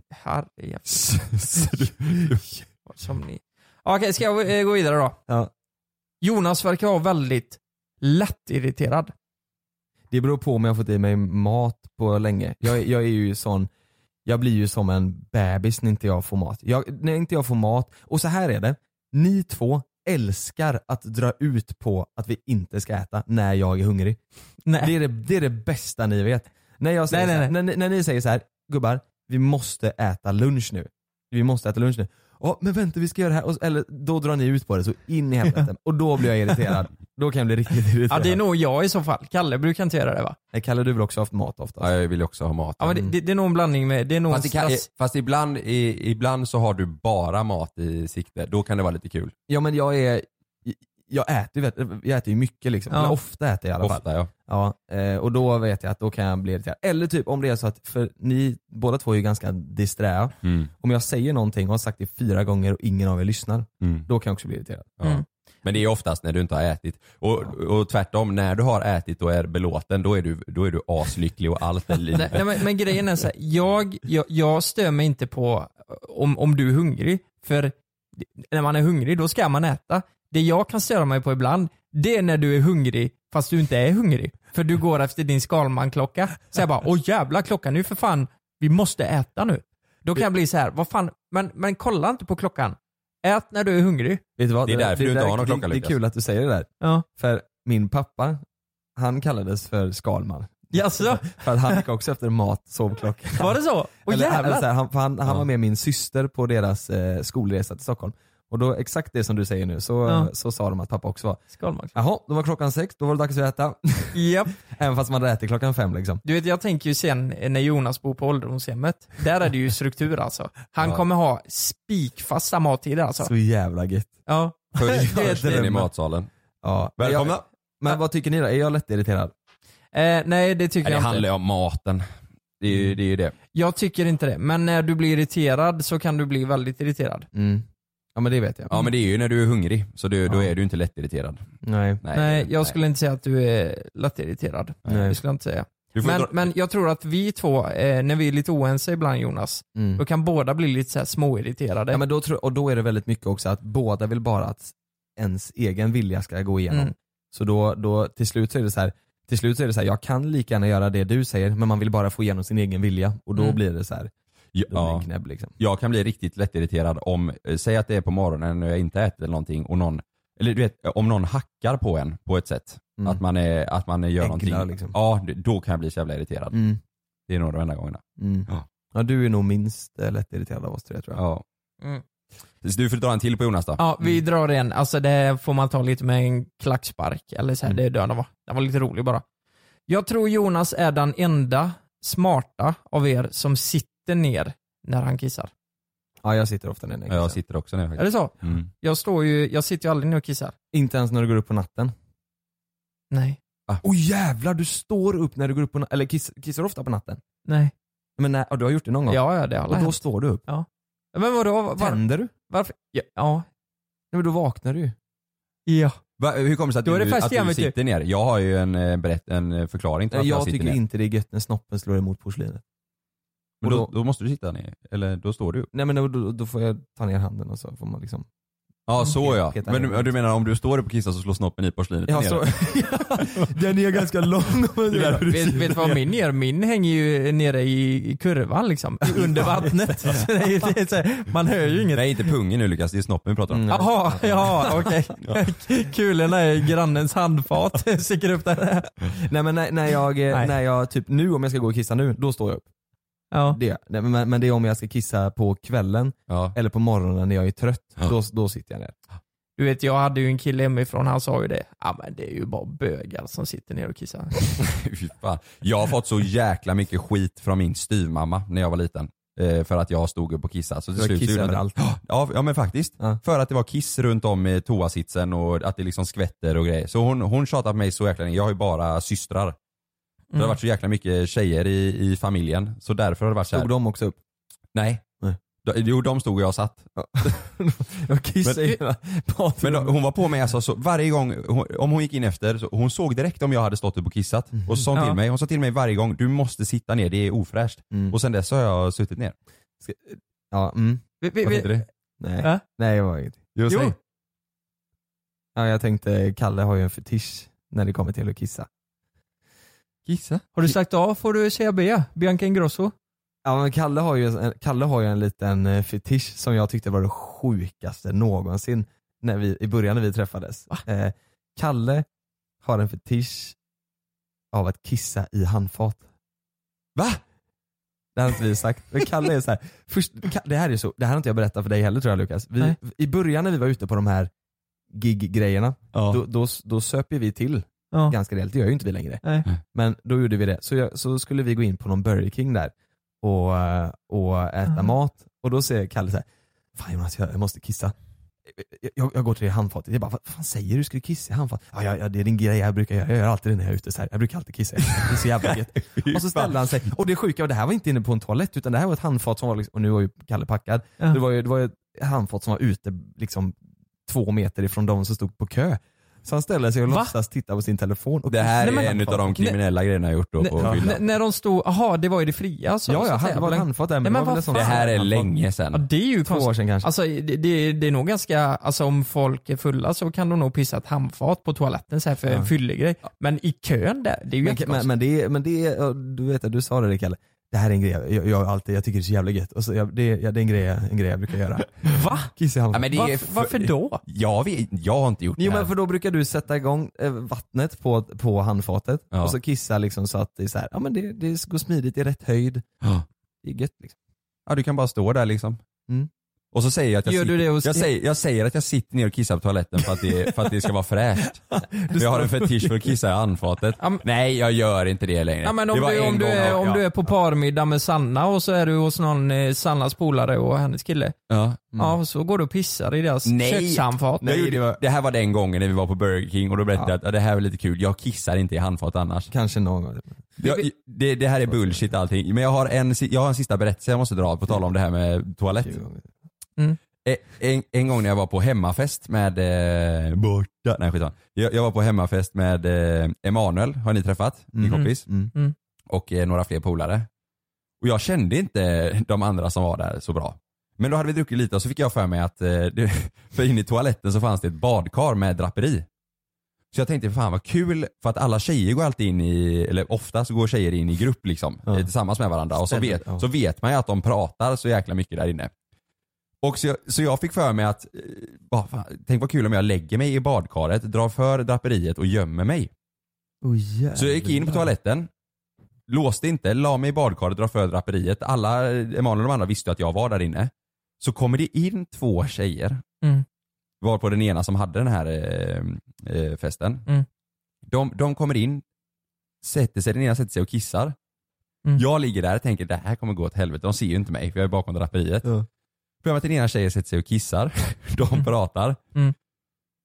S8: Herrejävlar. Vad som ni... Okej, ska jag eh, gå vidare då?
S6: Ja.
S8: Jonas verkar vara väldigt lättirriterad.
S6: Det beror på om jag har fått i mig mat på länge. Jag, jag är ju sån, jag blir ju som en bebis när inte jag får mat. Jag, när inte jag får mat, och så här är det, ni två älskar att dra ut på att vi inte ska äta när jag är hungrig.
S8: Nej.
S6: Det, är det, det är det bästa ni vet. När, jag säger
S8: Nej, nej,
S6: så här, När, när ni säger så här, gubbar, vi måste äta lunch nu. Vi måste äta lunch nu. Ja men vänta vi ska göra det här, och, eller då drar ni ut på det så in i helvete. och då blir jag irriterad. Då kan jag bli riktigt irriterad.
S8: Ja, det är nog jag i så fall. Kalle brukar inte göra det va?
S6: Nej, Kalle du vill också ha haft mat oftast?
S7: Ja, jag vill ju också ha mat.
S8: Ja, men alltså, det, det, det är nog en blandning med, det är nog
S7: Fast, det
S8: en
S7: kan,
S8: stress.
S7: fast ibland, i, ibland så har du bara mat i sikte, då kan det vara lite kul.
S6: Ja men jag är, jag äter ju, vet- jag äter ju mycket liksom.
S8: Ja.
S6: Eller ofta äter jag i alla fall.
S7: Ofta ja.
S6: Ja, eh, och då vet jag att då kan jag bli irriterad. Eller typ om det är så att, för ni båda två är ju ganska disträa.
S7: Mm.
S6: Om jag säger någonting och har sagt det fyra gånger och ingen av er lyssnar,
S7: Mm.
S6: då kan jag också bli irriterad.
S7: Ja.
S8: Mm.
S7: Men det är oftast när du inte har ätit. Och, och tvärtom, när du har ätit och är belåten, då är du, då är du aslycklig och allt är
S8: Nej, nej,
S7: livet.
S8: men, men grejen är så här, jag, jag, jag stör mig inte på eh, om, om du är hungrig, för när man är hungrig då ska man äta. Det jag kan störa mig på ibland, det är när du är hungrig fast du inte är hungrig. För du går efter din skalmanklocka. Så jag bara, åh jävla klockan nu för fan, vi måste äta nu. Då kan jag bli så här, vad fan, men, men kolla inte på klockan. Ät när du är hungrig.
S6: Vet du vad?
S7: Det är därför du inte
S6: där-
S7: har någon klocka,
S6: Det, det är
S7: Lukas.
S6: kul att du säger det där.
S8: Ja.
S6: För min pappa, han kallades för Skalman.
S8: Jaså,
S6: För att han gick också efter mat, sovklocka.
S8: var det så? Åh
S6: Eller- eller så
S8: jävlar.
S6: här, han, för han, han
S7: Ja.
S6: var med min syster på deras eh, skolresa till Stockholm. Och då exakt det som du säger nu, så,
S8: Ja.
S6: så sa de att pappa också var.
S8: Skalmanklocka.
S6: Jaha, då var klockan sex, då var det dags att äta.
S8: Japp.
S6: Även fast man hade ätit klockan fem liksom.
S8: Du vet, jag tänker ju sen eh, när Jonas bor på ålderdomshemmet. Där är det ju struktur alltså. Han
S7: Ja.
S8: kommer ha spikfasta mattider alltså.
S6: Så jävla gött.
S8: Ja.
S7: Först
S8: Det är
S7: först in i
S8: drömmen.
S7: matsalen.
S6: Ja. Men
S7: Välkomna!
S6: Jag, men vad tycker ni då? Är jag lättirriterad?
S8: Eh, nej, det tycker
S7: Nej, det
S8: jag inte.
S7: handlar ju om maten. Det är ju det. Är ju det.
S8: Jag tycker inte det. Men när du blir irriterad så kan du bli väldigt irriterad.
S6: Mm. Ja men det vet jag.
S7: Ja men det är ju när du är hungrig, så du,
S6: Ja.
S7: då är du inte lättirriterad.
S6: Nej.
S7: Nej,
S8: nej, jag
S7: nej.
S8: skulle inte säga att du är lättirriterad.
S6: Nej.
S8: Det skulle jag inte säga.
S7: Du får
S8: Men,
S7: dra-
S8: men jag tror att vi två, eh, när vi är lite oense ibland Jonas,
S6: Mm.
S8: då kan båda bli lite så här småirriterade.
S6: Ja, men då tror, och då är det väldigt mycket också att båda vill bara att ens egen vilja ska gå igenom.
S8: Mm.
S6: Så då, då till slut så är det så här till slut så är det så här, jag kan lika gärna göra det du säger men man vill bara få igenom sin egen vilja och då
S7: Mm.
S6: blir det så här,
S7: Ja.
S6: då blir det en knäpp liksom.
S7: Jag kan bli riktigt lättirriterad om, eh, säg att det är på morgonen och jag inte ätit eller någonting och någon, eller du vet, om någon hackar på en på ett sätt.
S6: Mm.
S7: Att, man är, att man gör
S6: Äcklar,
S7: någonting.
S6: liksom.
S7: Ja, d- då kan jag bli så jävla irriterad.
S6: Mm.
S7: Det är nog de enda gångerna.
S6: Mm.
S7: Ja.
S6: Ja du är nog minst eh, lättirriterad av oss tre tror jag.
S7: Ja.
S8: Mm.
S7: Så Du får dra en till på Jonas då.
S8: Ja, vi drar en. Alltså det får man ta lite med en klackspark eller så här, det är döden var. Den var lite rolig bara. Jag tror Jonas är den enda smarta av er som sitter ner när han kissar.
S6: Ja jag sitter ofta ner när
S7: Ja, Jag sitter också nu faktiskt.
S8: Är det så?
S7: Mm.
S8: Jag står ju, jag sitter ju aldrig ner och kissar.
S6: Inte ens när du går upp på natten.
S8: Nej.
S6: Åh jävlar du står upp när du går upp på natten, eller kiss, kissar du ofta på natten?
S8: Nej.
S6: Men när, ja, du har gjort det någon gång?
S8: Ja, ja det har alla
S6: Och då
S8: hänt.
S6: står du upp?
S8: Ja. Men vadå? Var, var,
S6: Tänder du?
S8: varför? Ja. ja.
S6: Nej men då vaknar du ju.
S8: ja.
S7: Va, hur kommer det sig att,
S8: Då är det
S7: du,
S8: fest
S7: att
S8: igen,
S7: du
S8: vet du.
S7: sitter ner? Jag har ju en, eh, berätt, en eh, förklaring till
S6: Jag,
S7: varför jag, sitter
S6: tycker
S7: ner.
S6: inte det är gött när snoppen slår emot porslinet.
S7: Men
S6: och
S7: då,
S6: då-
S7: då måste du sitta ner, eller då står du upp.
S6: Nej men då, då, då får jag ta ner handen och så får man liksom
S7: Ja så ja.
S6: Peta
S7: Men
S6: ner.
S7: du, du menar om du står upp och kissar så slår snoppen i porslinet
S6: Ja,
S7: ner?
S6: så, den är ganska lång.
S8: Vet, vet du vad min gör? Min hänger ju nere i, i kurvan liksom. I- Under vattnet. Så det är ju- det är så här, Man hör ju inget.
S7: Nej inte pungen nu Lukas, det är snoppen vi pratar
S6: Mm.
S7: om.
S8: Jaha, ja okej. Kulorna är i grannens handfat. Sticker upp där.
S6: Nej men när, när, jag,
S8: Nej.
S6: när jag, typ nu om jag ska gå och kissa nu, då står jag upp.
S8: Ja.
S6: Det, nej, men, men det är om jag ska kissa på kvällen
S7: Ja.
S6: eller på morgonen när jag är trött,
S7: Ja.
S6: då, då sitter jag ner.
S8: Du vet jag hade ju en kille hemifrån, han sa ju det. Ja men det är ju bara bögar som sitter ner och kissar.
S7: Fy fan. Jag har fått så jäkla mycket skit från min styvmamma när jag var liten. Eh, för att jag stod upp och kissade. Så till
S6: Jag
S7: slut så
S6: kissar
S7: gjorde jag det.
S6: överallt.
S7: Ja, ja men faktiskt.
S6: Ja.
S7: För att det var kiss runt om i toasitsen och att det liksom skvätter och grejer. Så hon, hon tjatade på mig så jäkla länge. Jag har ju bara systrar. Så Det har
S8: Mm.
S7: varit så jäkla mycket tjejer i, i familjen. Så därför har det varit så här.
S6: Stod de också upp?
S7: Nej.
S6: Nej.
S7: De- Jo de stod och jag satt.
S6: Jag kissar i hela
S7: Men
S6: badrummet.
S7: då, hon var på mig alltså, så varje gång, hon, om hon gick in efter, så hon såg direkt om jag hade stått upp och kissat. Och så sa hon
S8: Mm. Ja.
S7: till mig, hon sa till mig varje gång, du måste sitta ner, det är ofräscht.
S6: Mm.
S7: Och sen dess har jag suttit ner.
S6: Ja, mm.
S8: Vi, vi,
S7: Vad
S8: vi,
S7: heter det?
S6: Nej.
S8: Ja.
S6: Nej det var inget.
S7: Just
S8: Jo.
S7: det.
S6: Ja, jag tänkte, Kalle har ju en fetisch när det kommer till att kissa.
S7: Kissa?
S8: har du sagt A får du säga B. Bianca Ingrosso.
S6: Ja men Kalle har ju, Kalle har ju en liten eh, fetisch som jag tyckte var det sjukaste någonsin när vi, i början när vi träffades. Eh, Kalle har en fetisch av att kissa i handfat. Va? Det har inte vi sagt. Men Kalle är så här, först, Ka- det här är så, det här har inte jag berättat för dig heller tror jag Lukas. Vi,
S8: Nej.
S6: I början när vi var ute på de här gig-grejerna,
S7: Ja.
S6: då, då, då söp ju vi till
S8: Ja.
S6: ganska rejält, det gör ju inte vi längre.
S8: Nej.
S6: Men då gjorde vi det. Så, jag, så skulle vi gå in på någon Burger King där och, eh, och äta
S8: Ah.
S6: mat. Och då säger Kalle så här, Fan Jonas, jag, jag måste kissa. Jag, eh, jag, jag går till det handfatet. Jag bara, vad fan säger du? Ska du kissa i handfatet? Ja, ja, ja, det är din grej jag brukar göra. Jag gör alltid det när jag är ute så här. Jag brukar alltid kissa. Det är så jävla gött. Och så ställde han sig. Och det sjuka var, det här var inte inne på en toalett utan det här var ett handfat som var, liksom, och nu var ju Kalle packad.
S8: Ja.
S6: Det var ju, det var ju ett handfat som var ute liksom två meter ifrån de som stod på kö. Så han ställde sig och
S8: Va?
S6: låtsas titta på sin telefon. Och
S7: Det här
S6: kissade i
S7: är en
S6: handfatet.
S7: utav de kriminella grejerna jag gjort då
S8: Nej,
S7: på
S6: ja.
S7: fyllan.
S8: N- när de stod, aha det var i det fria alltså.
S6: Ja,
S8: Så
S6: ja,
S8: att säga.
S6: han, var det handfat där?
S8: Nej, men
S6: det var väl
S8: vad
S6: en sån-
S7: Det här är länge
S8: Ja
S7: sen.
S8: det är ju
S6: Två år sedan kanske.
S8: Alltså det, det, det är nog ganska, alltså om folk är fulla så kan de nog pissa ett handfat på toaletten så här för en fyllig grej. Men i kön där, det är
S6: Men, men,
S8: ju jättekonstigt.
S6: men det, är- men det, är- ja, du vet att du sa det där, Kalle. Det här är en grej jag, jag, jag, alltid, jag tycker det är så jävla gött. Och så, jag, det, är- ja, det är en grej, jag- en grej jag brukar göra.
S8: Va?
S6: Kissa i handen.
S7: men det
S8: Varför, varför då?
S7: Jag, vet, jag har inte gjort
S6: Jo
S7: det här.
S6: men för då brukar du sätta igång eh, vattnet på, på handfatet
S7: Ja.
S6: och så kissa liksom så att det är så här, ja men det, det går smidigt i rätt höjd.
S7: Ja.
S6: Det är gött liksom.
S7: Ja, du kan bara stå där liksom.
S6: Mm.
S7: Och så säger jag att jag,
S8: Gör
S7: sitter,
S8: du det och-
S7: jag, säger, jag säger att jag sitter ner och kissar på toaletten för att det, för att det ska vara fräscht. För jag har en fetisch för att kissa i handfatet.
S8: Ja, men-
S7: Nej, jag gör inte det längre.
S8: Ja, men
S7: det
S8: om,
S7: var
S8: du,
S7: en
S8: om, du
S7: gång
S8: är,
S7: jag-
S8: om du är
S7: ja.
S8: på parmiddag med Sanna och så är du hos någon eh, Sannas polare och hennes kille.
S7: Ja.
S8: Ja, och så går du och pissar i deras
S7: Mm. Nej.
S8: Mm. kökshandfat.
S7: Jag gjorde, det, här var den gången när vi var på Burger King och då berättade jag att ja, det här var lite kul, jag kissar inte i handfat annars.
S6: Kanske någon gång.
S7: Jag, det, det här är bullshit allting, men jag har en, si- jag har en sista berättelse jag måste dra på tal om det här med toalett. Eh, En, en gång när jag var på hemmafest med... Eh, borta. Nej skitsamma. Jag, jag var på hemmafest med eh, Emanuel, har ni träffat? Min
S8: Mm.
S7: kompis.
S6: Mm.
S8: Mm.
S7: Och eh, några fler polare. Och jag kände inte de andra som var där så bra. Men då hade vi druckit lite och så fick jag för mig att eh, det, för inne i toaletten så fanns det ett badkar med draperi. Så jag tänkte fan vad kul för att alla tjejer går alltid in i, eller oftast går tjejer in i grupp liksom eh, tillsammans med varandra och så
S6: Ständigt,
S7: vet,
S6: ja.
S7: så vet man ju att de pratar så jäkla mycket där inne. Och så, jag- så jag fick för mig att, eh, vad fan, tänk vad kul om jag lägger mig i badkaret, drar för draperiet och gömmer mig.
S6: Oh,
S7: Så jag gick in på toaletten, låste inte, la mig i badkaret, drar för draperiet. Alla, Emanuel och de andra visste ju att jag var där inne. Så kommer det in två tjejer.
S8: Mm.
S7: Var på den ena som hade den här eh, eh, festen.
S8: Mm.
S7: De, de kommer in, sätter sig, den ena sätter sig och kissar.
S8: Mm.
S7: Jag ligger där och tänker det här kommer gå åt helvete, de ser ju inte mig för jag är bakom draperiet.
S6: Ja.
S7: Problemet är att den ena tjejen sätter sig och kissar, de pratar.
S8: Mm.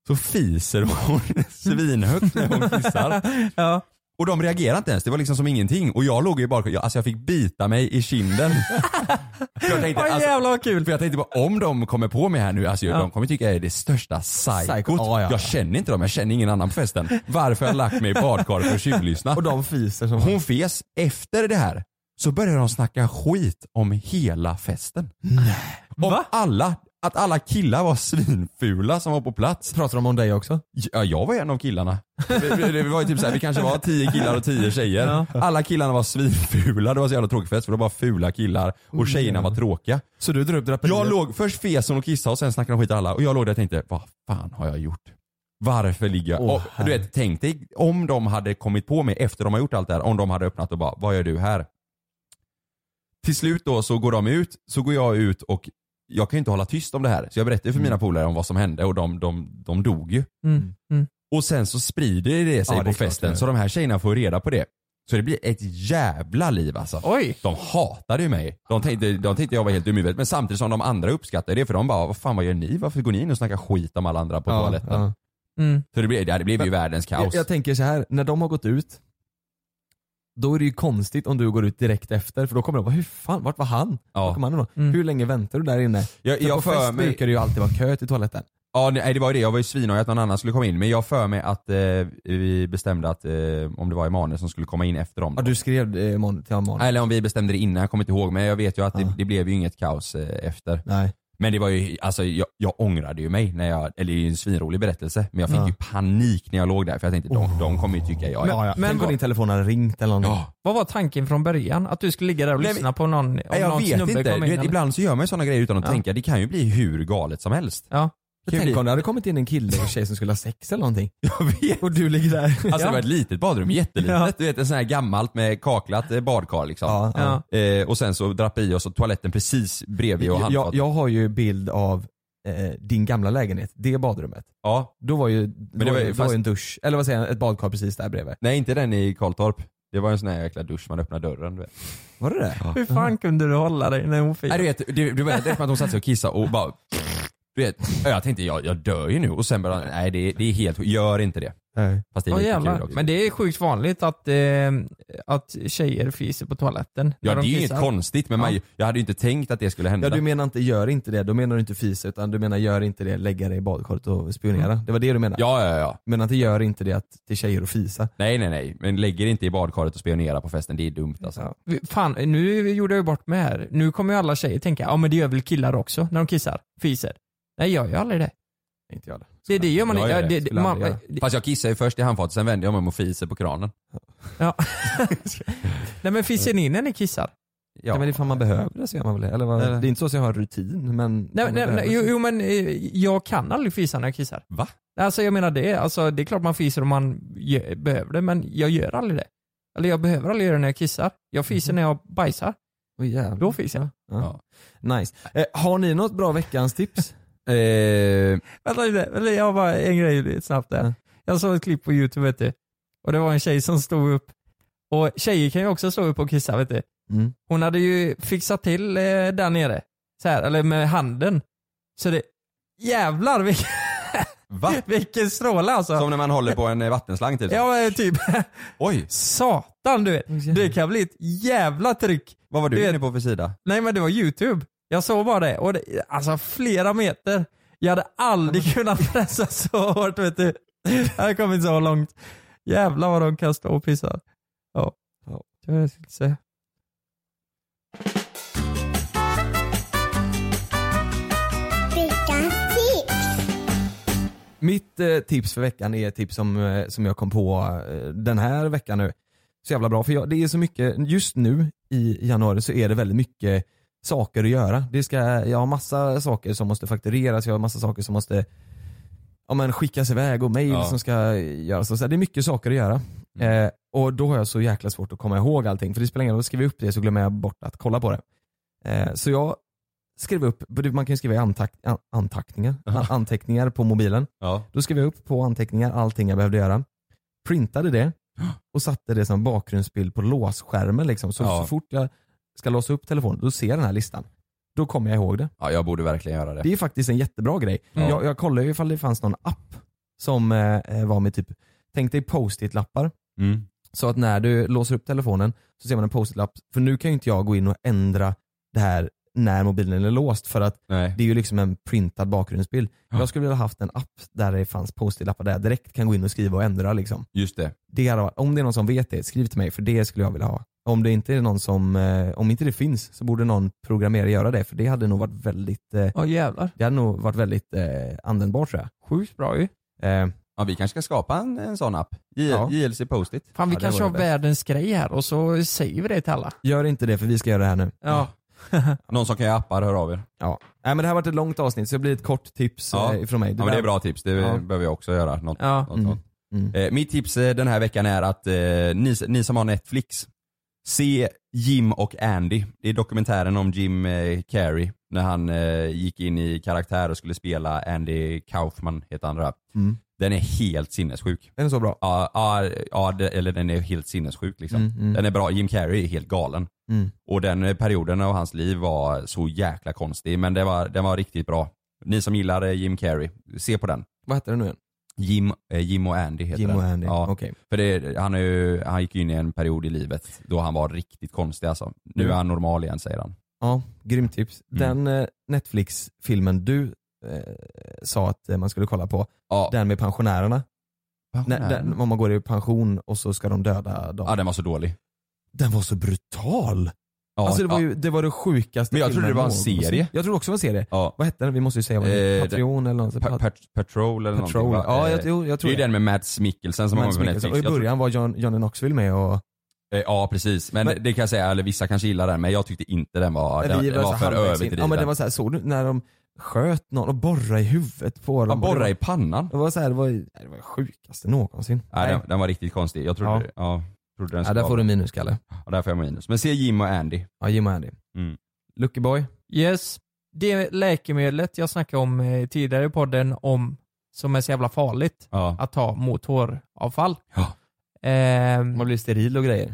S7: Så fiser hon svinhögt när hon kissar.
S8: Ja.
S7: Och de reagerade inte ens, det var liksom som ingenting. Och jag låg ju bara, jag- alltså jag fick bita mig i kinden. För jag tänkte, alltså,
S8: Åh, jävlar vad kul!
S7: För jag tänkte bara om de kommer på mig här nu, alltså
S8: Ja.
S7: de kommer tycka jag är det största psykot.
S6: Psykot, ja, ja.
S7: Jag känner inte dem, jag känner ingen annan på festen. Varför har jag lagt mig i badkaret för att tjuvlyssna?
S6: Och de fiser som
S7: Hon fes. Efter det här så började de snacka skit om hela festen. Om alla, att alla killar var svinfula som var på plats.
S6: Pratar de om dig också?
S7: Ja, jag var en av killarna. Det, det var ju typ så här, vi kanske var tio killar och tio tjejer.
S6: Ja.
S7: Alla killarna var svinfula, det var så jävla tråkigt fest för det var bara fula killar och tjejerna var tråkiga.
S6: Oh, Så du drar upp draperiet?
S7: Jag låg, först fes hon och kissade och sen snackade de skit om alla och jag låg där och tänkte, vad fan har jag gjort? Varför ligger jag...
S6: Åh,
S7: och, du vet, tänk dig om de hade kommit på mig efter de har gjort allt det här, om de hade öppnat och bara, vad gör du här? Till slut då så går de ut, så går jag ut och jag kan ju inte hålla tyst om det här. Så jag berättade för
S6: Mm.
S7: mina polare om vad som hände och de, de, de dog ju.
S8: Mm. Mm.
S7: Och sen så sprider det sig
S6: Ja, det är
S7: på
S6: klart
S7: festen
S6: det.
S7: så de här tjejerna får reda på det. Så det blir ett jävla liv alltså.
S8: Oj.
S7: De hatade ju mig. De tänkte, de tänkte jag var helt dum i huvudet. Men samtidigt som de andra uppskattade det för de bara, vad fan vad gör ni? Varför går ni in och snackar skit om alla andra på
S6: Ja,
S7: toaletten?
S6: ja.
S8: Mm.
S7: Så det blev, ja, det blev ju
S6: Men-
S7: världens
S6: Jag,
S7: kaos.
S6: jag tänker så här, när de har gått ut då är det ju konstigt om du går ut direkt efter för då kommer de bara hur fan, vart var han?
S7: Ja.
S6: Var kom han ifrån? Hur länge väntar du där inne?
S7: Jag-
S6: För
S7: jag
S6: på
S7: för
S6: fest
S7: mig-
S6: brukar det ju alltid vara kö till toaletten.
S7: Ja, nej, det var ju det. Jag var ju svinarg att någon annan skulle komma in. Men jag för mig att eh, vi bestämde att eh, om det var Emanuel som skulle komma in efter dem.
S6: Ja, du skrev det imorgon, till Ah. honom imorgon?
S7: Eller om vi bestämde det innan, jag kommer inte ihåg. Men jag vet ju att det,
S6: Ja.
S7: det blev ju inget kaos eh, efter.
S6: Nej.
S7: Men det var ju, alltså jag, jag ångrade ju mig när jag, eller det är ju en svinrolig berättelse, men jag fick
S6: Ja.
S7: ju panik när jag låg där för jag tänkte de, de kommer ju tycka jag är...
S6: Ah. Men, men
S7: Tänk
S6: på din
S7: vad-
S6: telefon hade ringt eller någonting?
S7: Ja.
S8: Vad var tanken från början? Att du skulle ligga där och
S7: Nej, men-
S8: lyssna på någon, om
S7: Nej, jag
S8: någon
S7: vet
S8: snubbe
S7: inte,
S8: kom
S7: du
S8: in?
S7: vet,
S8: eller-
S7: ibland så gör man ju sådana grejer utan att
S8: Ja.
S7: tänka, det kan ju bli hur galet som helst.
S8: Ja.
S7: Det kan ju
S6: Tänk
S7: bli,
S6: om det hade kommit in en kille och en tjej som skulle ha sex eller någonting.
S7: jag vet.
S6: Och du ligger där.
S7: Alltså det var ett litet badrum, jättelitet.
S6: Ja.
S7: Du vet en sån här gammalt med kaklat eh, badkar liksom.
S6: Ja, ja.
S7: Eh, och sen så draperi och så toaletten precis bredvid och
S6: Jag, jag,
S7: handfatet.
S6: jag har ju bild av eh, din gamla lägenhet, det badrummet.
S7: Ja.
S6: Då var ju, då
S7: det var
S6: var,
S7: ju
S6: ju- då
S7: fast-
S6: var ju en dusch, eller vad säger jag, ett badkar precis där bredvid.
S7: Nej inte den i Karltorp. Det var en sån här jäkla dusch man öppnar dörren du vet.
S6: Var det det?
S8: Hur fan kunde du hålla dig när hon fick?
S7: Nej, du vet, du, du vet direkt med att hon satte sig och kissade och bara... Du vet, jag tänkte jag, jag dör ju nu och sen bara, nej det, är- det är helt, gör inte det.
S6: Nej.
S7: Fast det är
S8: Åh,
S7: lite
S8: jävlar.
S7: kul också.
S8: Men det är sjukt vanligt att, eh, att tjejer fiser på toaletten.
S7: ja det är
S8: när de
S7: ju inget
S8: kissar.
S7: konstigt men man, jag hade ju inte tänkt att det skulle hända.
S6: Ja du menar inte gör inte det, då menar du inte fisa utan du menar gör inte det, lägga dig i badkaret och spionera. Det var det du menade?
S7: ja, ja, ja.
S6: Du menar inte gör inte det att, till tjejer och fisa?
S7: Nej nej nej, men lägger inte i badkaret och spionera på festen, det är dumt alltså.
S6: Ja.
S8: Vi- Fan, nu gjorde jag ju bort mig här. Nu kommer ju alla tjejer tänka, ja men det gör väl killar också när de kissar, fiser. Nej, jag gör aldrig det.
S6: Inte jag det.
S8: Det, det gör man
S7: Jag
S8: inte.
S7: gör
S8: Ja,
S7: det.
S8: det- det-
S6: Skulle
S8: man-
S6: aldrig göra.
S8: det-
S7: Fast jag kissar ju först i handfatet, sen vänder jag mig om och fiser på kranen.
S8: Ja. Nej men fiser ni när ni kissar?
S6: Ja. men ifall man behöver det så gör man väl det? Eller vad?
S7: Eller-
S6: Det är inte så att jag har rutin men...
S8: Nej,
S6: om
S8: nej,
S6: man
S8: nej, jo,
S6: behöver
S8: jo men eh, jag kan aldrig fisa när jag kissar.
S7: Va?
S8: Alltså jag menar det, alltså, det är klart man fiser om man gö- behöver det men jag gör aldrig det. Eller jag behöver aldrig göra det när jag kissar. Jag fiser
S7: Mhm.
S8: när jag bajsar.
S6: så- Åh, jävlar.
S8: Då fiser jag.
S6: Ja. Nice. Eh, har ni något bra veckans tips?
S7: Eh,
S8: Vänta lite, vänta, jag har bara en grej snabbt där.
S7: Mm.
S8: Jag såg ett klipp på youtube vet du. Och det var en tjej som stod upp. Och tjejer kan ju också stå upp och kissa vet du.
S6: Mm.
S8: Hon hade ju fixat till eh, där nere. Så här, eller med handen. Så det, jävlar vilken,
S7: va?
S8: vilken stråle alltså.
S7: Som när man håller på en eh, vattenslang typ.
S8: Ja men typ,
S7: Oj,
S8: satan du vet. Det kan bli ett jävla tryck.
S7: vad var du,
S8: Du vet-
S7: inne på för sida?
S8: Nej men det var youtube. Jag såg bara det. Och det, alltså flera meter. Jag hade aldrig kunnat pressa så hårt vet du. Jag hade kommit så långt. Jävlar vad de kan stå och pissa. Ja. ja. Det var det jag skulle säga.
S6: Mitt eh, tips för veckan är ett tips som, eh, som jag kom på eh, den här veckan nu. Så jävla bra, för jag, det är så mycket, just nu i januari så är det väldigt mycket saker att göra. Det ska, jag har massa saker som måste faktureras, jag har massa saker som måste ja, men skickas iväg och mail
S7: Ja.
S6: som ska göras. och Så här, det är mycket saker att göra. Eh, och då har jag så jäkla svårt att komma ihåg allting. För det spelar ingen roll, skriver jag upp det så glömmer jag bort att kolla på det. Eh, så jag skrev upp, man kan ju skriva i antack, an, antackningar, an, anteckningar på mobilen. Då skrev jag upp på anteckningar allting jag behövde göra. Printade det och satte det som bakgrundsbild på låsskärmen liksom. Så,
S7: Ja.
S6: så fort jag ska låsa upp telefonen, då ser jag den här listan. Då kommer jag ihåg det.
S7: Ja, jag borde verkligen göra det.
S6: Det är faktiskt en jättebra grej.
S7: Ja.
S6: Jag, jag kollade ju ifall det fanns någon app som eh, var med typ, tänk dig post-it-lappar.
S7: Mm.
S6: Så att när du låser upp telefonen så ser man en post-it-lapp. För nu kan ju inte jag gå in och ändra det här när mobilen är låst för att
S7: Nej.
S6: det är ju liksom en printad bakgrundsbild. Jag skulle vilja haft en app där det fanns post-it-lappar där jag direkt kan gå in och skriva och ändra liksom.
S7: Just det.
S6: Det hade, varit- om det är någon som vet det, skriv till mig för det skulle jag vilja ha. Om det inte är någon som, eh, om inte det finns så borde någon programmerare göra det för det hade nog varit väldigt eh,
S8: Ja jävlar.
S6: det hade nog varit väldigt eh, användbart tror jag.
S8: Sjukt bra ju.
S6: Eh,
S7: Ja, vi kanske ska skapa en, en sån app. J-
S6: Ja.
S7: JLC Post-it.
S8: Fan vi
S6: Ja, det
S8: kanske
S6: vore
S8: har
S6: bäst.
S8: världens grej här och så säger vi det till alla.
S6: gör inte det för vi ska göra det här nu.
S8: Ja.
S7: Någon som kan göra appar, hör av er.
S6: Ja. Nej men det här har varit ett långt avsnitt så det blir ett kort tips
S7: Ja.
S6: eh, från mig.
S7: Ja, men det är bra tips, det
S6: Ja.
S7: behöver jag också göra. Något,
S8: Ja.
S7: något
S6: Mm.
S7: sånt.
S6: Mm.
S7: Eh, mitt tips eh, den här veckan är att eh, ni, ni som har Netflix, se Jim och Andy. Det är dokumentären om Jim eh, Carrey när han eh, gick in i karaktär och skulle spela Andy Kaufman, heter han där.
S6: Mm.
S7: Den är helt sinnessjuk.
S6: Den är så bra.
S7: Ja, ja, ja det, eller den är helt sinnessjuk liksom.
S6: Mm, mm.
S7: Den är bra, Jim Carrey är helt galen.
S6: Mm.
S7: Och den eh, perioden av hans liv var så jäkla konstig, men det var, den var riktigt bra. Ni som gillar eh, Jim Carrey, se på den.
S6: Vad heter den nu igen?
S7: Jim, eh, Jim och Andy heter
S6: Jim
S7: den.
S6: och Andy.
S7: Ja.
S6: Okej.
S7: För det, han, är ju, han gick ju in i en period i livet då han var riktigt konstig alltså. Nu
S6: Mm.
S7: är han normal igen säger han.
S6: Ja, grymt tips.
S7: Mm.
S6: Den eh, Netflix-filmen du eh, sa att eh, man skulle kolla på,
S7: Ja,
S6: den med pensionärerna.
S7: Pensionären.
S6: När- Den, om man går i pension och så ska de döda dem.
S7: ja den var så dålig.
S6: Den var så brutal!
S7: Ja,
S6: alltså det var,
S7: ja.
S6: ju, det var det sjukaste
S7: Men jag
S6: filmen
S7: trodde det var en
S6: någonsin.
S7: serie.
S6: Jag trodde också det var en serie.
S7: Ja.
S6: Vad hette den? Vi måste ju säga vad den
S7: Eh,
S6: hette.
S7: det-
S6: Patreon eller något.
S7: Pa- pat- patrol eller
S6: Patrol.
S7: någonting va?
S6: Ja, jag,
S7: Eh,
S6: jo, jag
S7: Det är
S6: tror
S7: ju den med Mads Mikkelsen som har
S6: Mads
S7: kommit på
S6: Mikkelsen.
S7: Netflix.
S6: Och i
S7: Jag tror-
S6: början var John, Johnny Knoxville med och
S7: Eh, Ja precis, men,
S6: Men-
S7: det kan jag säga, eller vissa kanske gillar den men jag tyckte inte den var, den,
S6: vi
S7: den var
S6: så
S7: för
S6: halvvägs in.
S7: överdriven.
S6: Ja men det var såhär, såg du när de sköt någon och borrade i huvudet på dem?
S7: Ja,
S6: Och det
S7: borra
S6: var-
S7: i pannan.
S6: Det var såhär, det var, nej, det var det sjukaste någonsin.
S7: Nej, Den, den var riktigt konstig. Jag trodde, ja. trodde den
S6: Ja,
S7: skulle
S6: där
S7: vara
S6: får du minus Kalle.
S7: Ja, där får jag minus. Men se Jim och Andy.
S6: Ja, Jim och Andy.
S7: Mm.
S6: Lucky boy.
S8: Yes. Det läkemedlet jag snackade om eh, tidigare i podden om som är så jävla farligt
S7: Ja.
S8: att ta mot håravfall.
S7: Ja.
S8: Ehm,
S6: Man blir steril och grejer.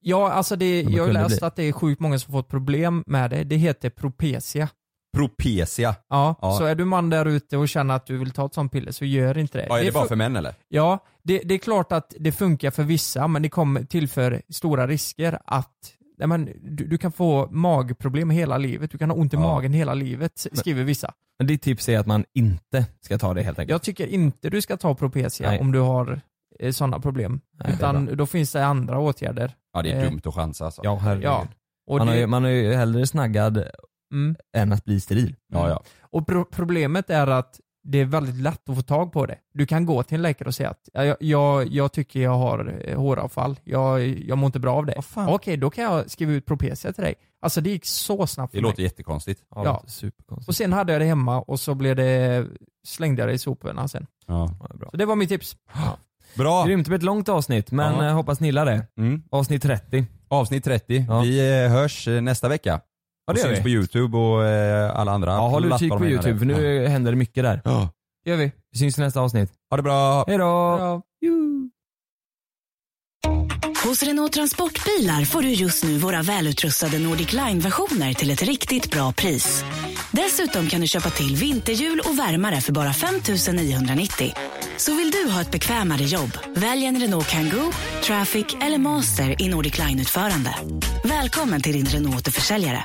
S8: ja, alltså det,
S6: vad
S8: jag har
S6: kunde det
S8: läst
S6: bli?
S8: att det är sjukt många som fått problem med det. Det heter propecia.
S6: Eh,
S7: Propecia.
S8: Ja,
S7: Ja.
S8: så är du man där ute och känner att du vill ta ett sånt piller så gör inte det.
S7: Ja, är det bara
S8: fu-
S7: för män eller?
S8: Ja, det, det är klart att det funkar för vissa men det kommer tillför stora risker att nej men, du, du kan få magproblem hela livet, du kan ha ont i
S7: Ja.
S8: magen hela livet s- skriver vissa.
S6: Men ditt tips är att man inte ska ta det helt enkelt.
S8: Jag tycker inte du ska ta Propecia
S6: Nej.
S8: om du har eh, sådana problem.
S6: Nej, det är bra.
S8: Utan då finns det andra åtgärder.
S7: Ja det är
S8: Eh.
S7: dumt att chansa alltså.
S6: Ja, herregud.
S8: Ja. Och,
S6: man,
S8: det,
S6: har ju, man är ju hellre snaggad
S8: mm.
S6: än att bli steril.
S7: Ja, ja.
S8: och pro problemet är att det är väldigt lätt att få tag på det. Du kan gå till en läkare och säga att "Ja, jag, jag, jag tycker jag har eh, håravfall, jag, jag mår inte bra av det.
S7: fan.
S8: Okej, då kan jag skriva ut Propecia till dig. Alltså det gick så snabbt
S7: Det
S8: för
S7: låter
S8: mig.
S7: jättekonstigt.
S6: Ja,
S8: Ja.
S6: Superkonstigt.
S8: Och sen hade jag det hemma och så blev det, slängde jag det i soporna sen.
S7: Ja.
S6: Ja, det är bra.
S8: Så det var mitt tips.
S7: Bra!
S6: Grymt, det blir ett långt avsnitt men
S7: Ja.
S6: eh, hoppas ni gillar det.
S7: Mm.
S6: Avsnitt 30.
S7: Avsnitt 30.
S6: Ja.
S7: Vi eh, hörs eh, nästa vecka.
S6: Ja, det
S7: och
S6: gör
S7: syns
S6: vi.
S7: på youtube och eh, alla andra
S6: Ja, håll utkik på
S7: plattformar.
S6: youtube för nu eh, händer det mycket där.
S7: Ja.
S8: gör vi.
S6: Vi syns i nästa avsnitt.
S7: Ha det bra!
S6: Hej då!
S8: Bra.
S11: Hos Renault Transportbilar får du just nu våra välutrustade Nordic Line-versioner till ett riktigt bra pris. Dessutom kan du köpa till vinterhjul och värmare för bara 5 990. Så vill du ha ett bekvämare jobb, välj en Renault Kangoo, Traffic eller Master i Nordic Line-utförande. Välkommen till din Renault-återförsäljare.